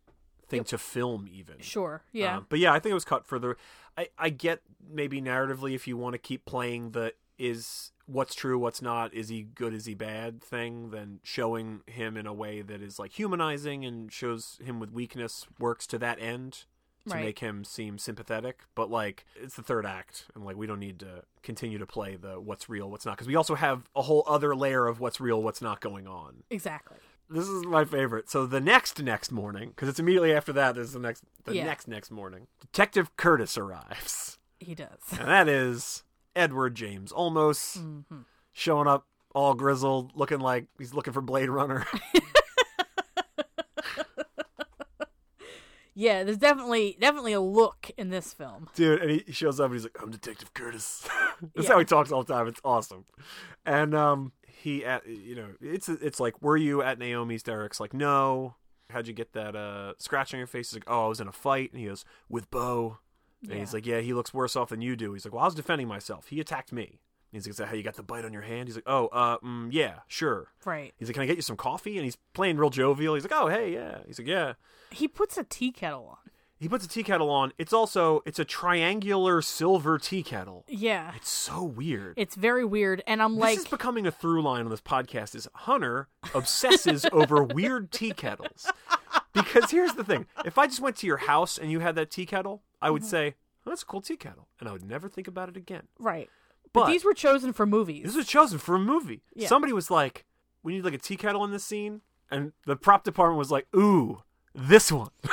thing to film, even.
Sure. Yeah.
Um, but yeah, I think it was cut for the. I, I get maybe narratively if you want to keep playing the is what's true, what's not, is he good, is he bad thing, then showing him in a way that is like humanizing and shows him with weakness works to that end to
Right.
make him seem sympathetic. But like it's the third act, and like we don't need to continue to play the what's real, what's not, because we also have a whole other layer of what's real, what's not going on
exactly.
this is my favorite. So the next next morning, because it's immediately after that. This is the next the
Yeah.
next next morning. Detective Curtis arrives,
He
<laughs>
does.
and that is Edward James Olmos
Mm. Mm-hmm.
showing up all grizzled, looking like he's looking for Blade Runner.
yeah. There's definitely definitely a look in this film.
dude and he- he shows up and he's like i'm detective curtis <laughs> that's
Yeah.
how he talks all the time it's awesome and um he at you know it's it's like were you at naomi's derek's like no how'd you get that uh scratch on your face he's like oh i was in a fight and he goes with bo and
Yeah.
he's like yeah he looks worse off than you do he's like well i was defending myself he attacked me And he's like is that how you got the bite on your hand he's like oh uh mm, yeah sure
Right.
he's like can i get you some coffee and he's playing real jovial he's like oh hey yeah he's like yeah
He puts a tea kettle on.
he puts a tea kettle on it's also it's a triangular silver tea kettle
Yeah.
it's so weird.
It's very weird, and I'm like,
this is becoming a through line on this podcast is Hunter obsesses over weird tea kettles. Because here's the thing. If I just went to your house and you had that tea kettle, I
Mm-hmm.
would say, oh, that's a cool tea kettle. And I would never think about it again.
right? But,
But,
these were chosen for movies.
this was chosen for a movie.
Yeah.
Somebody was like, we need like a tea kettle in this scene. And the prop department was like, ooh, this one. <laughs>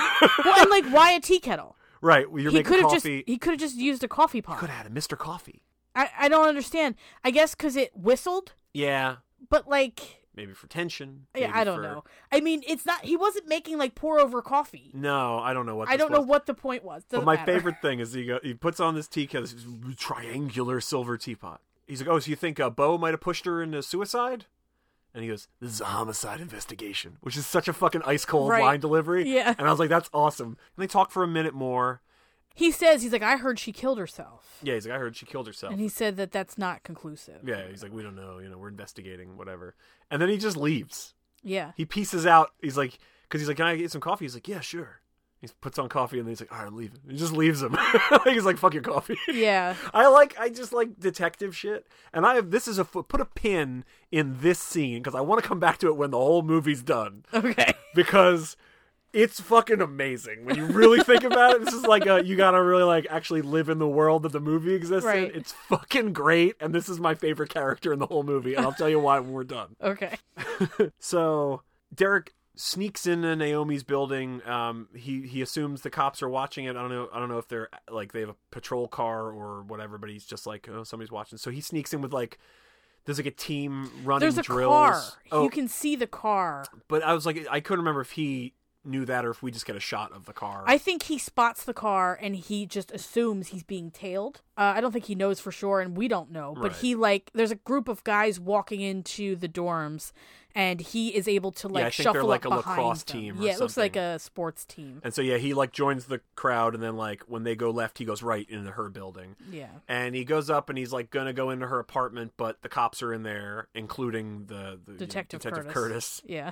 well, and like, why a tea kettle?
right. Well, you're
he could
making
have just
coffee.
he could have just used a coffee pot.
could have had a Mr. Coffee.
I I don't understand. I guess because it whistled,
Yeah.
but like.
Maybe for tension.
Yeah,
maybe
I don't
for-
know. I mean, it's not. He wasn't making like pour over coffee.
No, I don't know Mm, what
I
this
don't
was.
know what the point was.
But
Doesn't
my
matter.
favorite thing is he go, he puts on this teakettle, this triangular silver teapot. He's like, "Oh, so you think uh, Bo might have pushed her into suicide?" And he goes, "This is a homicide investigation," which is such a fucking ice cold
Right.
line delivery.
Yeah.
and I was like, "That's awesome." And they talk for a minute more.
He says he's like, I heard she killed herself,
Yeah, he's like, "I heard she killed herself."
and he said that that's not conclusive.
yeah, he's like, "We don't know. You know, we're investigating, whatever." And then he just leaves.
Yeah.
He pieces out. He's like, because he's like, "Can I get some coffee?" He's like, "Yeah, sure." He puts on coffee and then he's like, "All right, I'm leaving." He just leaves him. <laughs> he's like, "Fuck your coffee."
yeah. <laughs>
<laughs> I like I just like detective shit, and I have this is a fo- put a pin in this scene because I want to come back to it when the whole movie's done
Okay.
because it's fucking amazing when you really think about it. This is like a, you gotta really like actually live in the world that the movie exists
Right.
in. It's fucking great, and this is my favorite character in the whole movie, and I'll tell you why when we're done.
Okay.
So Derek sneaks into Naomi's building. Um, he he assumes the cops are watching it. I don't know. I don't know if they're like they have a patrol car or whatever. But he's just like, oh, somebody's watching. So he sneaks in with like. There's like a team running
There's a
drills.
car.
Oh,
You can see the car.
but I was like, I couldn't remember if he knew that or if we just get a shot of the car.
I think he spots the car and he just assumes he's being tailed. Uh, I don't think he knows for sure, and we don't know. But
Right.
he like there's a group of guys walking into the dorms, and he is able to like
I think they're
shuffle up
like a
behind
lacrosse
them.
team or
yeah, it looks like
something.
a sports team.
and so yeah, he like joins the crowd, and then like when they go left, he goes right into her building.
Yeah,
and he goes up and he's like gonna go into her apartment, but the cops are in there, including the, the you know,
Detective,
Detective
Curtis. <laughs>
Curtis.
Yeah,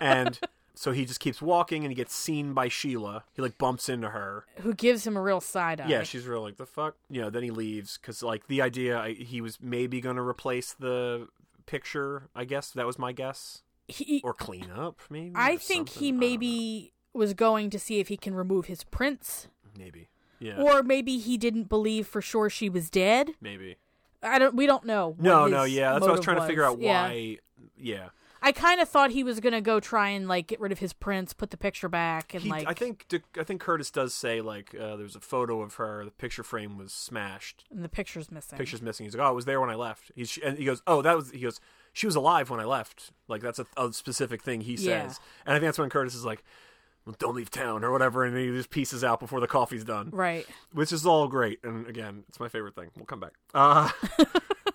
and so he just keeps walking and he gets seen by Sheila. He like bumps into her.
who gives him a real side eye?
Yeah, she's real like the fuck. You know, then he leaves because like the idea I, he was maybe gonna replace the picture. I guess that was my guess,
he,
or clean up maybe.
I
or
think
something. I
he
don't
maybe was going to see if he can remove his prints,
know. maybe yeah
or maybe he didn't believe for sure she was dead.
maybe
I don't. We don't know. what
no
his
no yeah that's what I was
motive
trying to figure out
Yeah.
why yeah.
I kind of thought he was gonna go try and like get rid of his prints, put the picture back, and
He,
like
I think Dick- I think Curtis does say like uh, there was a photo of her. The picture frame was smashed.
and the picture's missing.
Picture's missing. He's like, oh, it was there when I left. He's and he goes, oh, that was. He goes, she was alive when I left. Like that's a, a specific thing he says.
Yeah.
And I think that's when Curtis is like, well, don't leave town or whatever, and he just pieces out before the coffee's done.
Right.
which is all great. And again, it's my favorite thing. We'll come back.
<laughs>
Uh,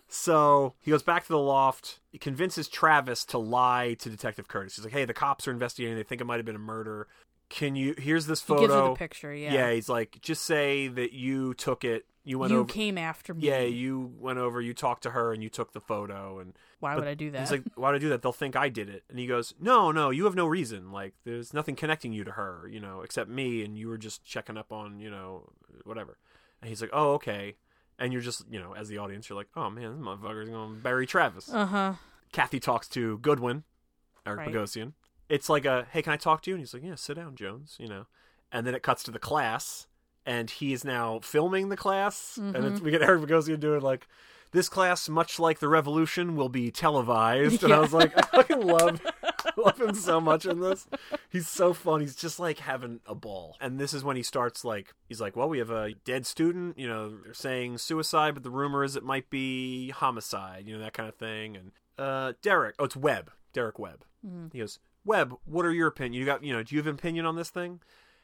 so he goes back to the loft. He convinces Travis to lie to Detective Curtis. He's like, "Hey, the cops are investigating. They think it might have been a murder. Can you? Here's this
He
photo.
gives her the picture. Yeah.
he's like, just say that you took it. You went
you
over.
came after me.
Yeah, you went over. You talked to her, and you took the photo. And
Why
but
would I do that?
He's like, why would I do that? They'll think I did it. And he goes, no, no, you have no reason. Like, there's nothing connecting you to her, you know, except me. And you were just checking up on, you know, whatever. And he's like, oh, okay. And you're just, you know, as the audience, you're like, oh man, this motherfucker's going to bury Travis.
uh huh.
Kathy talks to Goodwin, Eric
Right.
Bogosian. It's like a, hey, can I talk to you? And he's like, yeah, sit down, Jones, you know. And then it cuts to the class, and he is now filming the class. And it's, we get Eric Bogosian doing like, this class, much like the revolution, will be televised. And I was like, I fucking love, love him so much in this. He's so fun. He's just like having a ball. And this is when he starts like, he's like, well, we have a dead student. You know, they're saying suicide, but the rumor is it might be homicide. You know, that kind of thing. And uh, Derek, oh, it's Webb. Derek Webb.
Mm-hmm.
He goes, Webb, what are your opinion? You got, you know, do you have an opinion on this thing?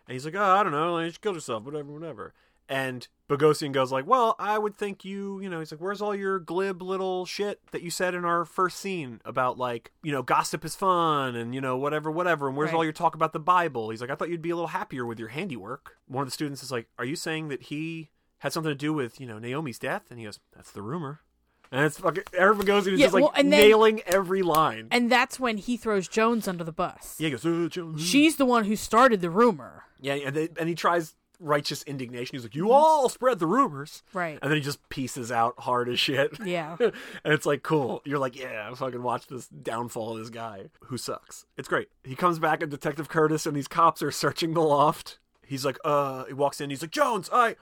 And he's like, oh, I don't know, like, she killed herself, whatever, whatever. And Bogosian goes like, well, I would think you, you know, he's like, where's all your glib little shit that you said in our first scene about like, you know, gossip is fun and you know whatever, whatever, and where's
Right.
all your talk about the Bible? He's like, I thought you'd be a little happier with your handiwork. One of the students is like, are you saying that he had something to do with you know Naomi's death? And he goes, that's the rumor. And it's fucking Eric Bogosian is
Yeah,
just like
well, and then-
nailing every line.
And that's when he throws Jones under the bus.
yeah, he goes, "Uh, Joe, uh."
She's the one who started the rumor.
Yeah, and, they, and he tries righteous indignation. He's like, "You all spread the rumors,"
Right.
And then he just pieces out hard as shit.
Yeah.
<laughs> and it's like, cool. You're like, yeah, I fucking watch this downfall of this guy who sucks. It's great. He comes back, and Detective Curtis and these cops are searching the loft. He's like, uh, he walks in. He's like, Jones, I.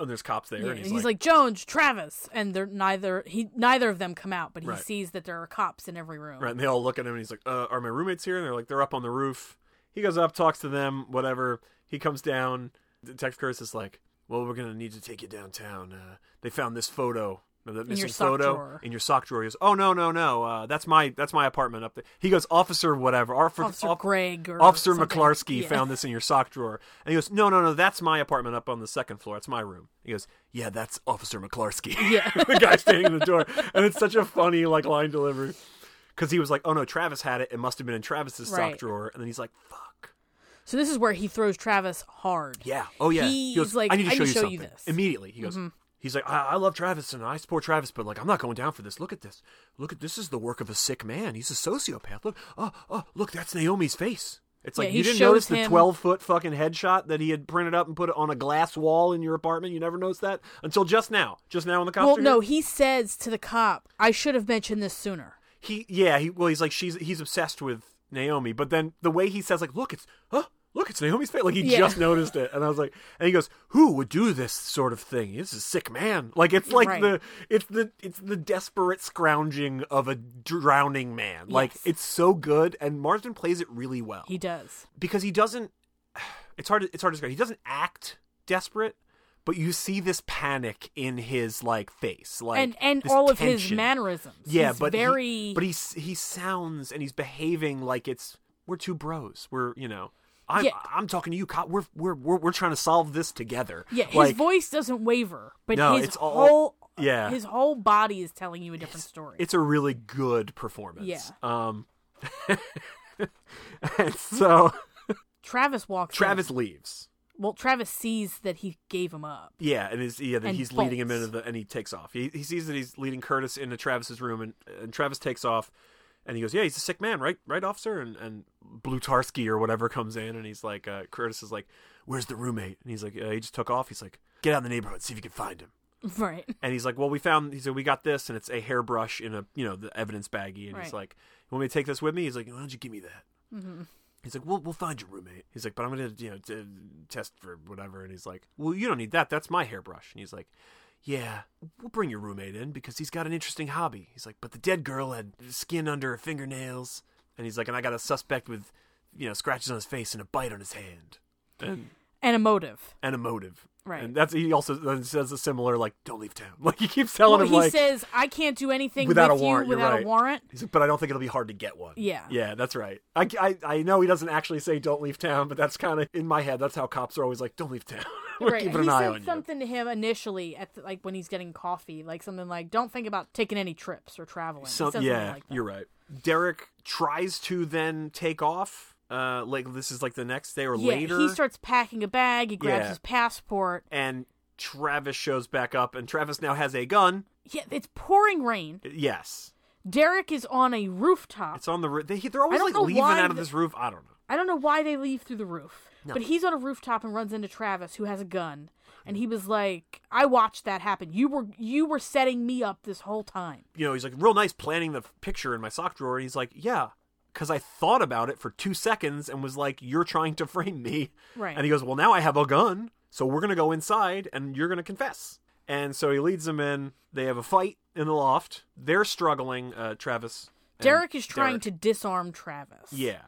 And there's cops there,
Yeah,
and he's,
like,
like,
Jones, Travis, and they're neither he neither of them come out, but he
Right.
sees that there are cops in every room.
right. And they all look at him, and he's like, uh, are my roommates here? And they're like, they're up on the roof. He goes up, talks to them, whatever. He comes down. Detective Curtis is like, well, we're gonna need to take you downtown. Uh, they found this photo. That
your
missing
sock
photo
drawer.
in your sock drawer. He goes, "Oh no, no, no! Uh, that's my that's my apartment up there." He goes, "Officer, whatever. Officer,
Officer
off-
Greg or
Officer
something.
McClarsky
Yeah.
found this in your sock drawer. And he goes, No, no, no, that's my apartment up on the second floor. That's my room. He goes, Yeah, that's Officer McClarsky. Yeah. <laughs> the guy standing in the door. And it's such a funny like line delivery. Because he was like, Oh no, Travis had it. It must have been in Travis's
Right.
sock drawer. And then he's like, Fuck.
So this is where he throws Travis hard.
Yeah. Oh yeah.
He's like,
I need to show, you, something.
this. Mm-hmm.
Immediately. He goes, He's like, I-, I love Travis and I support Travis, but like, I'm not going down for this. Look at this. Look at this is the work of a sick man. He's a sociopath. Look, oh, oh, look, that's Naomi's face. It's like
Yeah, he
you didn't
shows
notice the
him-
12 foot fucking headshot that he had printed up and put it on a glass wall in your apartment. You never noticed that until just now. Just now in the cops.
Well,
are
no,
here?
he says to the cop, "I should have mentioned this sooner."
he yeah. He well, he's like she's he's obsessed with Naomi, but then the way he says like, look, it's huh. Look, it's Naomi's face. Like he
Yeah.
just noticed it, and I was like, and he goes, "Who would do this sort of thing? This is a sick man." Like it's like
Right.
the it's the it's the desperate scrounging of a drowning man. Like
Yes.
it's so good, and Marsden plays it really well.
He does.
because he doesn't <sighs> it's hard to, it's hard to describe he doesn't act desperate but you see this panic in his like face like
and and
this
all of his
tension.
mannerisms.
yeah
He's
but he-
very
but he s- he sounds and he's behaving like it's we're two bros we're you know I'm,
Yeah.
I'm talking to you cop we're, we're we're we're trying to solve this together
yeah, his
Like,
voice doesn't waver, but
No,
his
it's all-
whole
yeah.
his whole body is telling you a different story.
it's a really good performance
Yeah.
um <laughs> and so
Travis walks. in.
travis leaves
Well, Travis sees that he gave him up. <laughs>
Yeah, and he's yeah, that
And
he's leading him
bolts.
into the and he takes off. He, he sees that he's leading Curtis into Travis's room, and and Travis takes off, and he goes, "Yeah, he's a sick man, right, right, officer." And and Blutarski or whatever comes in, and he's like, uh, "Curtis is like, where's the roommate?" And he's like, uh, "He just took off." He's like, "Get out in the neighborhood, see if you can find him."
Right.
And he's like, "Well, we found." He said, "We got this, and it's a hairbrush in a you know the evidence baggie." And
Right.
he's like, "You want me to take this with me?" He's like, "Why don't you give me that?" Mm-hmm. He's like, "We'll we'll find your roommate." He's like, "But I'm gonna you know t- test for whatever." And he's like, "Well, you don't need that. That's my hairbrush." And he's like, yeah, we'll bring your roommate in because he's got an interesting hobby. He's like, but the dead girl had skin under her fingernails. And he's like, and I got a suspect with, you know, scratches on his face and a bite on his hand. And,
and emotive.
and a motive.
Right.
And that's, he also then says a similar, like, don't leave town. <laughs> Like, he keeps telling
Well,
him,
he
like,
says, "I can't do anything
without
with
a warrant.
you
you're
without
right.
a warrant."
He's like, but I don't think it'll be hard to get one.
Yeah.
Yeah, that's right. I, I, I know he doesn't actually say don't leave town, but that's kind of in my head. That's how cops are always like, don't leave town. <laughs> We're
Right.
keeping
he
an eye
said
on you.
something to him initially at the, like when he's getting coffee, like something like, "Don't think about taking any trips or traveling." He
Some-
said something
yeah,
like that.
you're right. Derek tries to then take off. Uh, like this is like the next day or
Yeah,
later.
he starts packing a bag. He grabs
Yeah.
his passport.
and Travis shows back up, and Travis now has a gun.
Yeah, it's pouring rain.
Yes,
Derek is on a rooftop.
it's on the roof. They, they're always
don't
like
know
leaving
why
out of
the-
this roof. I don't know.
I don't know why they leave through the roof,
No.
but he's on a rooftop and runs into Travis, who has a gun, and he was like, "I watched that happen. You were you were setting me up this whole time."
you know, he's like real nice planning the picture in my sock drawer. And he's like, yeah, because I thought about it for two seconds and was like, you're trying to <laughs> frame me.
Right.
And he goes, well, now I have a gun. So we're going to go inside and you're going to confess. And so he leads them in. They have a fight in the loft. They're struggling, uh, Travis. and
Derek is trying
Derek.
to disarm Travis.
Yeah.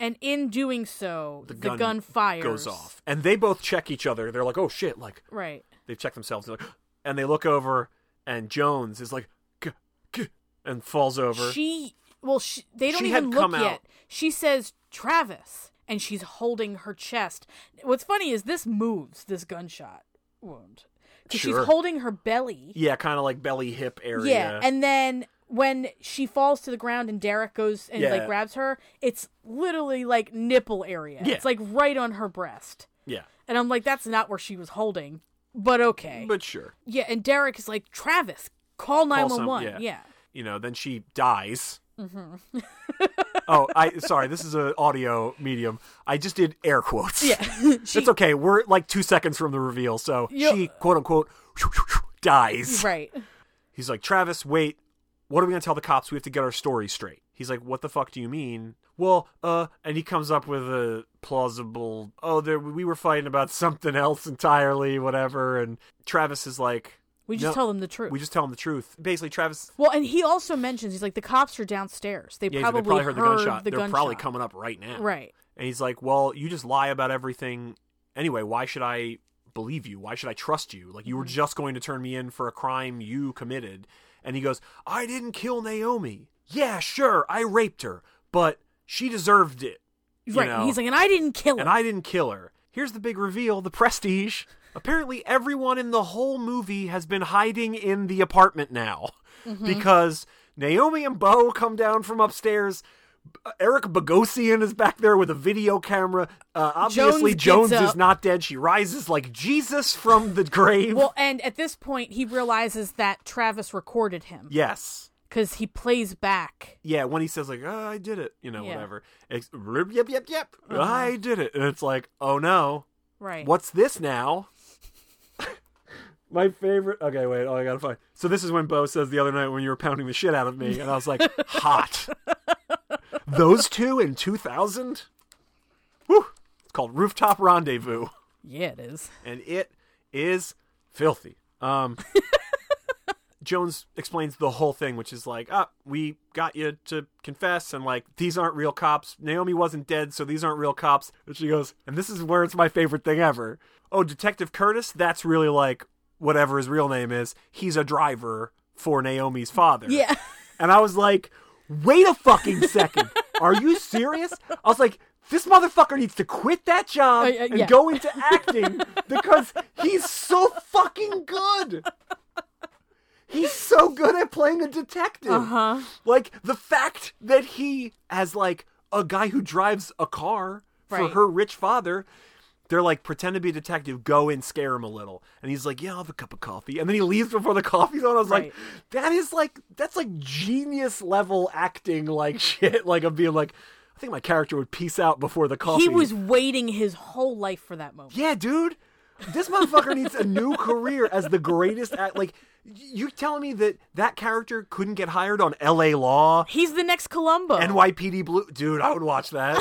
And in doing so, the,
gun
gun, fires.
Goes off. And they both check each other. They're like, oh shit. Like,
Right.
they check themselves. They're like, <gasps> and they look over and Jones is like, "G- g-" and falls over.
She well, she, they don't
She
even
had
look
come
yet.
out.
She says Travis, and she's holding her chest. What's funny is this moves this gunshot wound. 'Cause
Sure.
She's holding her belly.
yeah, kind of like belly hip area.
Yeah, and then when she falls to the ground and Derek goes and
Yeah.
like grabs her, it's literally like nipple area.
Yeah.
It's like right on her breast.
Yeah.
And I'm like, that's not where she was holding. But okay.
But sure.
yeah, and Derek is like, Travis, call nine
some-
one
yeah.
one. Yeah.
You know, then she dies.
Mm-hmm. <laughs>
oh, I sorry, this is an audio medium. I just did air quotes. <laughs>
Yeah. <laughs> she,
it's okay. We're like two seconds from the reveal, so
Yo-
she quote unquote <laughs> dies.
<laughs> Right.
He's like, Travis, wait. What are we gonna tell the cops? We have to get our story straight. He's like, what the fuck do you mean? Well, uh, and he comes up with a plausible. Oh, there we were fighting about <laughs> something else entirely, whatever. And Travis is like,
We just
No,
tell them the truth.
we just tell him the truth. Basically, Travis
well, and he also mentions he's like the cops are downstairs. They
Yeah, he's like,
probably,
they probably heard, the gunshot. They're probably
gunshot."
coming up right now.
Right.
And he's like, "Well, you just lie about everything anyway. Why should I believe you? Why should I trust you? Like you
Mm-hmm.
were just going to turn me in for a crime you committed." And he goes, "I didn't kill Naomi. Yeah, sure, I raped her, but she deserved it. you
Right.
know?
He's like, and I didn't kill him.
and I didn't kill her." Here's the big reveal: the prestige. Apparently, everyone in the whole movie has been hiding in the apartment now
Mm-hmm.
because Naomi and Bo come down from upstairs. Eric Bogosian is back there with a video camera. Uh, obviously, Jones,
Jones gets
is
up.
not dead. She rises like Jesus from the grave.
well, and at this point, he realizes that Travis recorded him.
yes.
because he plays back.
Yeah, when he says like, oh, "I did it," you know,
Yeah. Uh-huh.
whatever. It's, "Rip, yep, yep, yep. I did it, and it's like, "Oh no,
Right.
What's this now? My favorite. Okay, wait. Oh, I gotta find. So this is when Bo says the other night when you were pounding the shit out of me, and I was like, hot. <laughs> Those two in two thousand. Woo! It's called Rooftop Rendezvous,
Yeah, it is.
and it is filthy. Um. Jones explains the whole thing, which is like, ah, we got you to confess, and like, these aren't real cops. Naomi wasn't dead, so these aren't real cops. And she goes, and this is where it's my favorite thing ever. Oh, Detective Curtis, that's really like whatever his real name is. He's a driver for Naomi's father.
<laughs> Yeah.
And I was like, wait a fucking second. Are you serious? I was like, this motherfucker needs to quit that job
Uh, uh,
and
yeah.
go into acting because he's so fucking good. He's so good at playing a detective.
Uh-huh.
Like the fact that he as like a guy who drives a car for
Right.
her rich father, they're like pretend to be a detective, go and scare him a little. And he's like, "Yeah, I'll have a cup of coffee." And then he leaves before the coffee's on. I was <laughs> like,
Right.
"That is like that's like genius level acting like <laughs> shit." Like of being like, "I think my character would peace out before the coffee."
He was waiting his whole life for that moment.
Yeah, dude. This motherfucker needs a new career as the greatest act. Like, y- you telling me that that character couldn't get hired on L.A. Law,
He's the next Columbo. <laughs>
NYPD Blue? Dude, I would watch that.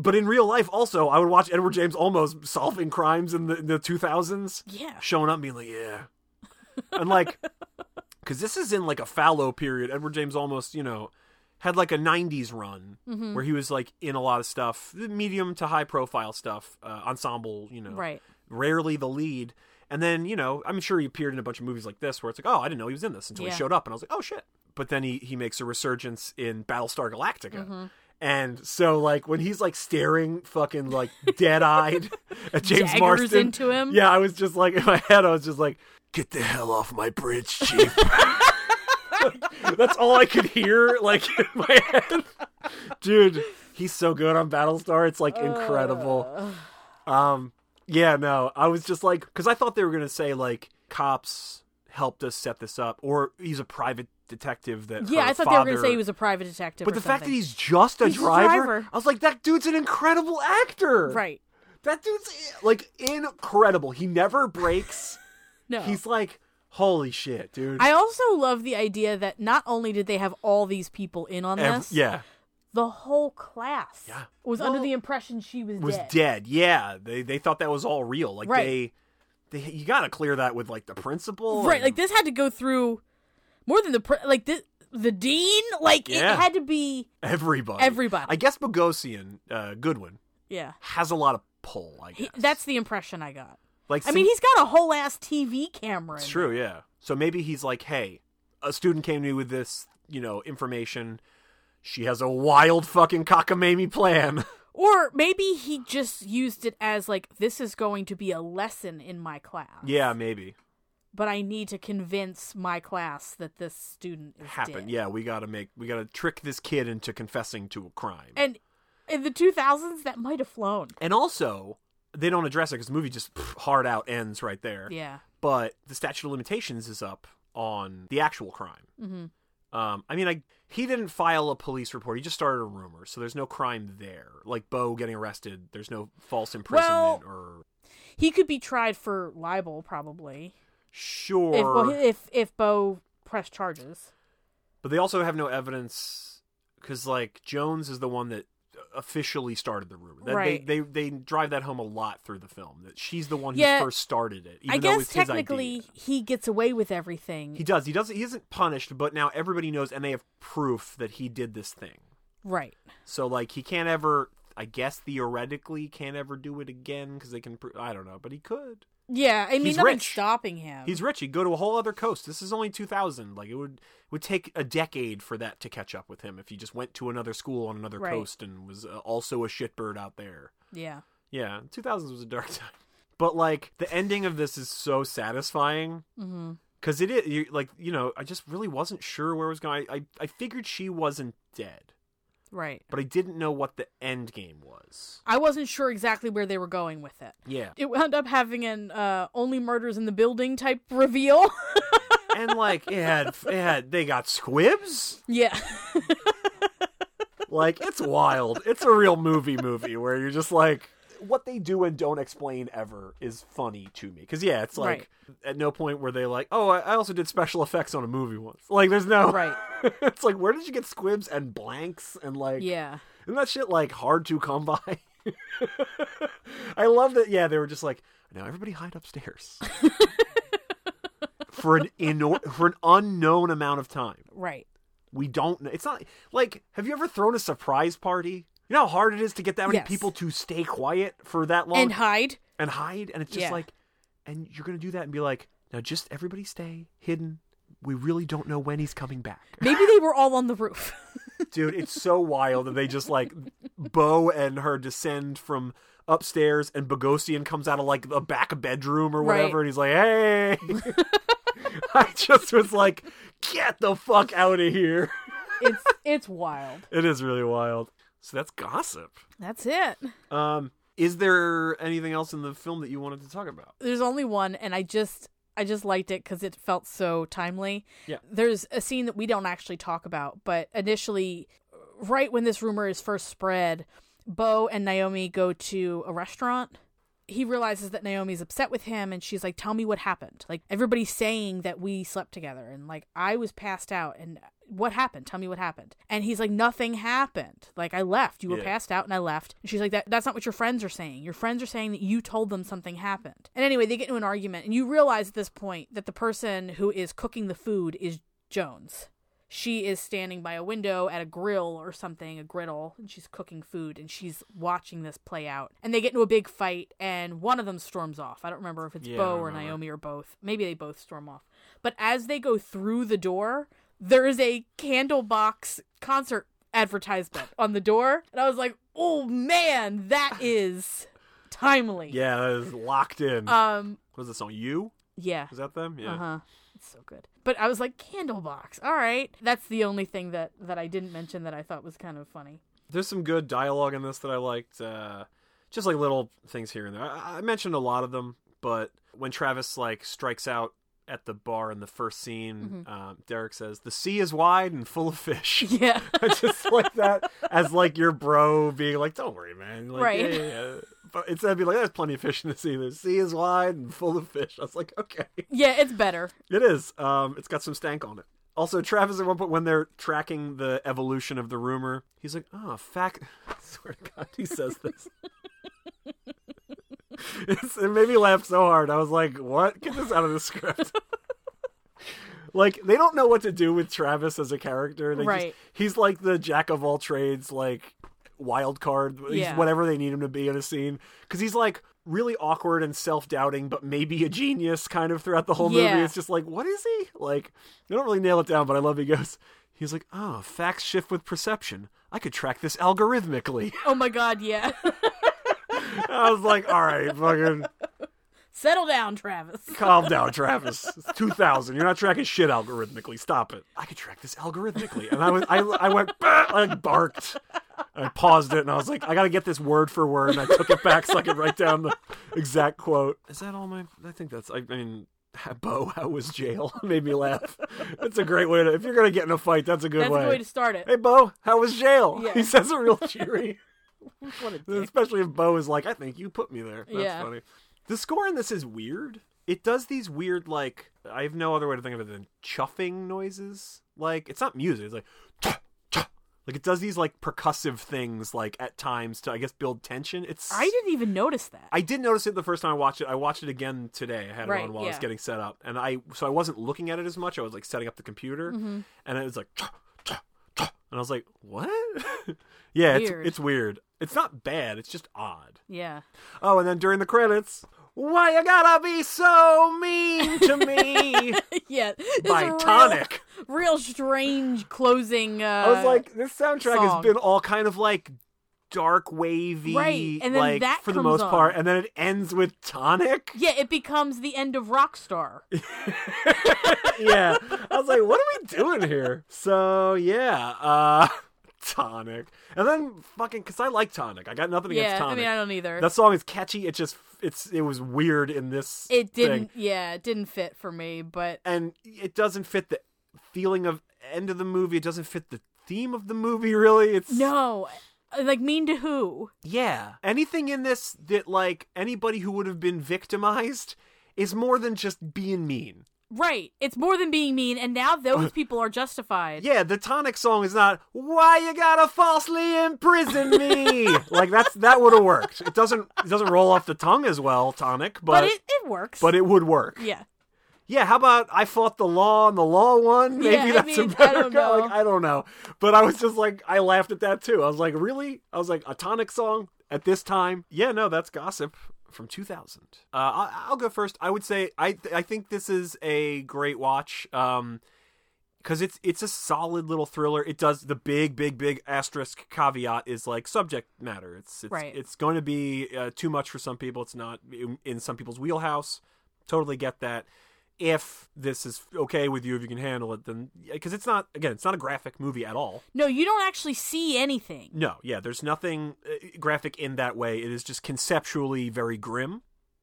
but in real life, also, I would watch Edward James almost solving crimes in the in the two thousands.
Yeah.
showing up and being like, yeah,
<laughs>
and like, because this is in like a fallow period. Edward James almost, you know, had like a '90s run
Mm-hmm.
where he was like in a lot of stuff, medium to high profile stuff, uh, ensemble, you know,
Right.
rarely the lead. And then, you know, I'm sure he appeared in a bunch of movies like this where it's like, oh, I didn't know he was in this until
Yeah.
he showed up. And I was like, oh, shit. But then he, he makes a resurgence in Battlestar Galactica.
Mm-hmm.
And so, like, when he's like staring fucking like
<laughs>
dead eyed at James
Daggers
Marston.
into him.
Yeah, I was just like, in my head, I was just like, get the hell off my
<laughs>
bridge, chief. <laughs> That's all I could hear, like, in my head. Dude, he's so good on Battlestar. It's like incredible. Um, yeah, no, I was just like, because I thought they were gonna say like cops helped us set this up, or he's a private detective that.
Yeah,
her
I thought they were
father...
going to say he was a private detective.
But
or
the fact that
something.
he's just a
He's a
driver,
driver.
I was like, that dude's an incredible actor.
right,
That dude's like incredible. He never breaks.
<laughs> no,
He's like, holy shit, dude.
I also love the idea that not only did they have all these people in on
Ev-
this,
yeah,
the whole class
Yeah.
was under
Well,
the impression she was,
was
dead.
dead. Yeah, they they thought that was all real. Like
Right.
they, they, you gotta clear that with like the principal.
Right,
and-
like this had to go through more than the pr- like this, the dean, like
Yeah.
it had to be
Everybody.
Everybody.
I guess Bogosian, uh, Goodwin,
yeah.
has a lot of pull, I
He,
guess.
that's the impression I got.
like
I mean,
see-
he's got a whole ass TV camera.
it's
in
true, yeah. So maybe he's like, hey, a student came to me with this, you know, information. She has a wild fucking cockamamie plan. <laughs>
Or maybe he just used it as like this is going to be a lesson in my class.
yeah, maybe.
But I need to convince my class that this student is
Happen.
dead.
Yeah, we gotta make we gotta trick this kid into confessing to a crime.
And in the 2000s that might have flown.
And also, they don't address it because the movie just pff, hard out ends right there.
Yeah.
but the statute of limitations is up on the actual crime. Mm-hmm. Um, I mean, I, he didn't file a police report. He just started a rumor, so there's no crime there. Like Bo getting arrested, there's no false imprisonment
Well-
or
He could be tried for libel probably.
sure.
If well, if if Bo pressed charges.
but they also have no evidence because like Jones is the one that officially started the rumor. That
Right.
They, they they drive that home a lot through the film that she's the one who
Yeah.
first started it. Even
I
though
guess
it's his
technically
idea.
he gets away with everything.
He does. He doesn't. He isn't punished, but now everybody knows, and they have proof that he did this thing.
right.
So like he can't ever, I guess theoretically can't ever do it again because they can. Pr- I don't know, but he could.
Yeah, I mean
He's
nothing's
rich.
stopping him.
He's rich. He'd go to a whole other coast. This is only two thousand. Like it would would take a decade for that to catch up with him if he just went to another school on another
Right.
coast and was uh, also a shitbird out there.
yeah.
Yeah, two thousands was a dark <laughs> time. But like the ending of this is so satisfying.
Mhm.
Cause it is you, like you know I just really wasn't sure where it was going. I, I I figured she wasn't dead,
Right.
but I didn't know what the end game was.
I wasn't sure exactly where they were going with it.
Yeah,
It wound up having an uh, only murders in the building type reveal. <laughs>
and like it had, it had they got squibs
yeah.
like it's wild it's a real movie movie where you're just like what they do and don't explain ever is funny to me because yeah it's like at no point were they like oh I, I also did special effects on a movie once like there's no
Right.
<laughs> it's like where did you get squibs and blanks and like
Yeah.
isn't that shit like hard to come by <laughs> i love that yeah they were just like now everybody
<laughs>
hide upstairs for an inor- for an unknown amount of time
Right.
we don't know. It's not like have you ever thrown a surprise party? You know how hard it is to get that many
Yes.
people to stay quiet for that long
And hide.
and hide, and it's just
Yeah.
like, and you're gonna do that and be like, now just everybody stay hidden. We really don't know when he's coming
<laughs>
back,
Maybe they were all on the roof. <laughs>
dude. It's so wild that they just like Bo and her descend from upstairs, and Bogosian comes out of like a back bedroom or
Right.
whatever, and he's like, hey. <laughs> I just was like, get the fuck out of here.
it's it's wild.
It is really wild. So that's gossip.
That's it.
Um, is there anything else in the film that you wanted to talk about?
There's only one, and I just I just liked it because it felt so timely.
Yeah.
There's a scene that we don't actually talk about, but initially, right when this rumor is first spread, Bo and Naomi go to a restaurant. He realizes that Naomi's upset with him, and she's like, "Tell me what happened." Like everybody's saying that we slept together, and like I was passed out, and what happened? Tell me what happened. And he's like, nothing happened. Like I left. You were
Yeah.
passed out, and I left. And she's like, that that's not what your friends are saying. Your friends are saying that you told them something happened. And anyway, they get into an argument, and you realize at this point that the person who is cooking the food is Jones. She is standing by a window at a grill or something, a griddle, and she's cooking food and she's watching this play out. And they get into a big fight, and one of them storms off. I don't remember if it's
Yeah, I
Bo
don't
or
remember.
Naomi or both. Maybe they both storm off. But as they go through the door, there is a candle box concert advertisement on the door. And I was like, oh man,
<sighs>
that is timely.
Yeah, that is locked in.
Um,
was the song You?
yeah.
Was that them? Yeah.
Uh huh. It's so good. But I was like, candle box. All right. That's the only thing that that I didn't mention that I thought was kind of funny. <laughs>
There's some good dialogue in this that I liked. Uh, just like little things here and there. I, I mentioned a lot of them, but when Travis like strikes out at the bar in the first scene, um, Derek says, "The sea is wide and full of fish."
<laughs> Yeah.
I <laughs> just like that as like your bro being like, "Don't worry, man." Like,
Right.
Yeah, yeah, yeah." But instead, of being like, "There's plenty of fish in the sea. The sea is wide and full of fish." I was like, "Okay."
yeah, it's better.
It is. Um, it's got some stank on it. Also, Travis at one point when they're tracking the evolution of the rumor, he's like, "Oh, fact." <laughs> I swear to God, he says this. <laughs> it's, it made me laugh so hard. I was like, "What? Get this out of the script." <laughs> like they don't know what to do with Travis as a character. They
Right.
Just, he's like the jack of all trades, like wild card. He's
Yeah.
whatever they need him to be in a scene because he's like really awkward and self-doubting but maybe a genius kind of throughout the whole
Yeah.
movie it's just like what is he like they don't really nail it down but i love he goes he's like oh facts shift with perception i could track this algorithmically <laughs>
Oh my god, yeah. <laughs>
i was like all right fucking
Settle down, Travis.
calm down travis it's 2000 you're not tracking shit algorithmically stop it i could track this algorithmically and i was i, I went <laughs> "Bah!" i like, barked I paused it and I was like, I gotta get this word for word, and I took it back so I could write down the exact quote. Is that all my? I think that's. I, I mean, <laughs> Bo, how was jail? <laughs> Made me laugh. That's a great way to. If you're gonna get in a fight, that's a good
That's a
way.
good way to start it.
hey, Bo, how was jail?
Yeah.
He says it real cheery,
What <laughs> a dick.
especially if Bo is like, I think you put me there. That's
Yeah.
funny. The score in this is weird. It does these weird like I have no other way to think of it than chuffing noises. Like it's not music. It's like. "Chuff, chuff." Like it does these like percussive things like at times to I guess build tension. It's
I didn't even notice that.
I did notice it the first time I watched it. I watched it again today. I had
Right,
it on while I was
yeah.
getting set up, and I so I wasn't looking at it as much. I was like setting up the computer,
Mm-hmm.
and it was like, "Chuh, chuh, chuh," and I was like, what? <laughs> yeah,
Weird.
it's it's weird. It's not bad. It's just odd.
yeah. <laughs>
Oh, and then during the credits, why you gotta be so mean to me?
yeah. <laughs> It's
By
a real-
Tonic.
Real, strange closing uh
I was like, this soundtrack
song.
has been all kind of like dark wavy,
Right, and then
like
that
for the
comes
most part,
on.
and then it ends with Tonic.
Yeah, it becomes the end of
<laughs>
Rockstar.
yeah. I was like, what are we doing here? So yeah, uh <laughs> tonic. And then fucking cause I like tonic. I got nothing against
yeah, I
tonic.
mean I don't either.
that song is catchy, it just it's it was weird in this
it
thing.
didn't yeah, it didn't fit for me, but
And it doesn't fit the feeling of end of the movie. It doesn't fit the theme of the movie really. It's
no. Like mean to who?
Yeah. Anything in this that like anybody who would have been victimized is more than just being mean.
Right. It's more than being mean, and now
<laughs>
those people are justified.
Yeah, the tonic song is not "Why you gotta falsely imprison
<laughs>
me." like that's that would have worked. It doesn't it doesn't roll off the tongue as well, tonic, but
but, it, it works.
but it would work.
yeah.
Yeah, how about I fought the law and the law won? Maybe
Yeah, I
that's
mean,
a
I
better
don't
go-
know.
Like, I don't know. But I was just like I laughed at that too. I was like, really? I was like a tonic song at this time? Yeah, no, that's gossip from 2000. Uh, I- I'll go first. I would say I th- I think this is a great watch. Um, because it's it's a solid little thriller. It does the big big big asterisk caveat is like subject matter. It's it's
Right.
it's going to be uh, too much for some people. It's not in, in some people's wheelhouse. Totally get that. If this is okay with you, if you can handle it, then because it's not again, it's not a graphic movie at all.
No, you don't actually see anything.
No, yeah, there's nothing uh, graphic in that way. It is just conceptually very grim.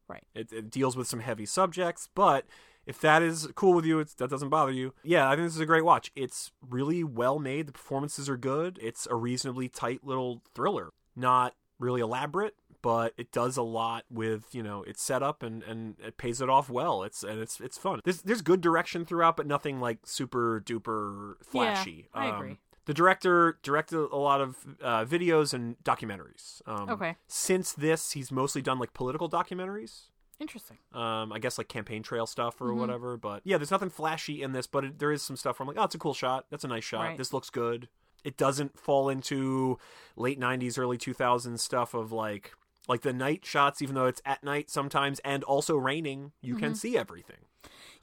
Right.
It, it deals with some heavy subjects, but if that is cool with you, it's, that doesn't bother you. Yeah, I think this is a great watch. It's really well made. The performances are good. It's a reasonably tight little thriller. Not really elaborate, but it does a lot with you know its setup and and it pays it off well. It's and it's it's fun. There's there's good direction throughout, but nothing like super duper flashy. Um,
I agree.
The director directed a lot of uh, videos and documentaries. Um,
Okay.
Since this, he's mostly done like political documentaries
Interesting.
um, I guess like campaign trail stuff
Mm-hmm.
or whatever. But yeah, there's nothing flashy in this, but it, there is some stuff where I'm like, oh, it's a cool shot. That's a nice shot.
Right.
This looks good. It doesn't fall into late '90s, early 2000s stuff of like like the night shots, even though it's at night sometimes and also raining. You can
Mm-hmm.
see everything.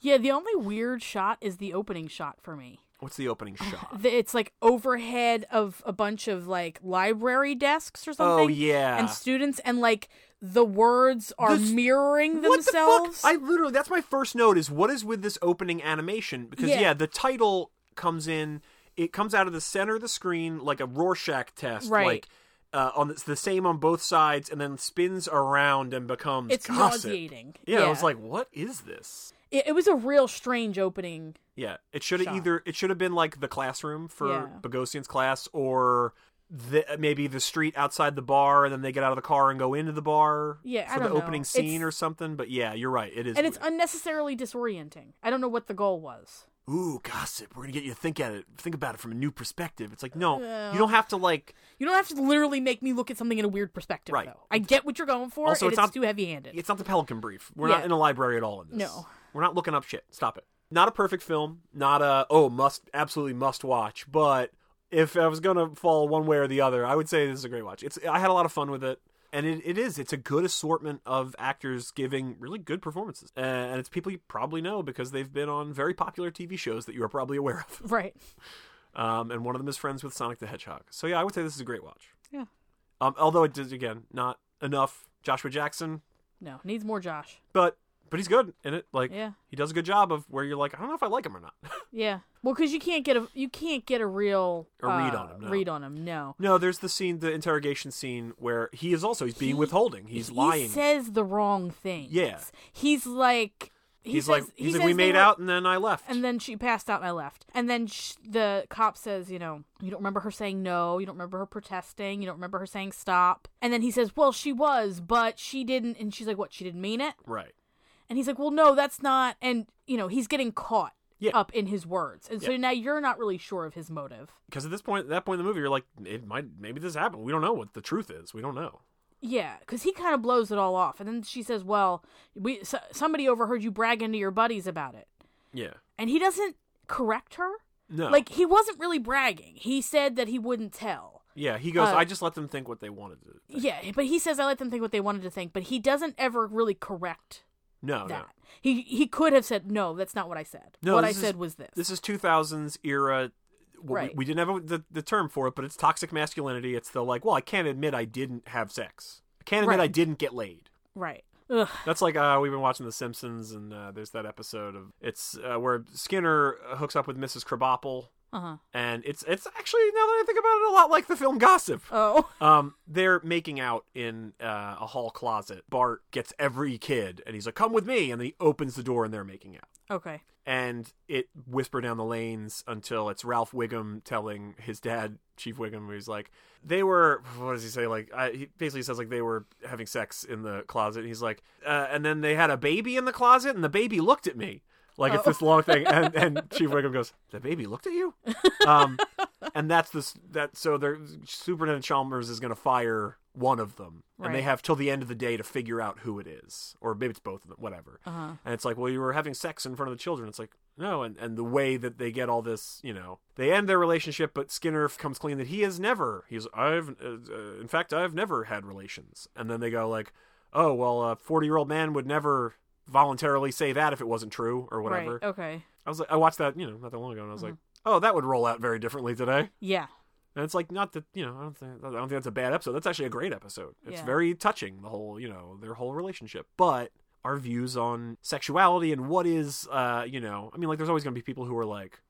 Yeah, the only weird shot is the opening shot for me.
What's
<laughs>
the opening shot?
The- It's like overhead of a bunch of like library desks or something.
Oh, yeah.
and students and like the words are
The s-
mirroring
What the
themselves.
fuck? I literally that's my first note is what is with this opening animation? Because
Yeah.
yeah, the title comes in it comes out of the center of the screen like a Rorschach test.
Right.
Like uh, on the, the same on both sides and then spins around and becomes
it's
gossip.
nauseating.
Yeah, I was like, what is this?
it, it was a real strange opening.
Yeah. It should have
Shot.
either it should have been like the classroom for
Yeah.
Bogosian's class or the, maybe the street outside the bar, and then they get out of the car and go into the bar
Yeah, I
for the
don't know.
opening scene
It's-
or something. But yeah, you're right. It is,
and it's
weird.
unnecessarily disorienting. I don't know what the goal was.
ooh, gossip. We're gonna get you to think at it, think about it from a new perspective. It's like, no, you don't have to like.
You don't have to literally make me look at something in a weird perspective,
Right.
though. I get what you're going for,
Also,
and
it's
it's,
not-
too heavy-handed.
It's not the Pelican Brief. We're
Yeah.
not in a library at all in this.
No.
we're not looking up shit. Stop it. Not a perfect film. Not a oh must absolutely must watch. But if I was gonna fall one way or the other, I would say this is a great watch. It's I had a lot of fun with it. And it, it is. It's a good assortment of actors giving really good performances. Uh, and it's people you probably know because they've been on very popular TV shows that you are probably aware
<laughs>
of.
Right.
Um, and one of them is friends with Sonic the Hedgehog. So yeah, I would say this is a great watch.
Yeah.
Um, although it does again not enough Joshua Jackson,
No, needs more Josh.
but but he's good in it. Like
Yeah.
he does a good job of where you're like I don't know if I like him or not. <laughs>
Yeah. Well, because you can't get a you can't get a real
A read
uh,
on him, no.
Read on him. No.
no, there's the scene, the interrogation scene where he is also he's being
He-
withholding. He's
he
lying.
says the wrong thing.
Yeah.
He's like. He
he's
says,
like
he
he's like
says
we
they
made
were-
out and then I left.
And then she passed out and I left. And then sh- the cop says, you know, you don't remember her saying no. You don't remember her protesting. You don't remember her saying stop. And then he says, well, she was, but she didn't. And she's like, what? She didn't mean it?
right.
And he's like, well, no, that's not. And, you know, he's getting caught
Yeah.
up in his words. And so
Yeah.
now you're not really sure of his motive.
Because at this point, at that point in the movie, you're like, it might, maybe this happened. We don't know what the truth is. We don't know.
Yeah, because he kind of blows it all off. And then she says, well, we s somebody overheard you bragging to your buddies about it.
Yeah.
And he doesn't correct her.
No.
Like, he wasn't really bragging. He said that he wouldn't tell.
yeah. He goes.
uh,
I just let them think what they wanted to. think."
Yeah, but he says I let them think what they wanted to think, but he doesn't ever really correct
Oh, No.
that.
No.
He he could have said, "No, that's not what I said.
No,
what I
this is-
said was this."
This is 2000s era. Well,
Right.
we, we didn't have a, the, the term for it, but it's toxic masculinity. It's the like, well, I can't admit I didn't have sex. I can't admit
Right.
I didn't get laid.
right. Ugh.
That's like uh, we've been watching The Simpsons, and uh, there's that episode of it's uh, where Skinner hooks up with Mrs. Krabappel, <laughs>
Uh-huh.
and it's it's actually now that I think about it, a lot like the film Gossip.
Oh.
Um, they're making out in uh, a hall closet. Bart gets every kid, and he's like, "Come with me," and then he opens the door, and they're making out
Okay.
and it whisper down the lanes until it's Ralph Wiggum telling his dad, Chief Wiggum, who's like, they were, what does he say? Like, I, he basically says like they were having sex in the closet. And he's like, uh, and then they had a baby in the closet, and the baby looked at me. Like it's this long thing, and, and Chief Wiggum goes, "The baby looked at you," um, and that's this that. So they're Superintendent Chalmers is going to fire one of them, and they
Right.
have till the end of the day to figure out who it is, or maybe it's both of them, whatever.
Uh-huh.
And it's like, well, you were having sex in front of the children. It's like, no. And, and the way that they get all this, you know, they end their relationship, but Skinner comes clean that he has never, he's, I've, uh, uh, in fact, I've never had relations. And then they go, like, oh, well, a 40 year old man would never voluntarily say that if it wasn't true or whatever.
Right. Oh. Okay.
I was like, I watched that, you know, not that long ago, and I was like, oh, that would roll out very differently today.
Yeah.
And it's like not that you know I don't think I don't think that's a bad episode. That's actually a great episode. It's
Yeah.
very touching the whole you know their whole relationship. But our views on sexuality and what is uh you know I mean like there's always gonna be people who are like,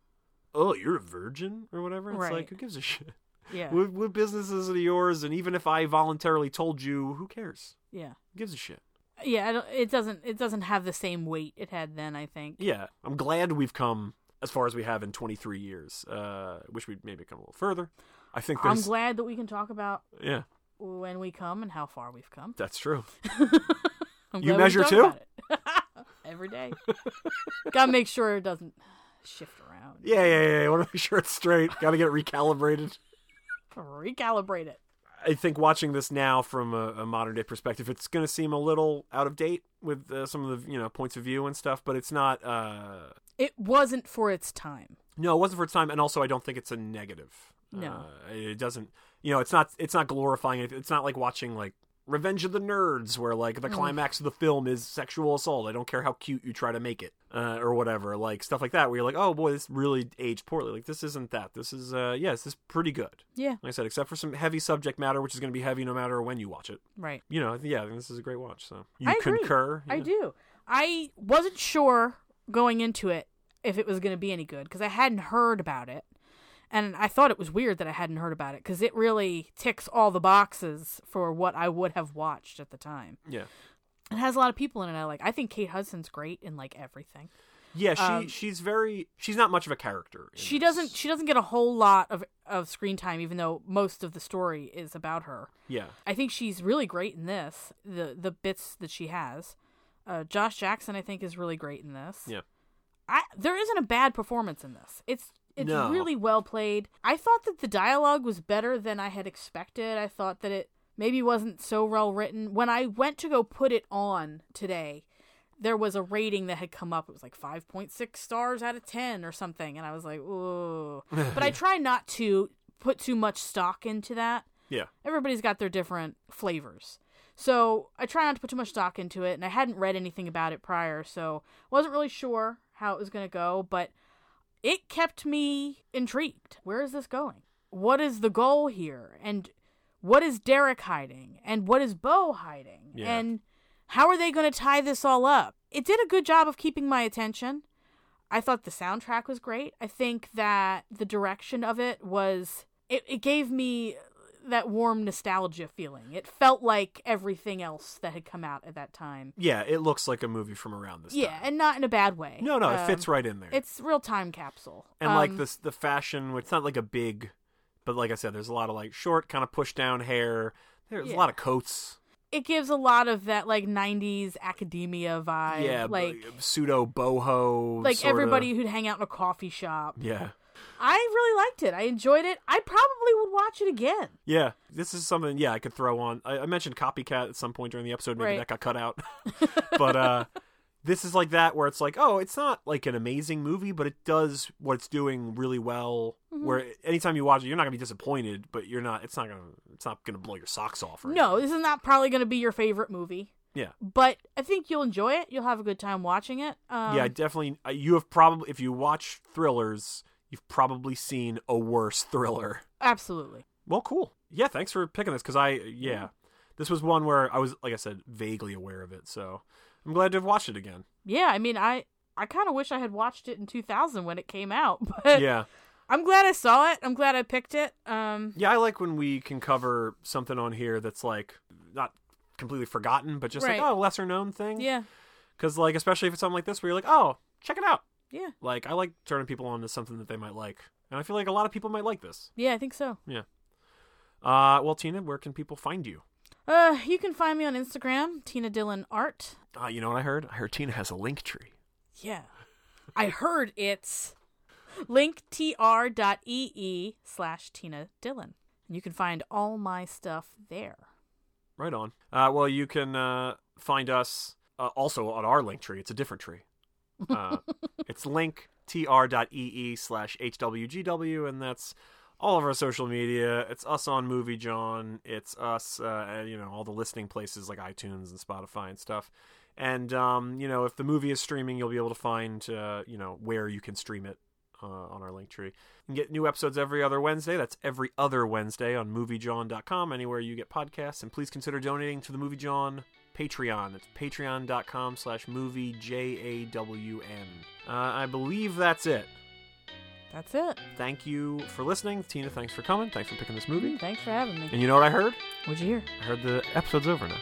oh you're a virgin or whatever. It's
Right.
like who gives a shit?
Yeah.
What, what business is it of yours? And even if I voluntarily told you, who cares?
yeah.
Who gives a shit?
Yeah, I don't, it doesn't it doesn't have the same weight it had then, I think.
Yeah, I'm glad we've come as far as we have in 23 years. Uh, wish we'd maybe come a little further. I think
I'm
there's
glad that we can talk about
yeah
when we come and how far we've come. <laughs>
That's true.
I'm
You
glad we
measure
talk
too?
about it. <laughs> Every day.
<laughs>
Gotta make sure it doesn't shift around.
Yeah, yeah, yeah. I want to make sure it's straight. Got to get it recalibrated.
Recalibrate it.
I think watching this now from a, a modern day perspective, it's going to seem a little out of date with uh, some of the you know points of view and stuff. But it's not. Uh,
It wasn't for its time.
no, it wasn't for its time, and also I don't think it's a negative.
No.
uh, it doesn't. You know, it's not. It's not glorifying. it. It's not like watching like Revenge of the Nerds, where like the climax of the film is sexual assault. I don't care how cute you try to make it uh, or whatever, like stuff like that. Where you're like, oh boy, this really aged poorly. Like this isn't that. This is uh, yeah, this is pretty good.
Yeah.
Like I said, except for some heavy subject matter, which is going to be heavy no matter when you watch it.
Right.
You know, yeah, I think this is a great watch. So you
I agree.
concur?
I
Yeah.
do. I wasn't sure going into it if it was going to be any good because I hadn't heard about it. And I thought it was weird that I hadn't heard about it because it really ticks all the boxes for what I would have watched at the time.
Yeah,
It has a lot of people in it. I like. I think Kate Hudson's great in like everything.
yeah. She
Um,
she's very she's not much of a character. in
She
this.
doesn't. She doesn't get a whole lot of of screen time, even though most of the story is about her.
Yeah,
I think she's really great in this. The the bits that she has. Uh, Josh Jackson, I think, is really great in this.
Yeah.
I there isn't a bad performance in this. It's it's
No.
really well played. I thought that the dialogue was better than I had expected. I thought that it maybe wasn't so well written. When I went to go put it on today, there was a rating that had come up. It was like 5.6 stars out of 10 or something. And I was like, ooh. but I try not to put too much stock into that
yeah.
everybody's got their different flavors. So I try not to put too much stock into it, and I hadn't read anything about it prior, so wasn't really sure how it was going to go, but it kept me intrigued. Where is this going? What is the goal here? And what is Derek hiding? And what is Bo hiding?
Yeah.
And how are they going to tie this all up? It did a good job of keeping my attention. I thought the soundtrack was great. I think that the direction of it was it, it gave me that warm nostalgia feeling. It felt like everything else that had come out at that time.
Yeah, it looks like a movie from around this
Yeah,
time.
and not in a bad way.
No, no, it
Um,
fits right in there.
It's real time capsule.
and like
Um,
this the fashion, it's not like a big, but like I said, there's a lot of like short, kind of pushed down hair. There's a
Yeah.
lot of coats.
it gives a lot of that like '90s academia vibe.
yeah,
like
pseudo boho.
like
sorta-
everybody who'd hang out in a coffee shop.
Yeah.
I really liked it. I enjoyed it. I probably would watch it again.
Yeah, this is something. Yeah, I could throw on. I, I mentioned copycat at some point during the episode. Maybe
Right.
that got
<laughs>
cut out. but uh, this is like that, where it's like, oh, it's not like an amazing movie, but it does what it's doing really well.
Mm-hmm.
Where anytime you watch it, you're not gonna be disappointed, but you're not. It's not gonna. It's not gonna blow your socks off. Or
No,
anything.
this is not probably going to be your favorite movie,
Yeah.
but I think you'll enjoy it. You'll have a good time watching it. Um,
yeah, I definitely. I- You have probably, if you watch thrillers, you've probably seen a worse thriller.
absolutely.
Well, cool. Yeah, thanks for picking this because I yeah, this was one where I was like I said vaguely aware of it, so I'm glad to have watched it again.
Yeah, I mean, I I kind of wish I had watched it in 2000 when it came out, <laughs> but
yeah,
I'm glad I saw it. I'm glad I picked it. Um,
yeah, I like when we can cover something on here that's like not completely forgotten, but just
Right.
like oh, lesser known thing.
yeah,
because like especially if it's something like this where you're like oh, check it out.
yeah,
Like I like turning people on to something that they might like, and I feel like a lot of people might like this.
yeah. I think so.
Uh, well, Tina, where can people find you?
Uh, you can find me on Instagram, Tina Dillon Art.
Uh, you know what I heard? I heard Tina has a link tree.
Yeah, I heard it's linktr.ee E slash Tina Dillon. And you can find all my stuff there.
Right on. Uh, well, you can uh, find us uh, also on our link tree. It's a different tree. Uh, it's linktr.ee slash hwgw, and that's all of our social media. It's us on Movie John. It's us, uh, and, you know, all the listening places like iTunes and Spotify and stuff. And, um, you know, if the movie is streaming, you'll be able to find, uh, you know, where you can stream it uh, on our link tree. You can get new episodes every other Wednesday. That's every other Wednesday on moviejohn.com, anywhere you get podcasts. And please consider donating to the Movie John Patreon. That's patreon.com slash movie J-A-W-N. Uh, I believe that's it.
That's it.
Thank you for listening. Tina, thanks for coming. Thanks for picking this movie.
Thanks for having me.
And you know what I heard?
What'd you hear?
I heard the episode's over now.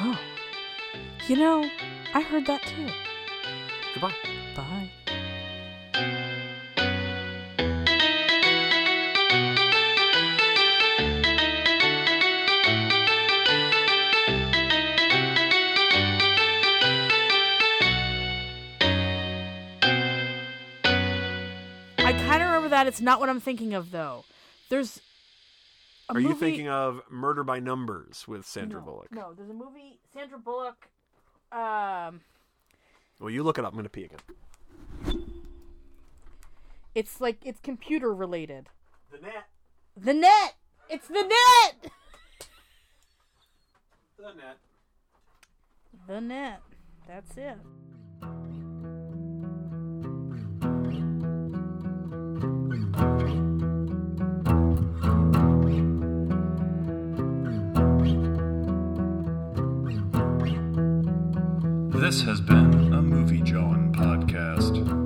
Oh. You know, I heard that too.
Goodbye.
Bye. that. It's not what I'm thinking of though. There's. a
Are you
movie-
thinking of Murder by Numbers with Sandra Bullock?
No, there's a movie Sandra Bullock. Um,
Well, you look it up. I'm gonna pee again.
it's like it's computer related.
The net.
The net. It's the net.
The net.
The net. That's it.
This has been a Movie John podcast.